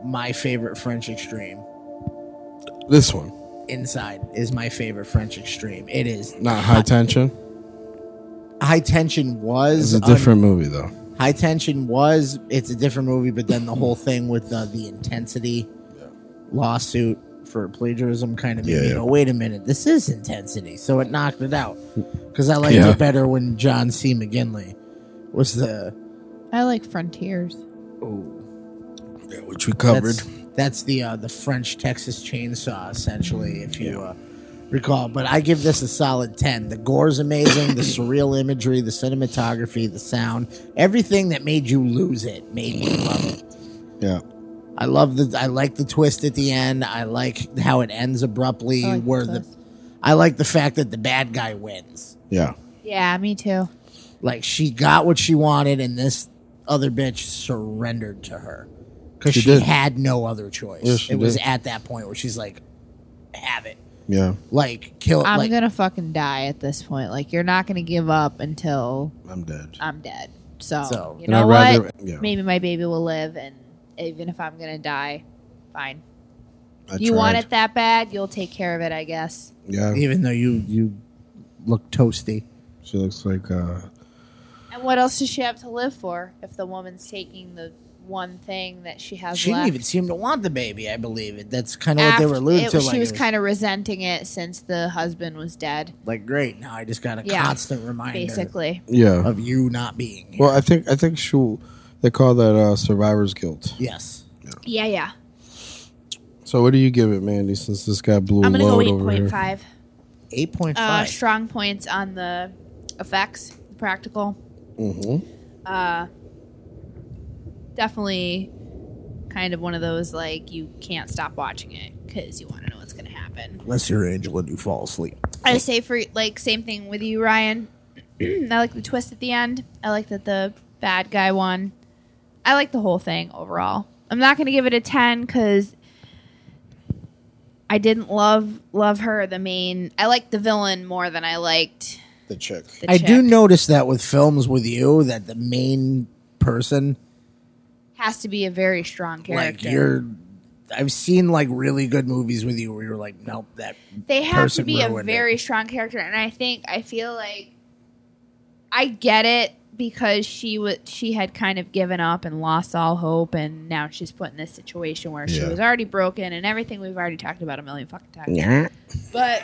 Speaker 5: my favorite French extreme.
Speaker 6: This one,
Speaker 5: Inside is my favorite French extreme. It is
Speaker 6: not high tension.
Speaker 5: high tension
Speaker 6: It's
Speaker 5: was
Speaker 6: a
Speaker 5: un-
Speaker 6: different movie though.
Speaker 5: High Tension was it's a different movie, but then the whole thing with uh, the intensity lawsuit for plagiarism kind of made
Speaker 6: Yeah,
Speaker 5: me
Speaker 6: yeah.
Speaker 5: go, wait a minute, this is intensity. So it knocked it out because I liked
Speaker 6: Yeah.
Speaker 5: it better when John C. McGinley was the
Speaker 7: I like Frontiers.
Speaker 6: Yeah, which we
Speaker 5: that's, that's the uh, the French Texas Chainsaw essentially, if you. Uh, Recall, but I give this a solid 10. The gore's amazing, the surreal imagery, the cinematography, the sound, everything that made you lose it made me love it.
Speaker 6: Yeah.
Speaker 5: I love the I like the twist at the end. I like how it ends abruptly
Speaker 7: I like the
Speaker 5: where the,
Speaker 7: twist.
Speaker 5: I like the fact that the bad guy wins.
Speaker 6: Yeah.
Speaker 7: Yeah, me too.
Speaker 5: Like she got what she wanted and this other bitch surrendered to her cuz she,
Speaker 6: She did.
Speaker 5: had no other choice.
Speaker 6: Yes, she
Speaker 5: it was
Speaker 6: did.
Speaker 5: at that point where she's like have it.
Speaker 6: Yeah.
Speaker 5: Like kill it
Speaker 7: I'm
Speaker 5: like
Speaker 7: gonna fucking die at this point. Like, you're not gonna give up until
Speaker 6: I'm dead.
Speaker 7: I'm dead. So,
Speaker 5: So-
Speaker 7: you
Speaker 6: And
Speaker 7: know
Speaker 6: I'd rather-
Speaker 7: what?
Speaker 6: yeah.
Speaker 7: Maybe my baby will live, and even if I'm gonna die, fine.
Speaker 6: I
Speaker 7: you want
Speaker 6: tried.
Speaker 7: it that bad, you'll take care of it, I guess.
Speaker 6: Yeah.
Speaker 5: even though you you look toasty.
Speaker 6: She looks like uh,
Speaker 7: And what else does she have to live for if the woman's taking the one thing that she has
Speaker 5: She
Speaker 7: left?
Speaker 5: didn't even seem to want the baby. I believe it. That's kind of what they were
Speaker 7: After-
Speaker 5: alluding
Speaker 7: it-
Speaker 5: to.
Speaker 7: She
Speaker 5: like,
Speaker 7: was
Speaker 5: it was
Speaker 7: kind of resenting it since the husband was dead,
Speaker 5: like great. Now I just got a
Speaker 7: Yeah,
Speaker 5: constant reminder
Speaker 7: basically.
Speaker 6: yeah.
Speaker 5: of you not being here.
Speaker 6: Well, I think I think she they call that uh, survivor's guilt.
Speaker 5: yes,
Speaker 7: Yeah, yeah.
Speaker 6: So what do you give it, Mandy? Since this guy blew
Speaker 7: I'm
Speaker 6: a
Speaker 7: gonna go
Speaker 6: load over here,
Speaker 7: 8.5.
Speaker 5: eight point
Speaker 7: Uh,
Speaker 5: five.
Speaker 7: strong points on the effects, the practical. Uh,
Speaker 6: Mm-hmm.
Speaker 7: Definitely kind of one of those like you can't stop watching it because you want to know what's going to happen.
Speaker 5: Unless you're Angela and you fall asleep.
Speaker 7: I say for like same thing with you, Ryan. I like the twist at the end. I like that the bad guy won. I like the whole thing overall. I'm not gonna give it a ten because I didn't love love her the main. I liked the villain more than I liked
Speaker 6: The chick.
Speaker 7: the.
Speaker 5: I do
Speaker 7: chick.
Speaker 5: notice that with films with you that the main person
Speaker 7: has to be a very strong
Speaker 5: like
Speaker 7: character.
Speaker 5: you're I've seen like really good movies with you where you're like nope that
Speaker 7: they have to
Speaker 5: person
Speaker 7: be a
Speaker 5: ruined it.
Speaker 7: very strong character and i think i feel like i get it because she was she had kind of given up and lost all hope and now she's put in this situation where she
Speaker 6: Yeah.
Speaker 7: was already broken and everything we've already talked about a million fucking times but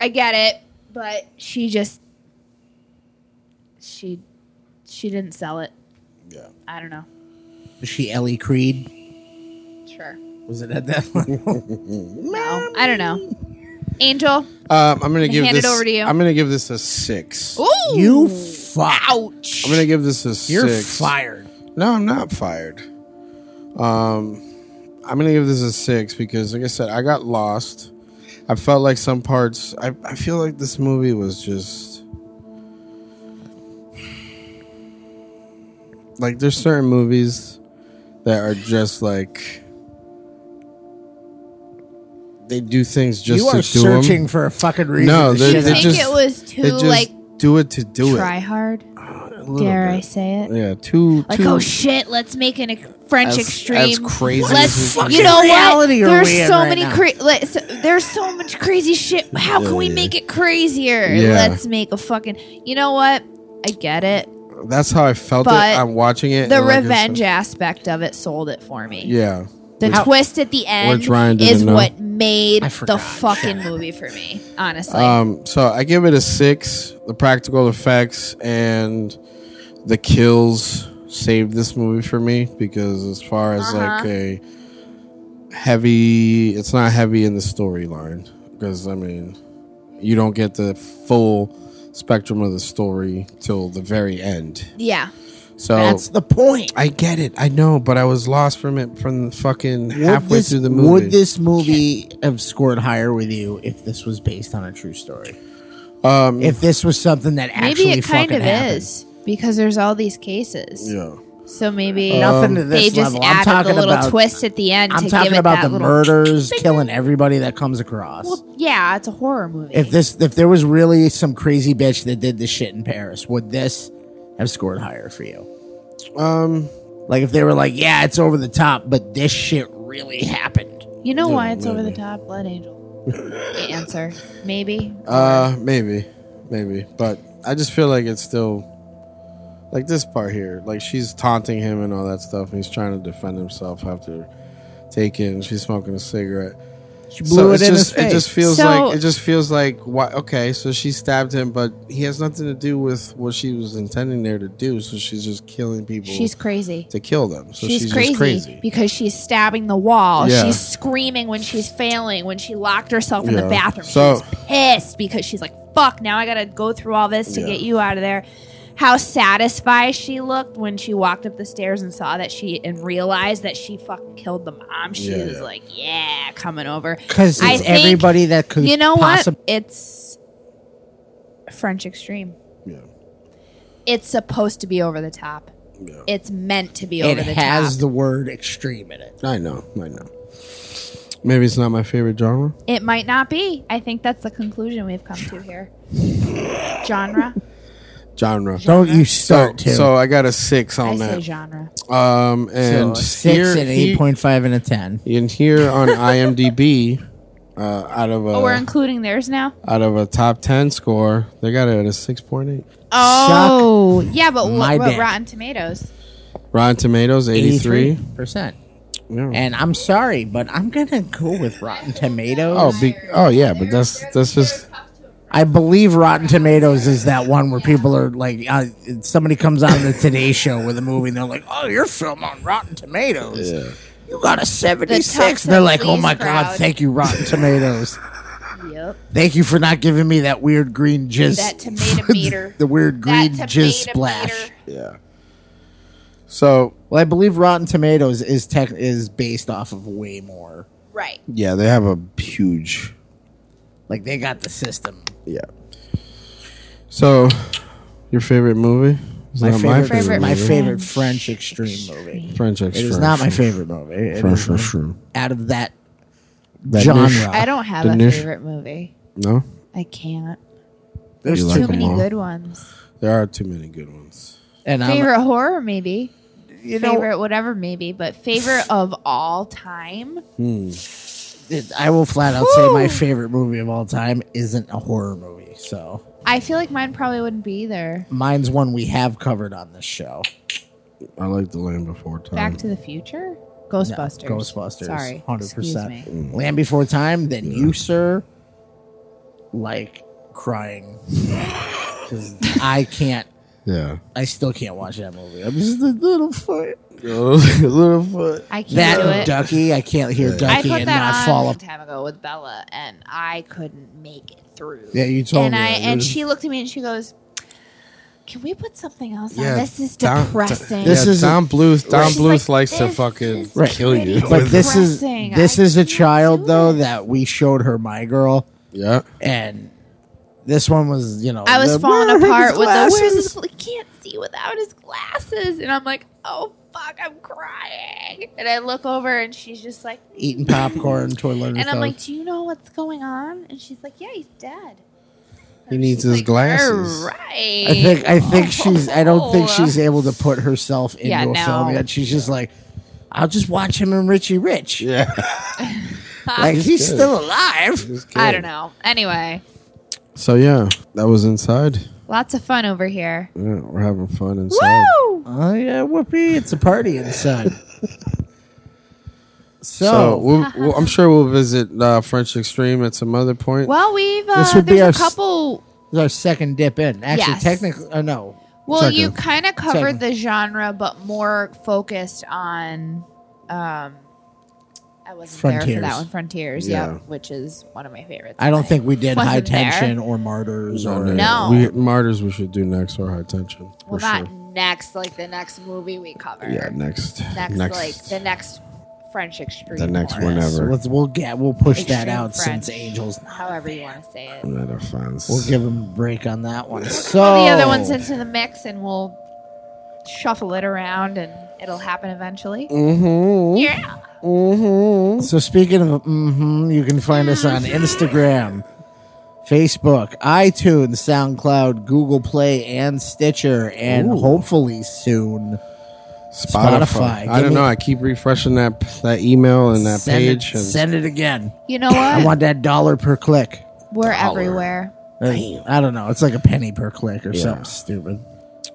Speaker 7: i get it but she just she she didn't sell it
Speaker 6: Yeah.
Speaker 7: i don't know
Speaker 5: was she Ellie Creed
Speaker 7: sure
Speaker 5: was it at that level?
Speaker 7: no i don't know angel
Speaker 6: Um, I'm gonna give
Speaker 7: hand it
Speaker 6: this.
Speaker 7: over to you.
Speaker 6: I'm gonna give this a six.
Speaker 7: ooh
Speaker 5: you fuck
Speaker 7: ouch
Speaker 6: I'm gonna give this a
Speaker 5: you're
Speaker 6: 6
Speaker 5: fired
Speaker 6: No, I'm not fired. Um, I'm gonna give this a six because, like I said, I got lost. I felt like some parts. I, I feel like this movie was just like there's certain movies that are just like they do things just
Speaker 5: you
Speaker 6: to
Speaker 5: are
Speaker 6: do 'em.
Speaker 5: searching for a fucking reason
Speaker 6: No,
Speaker 5: to
Speaker 6: they're-
Speaker 5: shit
Speaker 6: they're
Speaker 5: on.
Speaker 7: think
Speaker 6: just-
Speaker 7: it was too
Speaker 6: They just
Speaker 7: like
Speaker 6: do it to do
Speaker 7: try
Speaker 6: it.
Speaker 7: hard.
Speaker 6: A little
Speaker 7: Dare I
Speaker 6: bit.
Speaker 7: say it?
Speaker 6: Yeah, too.
Speaker 7: Like,
Speaker 6: too,
Speaker 7: oh shit, let's make an ex- French
Speaker 6: as-
Speaker 7: extreme.
Speaker 6: as crazy as
Speaker 7: Let's,
Speaker 6: we can.
Speaker 7: you know
Speaker 5: Fucking
Speaker 7: what?
Speaker 5: reality are
Speaker 7: There's
Speaker 5: we in
Speaker 7: so
Speaker 5: right
Speaker 7: many
Speaker 5: now?
Speaker 7: cra- like, so, there's so much crazy shit. How can we
Speaker 6: Yeah.
Speaker 7: make it crazier?
Speaker 6: Yeah.
Speaker 7: Let's make a fucking. You know what? I get it.
Speaker 6: That's how I felt it.
Speaker 7: But
Speaker 6: I'm watching it.
Speaker 7: The
Speaker 6: and like I said-
Speaker 7: revenge aspect of it sold it for me.
Speaker 6: Yeah.
Speaker 7: The
Speaker 5: How-
Speaker 7: twist at the end
Speaker 6: Ryan didn't
Speaker 7: is
Speaker 6: know.
Speaker 7: what made
Speaker 5: I
Speaker 7: the
Speaker 5: forgot.
Speaker 7: fucking movie for me. Honestly,
Speaker 6: Um, so I give it a six. The practical effects and the kills saved this movie for me because as far as like a heavy, it's not heavy in the storyline because I mean, you don't get the full spectrum of the story till the very end.
Speaker 7: yeah.
Speaker 6: So
Speaker 5: that's the point
Speaker 6: I get it. I know, but I was lost from it from the fucking halfway
Speaker 5: this,
Speaker 6: through the movie.
Speaker 5: would this movie have scored higher with you if this was based on a true story
Speaker 6: um,
Speaker 5: if this was something that actually
Speaker 7: Maybe it kind
Speaker 5: fucking
Speaker 7: of
Speaker 5: happened.
Speaker 7: is because there's all these cases.
Speaker 6: yeah.
Speaker 7: So maybe
Speaker 6: Um,
Speaker 5: nothing to this
Speaker 7: they just
Speaker 5: level. I'm
Speaker 7: added
Speaker 5: talking
Speaker 7: the little
Speaker 5: about-
Speaker 7: twist at the end
Speaker 5: I'm
Speaker 7: to give
Speaker 5: talking
Speaker 7: it
Speaker 5: about
Speaker 7: that
Speaker 5: the
Speaker 7: little
Speaker 5: murders killing everybody that comes across
Speaker 7: Yeah, it's a horror movie.
Speaker 5: if this if there was really some crazy bitch that did this shit in Paris, would this have scored higher for you?
Speaker 6: Um,
Speaker 5: Like if they were like, yeah, it's over the top, but this shit really happened.
Speaker 7: you know why it's over the top? Blood Angel. The answer. Maybe.
Speaker 6: Uh, maybe, maybe, but I just feel like it's still like this part here. Like she's taunting him and all that stuff, and he's trying to defend himself after taking. She's smoking a cigarette.
Speaker 5: She blew it
Speaker 6: it's
Speaker 5: in
Speaker 6: just,
Speaker 5: his face.
Speaker 6: It just feels
Speaker 7: So-
Speaker 6: like it just feels like why? Okay, so she stabbed him, but he has nothing to do with what she was intending there to do. So she's just killing people.
Speaker 7: She's crazy.
Speaker 6: to kill them. So she's,
Speaker 7: She's crazy,
Speaker 6: just crazy.
Speaker 7: because she's stabbing the wall.
Speaker 6: Yeah.
Speaker 7: She's screaming when she's failing, when she locked herself in
Speaker 6: Yeah.
Speaker 7: the bathroom.
Speaker 6: So-
Speaker 7: she's pissed because she's like, fuck, now I gotta go through all this to
Speaker 6: Yeah.
Speaker 7: get you out of there. How satisfied she looked when she walked up the stairs and saw that she and realized that she fucking killed the mom. She
Speaker 6: Yeah,
Speaker 7: was
Speaker 6: yeah.
Speaker 7: like, yeah, coming over.
Speaker 5: because
Speaker 7: I
Speaker 5: it's
Speaker 7: think-
Speaker 5: everybody that could.
Speaker 7: You know
Speaker 5: possi-
Speaker 7: what? It's French extreme.
Speaker 6: Yeah.
Speaker 7: It's supposed to be over the top.
Speaker 6: Yeah.
Speaker 7: It's meant to be
Speaker 5: It
Speaker 7: over the
Speaker 5: has
Speaker 7: top.
Speaker 5: the word extreme in it.
Speaker 6: I know. I know. Maybe it's not my favorite genre.
Speaker 7: it might not be. I think that's the conclusion we've come to here. Genre.
Speaker 6: genre.
Speaker 5: Don't you
Speaker 6: So,
Speaker 5: start to.
Speaker 6: so I got a six
Speaker 7: I
Speaker 6: on
Speaker 7: say
Speaker 6: that.
Speaker 7: genre.
Speaker 6: Um,
Speaker 5: So
Speaker 6: and
Speaker 5: a
Speaker 6: here,
Speaker 5: six and eight point five and a ten.
Speaker 6: And here on IMDb, uh, out of a
Speaker 7: Oh, we're including theirs now.
Speaker 6: out of a top ten score, they got it at a six point eight.
Speaker 7: Oh, yeah, but
Speaker 5: my
Speaker 7: what, what
Speaker 5: dick.
Speaker 7: Rotten Tomatoes?
Speaker 6: Rotten Tomatoes eighty three.
Speaker 5: percent.
Speaker 6: Yeah.
Speaker 5: And I'm sorry, but I'm gonna go with Rotten Tomatoes.
Speaker 6: Oh, be, oh yeah, but that's that's just
Speaker 5: I believe Rotten Tomatoes is that one where people are like, uh, somebody comes on the Today Show with a movie and they're like, "Oh, your film on Rotten Tomatoes,
Speaker 6: yeah.
Speaker 5: you got a 76."
Speaker 7: Tucks
Speaker 5: They're
Speaker 7: and
Speaker 5: like, "Oh
Speaker 7: Please
Speaker 5: my god,
Speaker 7: crowd."
Speaker 5: thank you, Rotten Tomatoes.
Speaker 7: Yep.
Speaker 5: Thank you for not giving me that weird green jizz,
Speaker 7: That tomato meter.
Speaker 5: the weird green
Speaker 7: that
Speaker 5: jizz splash."
Speaker 7: meter.
Speaker 6: yeah. So
Speaker 5: Well, I believe Rotten Tomatoes is tech is based off of way more.
Speaker 7: Right.
Speaker 6: yeah, they have a huge
Speaker 5: Like they got the system.
Speaker 6: yeah. So, your favorite movie? Is
Speaker 5: My
Speaker 6: that
Speaker 5: favorite,
Speaker 7: favorite
Speaker 5: my
Speaker 6: movie?
Speaker 5: favorite French extreme movie.
Speaker 6: French
Speaker 5: It is not my favorite movie. It is
Speaker 6: French
Speaker 5: my-
Speaker 6: Extreme.
Speaker 5: out of that,
Speaker 6: That
Speaker 5: genre.
Speaker 6: niche-
Speaker 7: I don't have
Speaker 6: The
Speaker 7: a
Speaker 6: niche-
Speaker 7: favorite movie.
Speaker 6: No,
Speaker 7: I can't.
Speaker 5: there's
Speaker 6: You
Speaker 5: too
Speaker 6: like
Speaker 7: Too
Speaker 6: them
Speaker 7: many
Speaker 6: all.
Speaker 7: good ones.
Speaker 6: there are too many good ones.
Speaker 5: and I'm-
Speaker 7: favorite horror, maybe.
Speaker 5: you know,
Speaker 7: favorite whatever, maybe. But favorite of all time.
Speaker 5: it- I will flat out say my
Speaker 7: Woo!
Speaker 5: favorite movie of all time isn't a horror movie. So
Speaker 7: I feel like mine probably wouldn't be either.
Speaker 5: mine's one we have covered on this show.
Speaker 6: I like The Land Before Time.
Speaker 7: Back to the Future? Ghostbusters.
Speaker 5: Ghostbusters.
Speaker 7: Sorry.
Speaker 5: 100%.
Speaker 7: Excuse
Speaker 6: Mm.
Speaker 7: me.
Speaker 5: Land Before Time, then you, sir, like crying. 'Cause I can't,
Speaker 6: yeah.
Speaker 5: I still can't watch that movie. I'm just a little foot.
Speaker 6: Littlefoot.
Speaker 7: I can't do
Speaker 5: That
Speaker 7: it.
Speaker 5: Ducky, I can't hear
Speaker 7: I
Speaker 5: Ducky
Speaker 7: put
Speaker 5: and
Speaker 7: that
Speaker 5: not
Speaker 7: on
Speaker 5: fall
Speaker 7: a long
Speaker 5: apart.
Speaker 7: time ago with Bella, and I couldn't make it through.
Speaker 5: Yeah, you told
Speaker 7: and
Speaker 5: me.
Speaker 7: I
Speaker 5: that.
Speaker 7: and she looked at me and she goes, "Can we put something else
Speaker 6: Yeah,
Speaker 7: on? This is
Speaker 6: Don-
Speaker 7: depressing."
Speaker 5: This
Speaker 6: This
Speaker 5: is-
Speaker 6: is Don Bluth. Don
Speaker 7: She's
Speaker 6: Bluth
Speaker 7: like,
Speaker 6: likes to
Speaker 7: "This
Speaker 6: fucking
Speaker 7: is
Speaker 6: kill you.
Speaker 7: pretty
Speaker 5: but this is
Speaker 7: depressing.
Speaker 5: this
Speaker 7: I
Speaker 5: is a
Speaker 7: can't
Speaker 5: child
Speaker 7: do
Speaker 5: though
Speaker 7: it.
Speaker 5: that we showed her my girl
Speaker 6: yeah.
Speaker 5: and this one was you know
Speaker 7: I was
Speaker 5: the-
Speaker 7: falling
Speaker 5: "Where are his
Speaker 7: apart with the where's
Speaker 5: glasses?"
Speaker 7: his gl- he can't see without his glasses, and I'm like, "Oh fuck, I'm crying." And I look over, and she's just like,
Speaker 5: eating popcorn twiddling her
Speaker 7: and I'm
Speaker 5: thumbs.
Speaker 7: like, "Do you know what's going on?" And she's like, "Yeah, he's dead."
Speaker 6: He needs
Speaker 7: She's
Speaker 6: his
Speaker 7: like,
Speaker 6: glasses.
Speaker 7: All right.
Speaker 5: I think I think she's I don't think
Speaker 7: Oh.
Speaker 5: she's able to put herself into
Speaker 7: Yeah,
Speaker 5: a film
Speaker 7: no.
Speaker 5: yet. She's just like, I'll just watch him and Richie Rich.
Speaker 6: Yeah.
Speaker 5: Like he's
Speaker 6: good.
Speaker 5: still alive.
Speaker 6: Just
Speaker 7: I
Speaker 6: kidding.
Speaker 7: don't know. Anyway,
Speaker 6: So yeah, that was inside.
Speaker 7: lots of fun over here.
Speaker 6: Yeah, we're having fun inside.
Speaker 7: Woo!
Speaker 5: Oh yeah, whoopee! It's a party inside.
Speaker 6: So
Speaker 5: so
Speaker 6: we'll, we'll, I'm sure we'll visit uh, French Extreme at some other point.
Speaker 7: Well, we've uh,
Speaker 5: This
Speaker 7: there's
Speaker 5: would be our
Speaker 7: a
Speaker 5: s-
Speaker 7: couple.
Speaker 5: this is our second dip in. Actually,
Speaker 7: Yes.
Speaker 5: technically, oh no,
Speaker 7: Well,
Speaker 6: Second.
Speaker 7: you kind of covered
Speaker 5: Second.
Speaker 7: the genre, but more focused on. Um, I wasn't there for
Speaker 5: Frontiers.
Speaker 7: that one, Frontiers.
Speaker 6: Yeah.
Speaker 7: Yeah, which is one of my favorites.
Speaker 5: I don't think we did
Speaker 7: Wasn't
Speaker 5: high
Speaker 7: there.
Speaker 5: tension or martyrs or
Speaker 7: No.
Speaker 6: We, martyrs, we should do next or high tension. for
Speaker 7: Well, not
Speaker 6: sure.
Speaker 7: next, like the next movie we cover.
Speaker 6: Yeah, next.
Speaker 7: next,
Speaker 6: Next.
Speaker 7: like the next French Extreme.
Speaker 6: the next
Speaker 7: or
Speaker 6: one
Speaker 5: So
Speaker 6: ever.
Speaker 5: let's, we'll get we'll push that
Speaker 7: Extreme
Speaker 5: out
Speaker 7: French.
Speaker 5: since Angels.
Speaker 7: However you want to say it.
Speaker 6: Another fans.
Speaker 5: We'll give him a break on that one. So
Speaker 7: Throw the other ones into the mix and we'll shuffle it around and it'll happen eventually.
Speaker 5: Mm-hmm.
Speaker 7: Yeah.
Speaker 5: So speaking of, hmm you can find us on
Speaker 7: Mm-hmm.
Speaker 5: Instagram, Facebook, iTunes, SoundCloud, Google Play, and Stitcher, and hopefully soon. Spotify.
Speaker 6: Spotify. I
Speaker 5: Give
Speaker 6: don't
Speaker 5: me-
Speaker 6: know. I keep refreshing that that email and that
Speaker 5: send
Speaker 6: page.
Speaker 5: it,
Speaker 6: and-
Speaker 5: send it again.
Speaker 7: You know
Speaker 5: I
Speaker 7: what?
Speaker 5: want that dollar per click. Uh,
Speaker 7: We're everywhere.
Speaker 5: I don't know. It's like a penny per click or something stupid.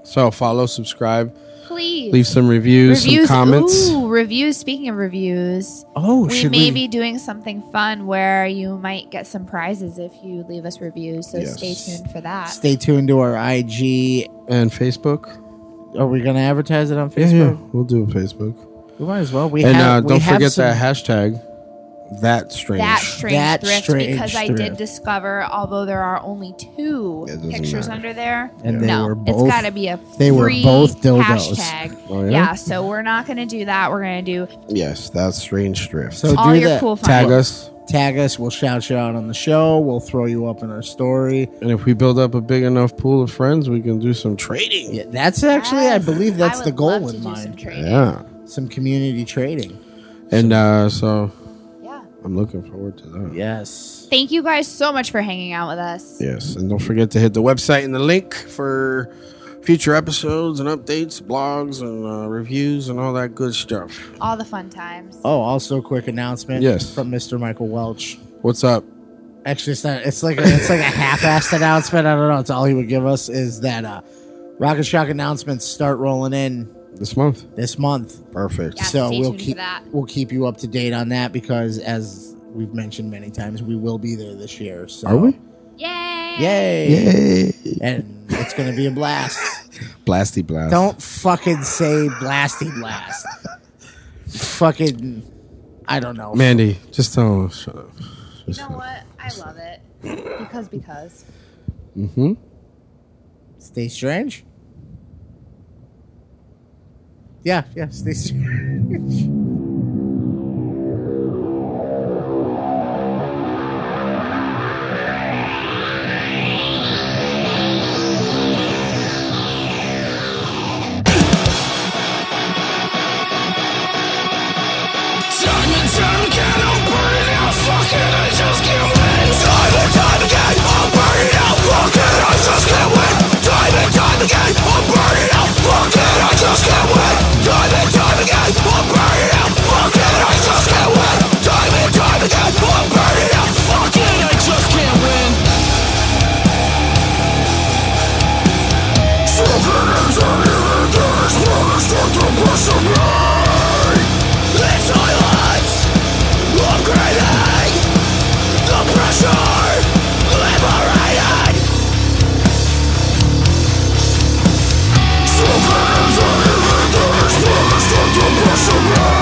Speaker 6: so follow, subscribe,
Speaker 7: Please.
Speaker 6: leave some reviews,
Speaker 7: reviews.
Speaker 6: some comments.
Speaker 7: Ooh, reviews. Speaking of reviews,
Speaker 5: Oh,
Speaker 7: we
Speaker 5: should
Speaker 7: may
Speaker 5: we-
Speaker 7: be doing something fun where you might get some prizes if you leave us reviews. So
Speaker 6: Yes.
Speaker 7: stay tuned for that.
Speaker 5: Stay tuned to our IG.
Speaker 6: and Facebook.
Speaker 5: Are we going to advertise it on
Speaker 6: Yeah,
Speaker 5: Facebook?
Speaker 6: yeah, we'll do Facebook.
Speaker 5: We might as well. We
Speaker 6: and
Speaker 5: have,
Speaker 6: uh,
Speaker 5: we
Speaker 6: don't
Speaker 5: have
Speaker 6: forget
Speaker 5: some-
Speaker 6: that hashtag. That strange.
Speaker 7: that strange
Speaker 5: That
Speaker 7: thrift
Speaker 5: strange
Speaker 7: because I
Speaker 5: thrift.
Speaker 7: did discover, although there are only two
Speaker 6: It doesn't
Speaker 7: pictures
Speaker 6: matter.
Speaker 7: under there,
Speaker 5: And they
Speaker 7: no,
Speaker 5: were both-
Speaker 7: it's got to be a
Speaker 5: they were
Speaker 7: free
Speaker 5: both dildos.
Speaker 7: hashtag.
Speaker 6: Oh, yeah?
Speaker 7: yeah? so we're not going to do that. We're going to do
Speaker 6: yes, that strange thrift.
Speaker 5: So
Speaker 7: all
Speaker 5: do
Speaker 7: your
Speaker 5: that.
Speaker 7: cool finds.
Speaker 6: tag us,
Speaker 5: Tag us. We'll shout you out on the show. We'll throw you up in our story.
Speaker 6: and if we build up a big enough pool of friends, we can do some trading.
Speaker 5: Yeah, that's actually, I
Speaker 7: Yes,
Speaker 5: believe that's
Speaker 7: I
Speaker 5: the
Speaker 7: would
Speaker 5: goal
Speaker 7: love to
Speaker 5: with
Speaker 7: do
Speaker 5: mine.
Speaker 7: some
Speaker 5: Some,
Speaker 7: trading.
Speaker 6: Yeah.
Speaker 7: Yeah.
Speaker 5: community trading.
Speaker 6: And uh, so I'm looking forward to that.
Speaker 5: Yes.
Speaker 7: Thank you guys so much for hanging out with us.
Speaker 6: Yes, and don't forget to hit the website and the link for future episodes and updates, blogs, and uh, reviews, and all that good stuff.
Speaker 7: All the fun times.
Speaker 5: Oh, also a quick announcement
Speaker 6: Yes.
Speaker 5: from Mr. Michael Welch.
Speaker 6: What's up?
Speaker 5: Actually, it's not. It's like a, it's like a half-assed announcement. I don't know. It's all he would give us is that uh, Rocket Shock announcements start rolling in
Speaker 6: This month.
Speaker 5: this month.
Speaker 6: Perfect.
Speaker 7: Yeah.
Speaker 5: so
Speaker 7: stay
Speaker 5: we'll
Speaker 7: tuned for
Speaker 5: keep
Speaker 7: that.
Speaker 5: we'll keep you up to date on that because as we've mentioned many times, we will be there this year. So.
Speaker 6: Are we?
Speaker 7: Yay!
Speaker 5: Yay!
Speaker 6: Hey.
Speaker 5: And it's gonna be a blast.
Speaker 6: Blasty blast.
Speaker 5: don't fucking say blasty blast. fucking, I don't know.
Speaker 6: Mandy, just tell him. Shut up.
Speaker 7: You know what? I love it. Because, because.
Speaker 5: Stay strange. Yeah, yeah, stay strange.
Speaker 9: Time and time again, I'm burning out, fuck it, I just can't win. Time and time again, I'm burning out, fuck it, I just can't win. Time and time again, I'm burning out, fuck it, I just can't win. Time and time again, I'm burning out, fuck it, I just can't win. Time and time again, I'm burning out, fuck it, I just can't win. Something is on your end, there is one, I start to push away. It's silence, upgrading, the pressure, liberated. Something is on your end, there is one, I start to push away.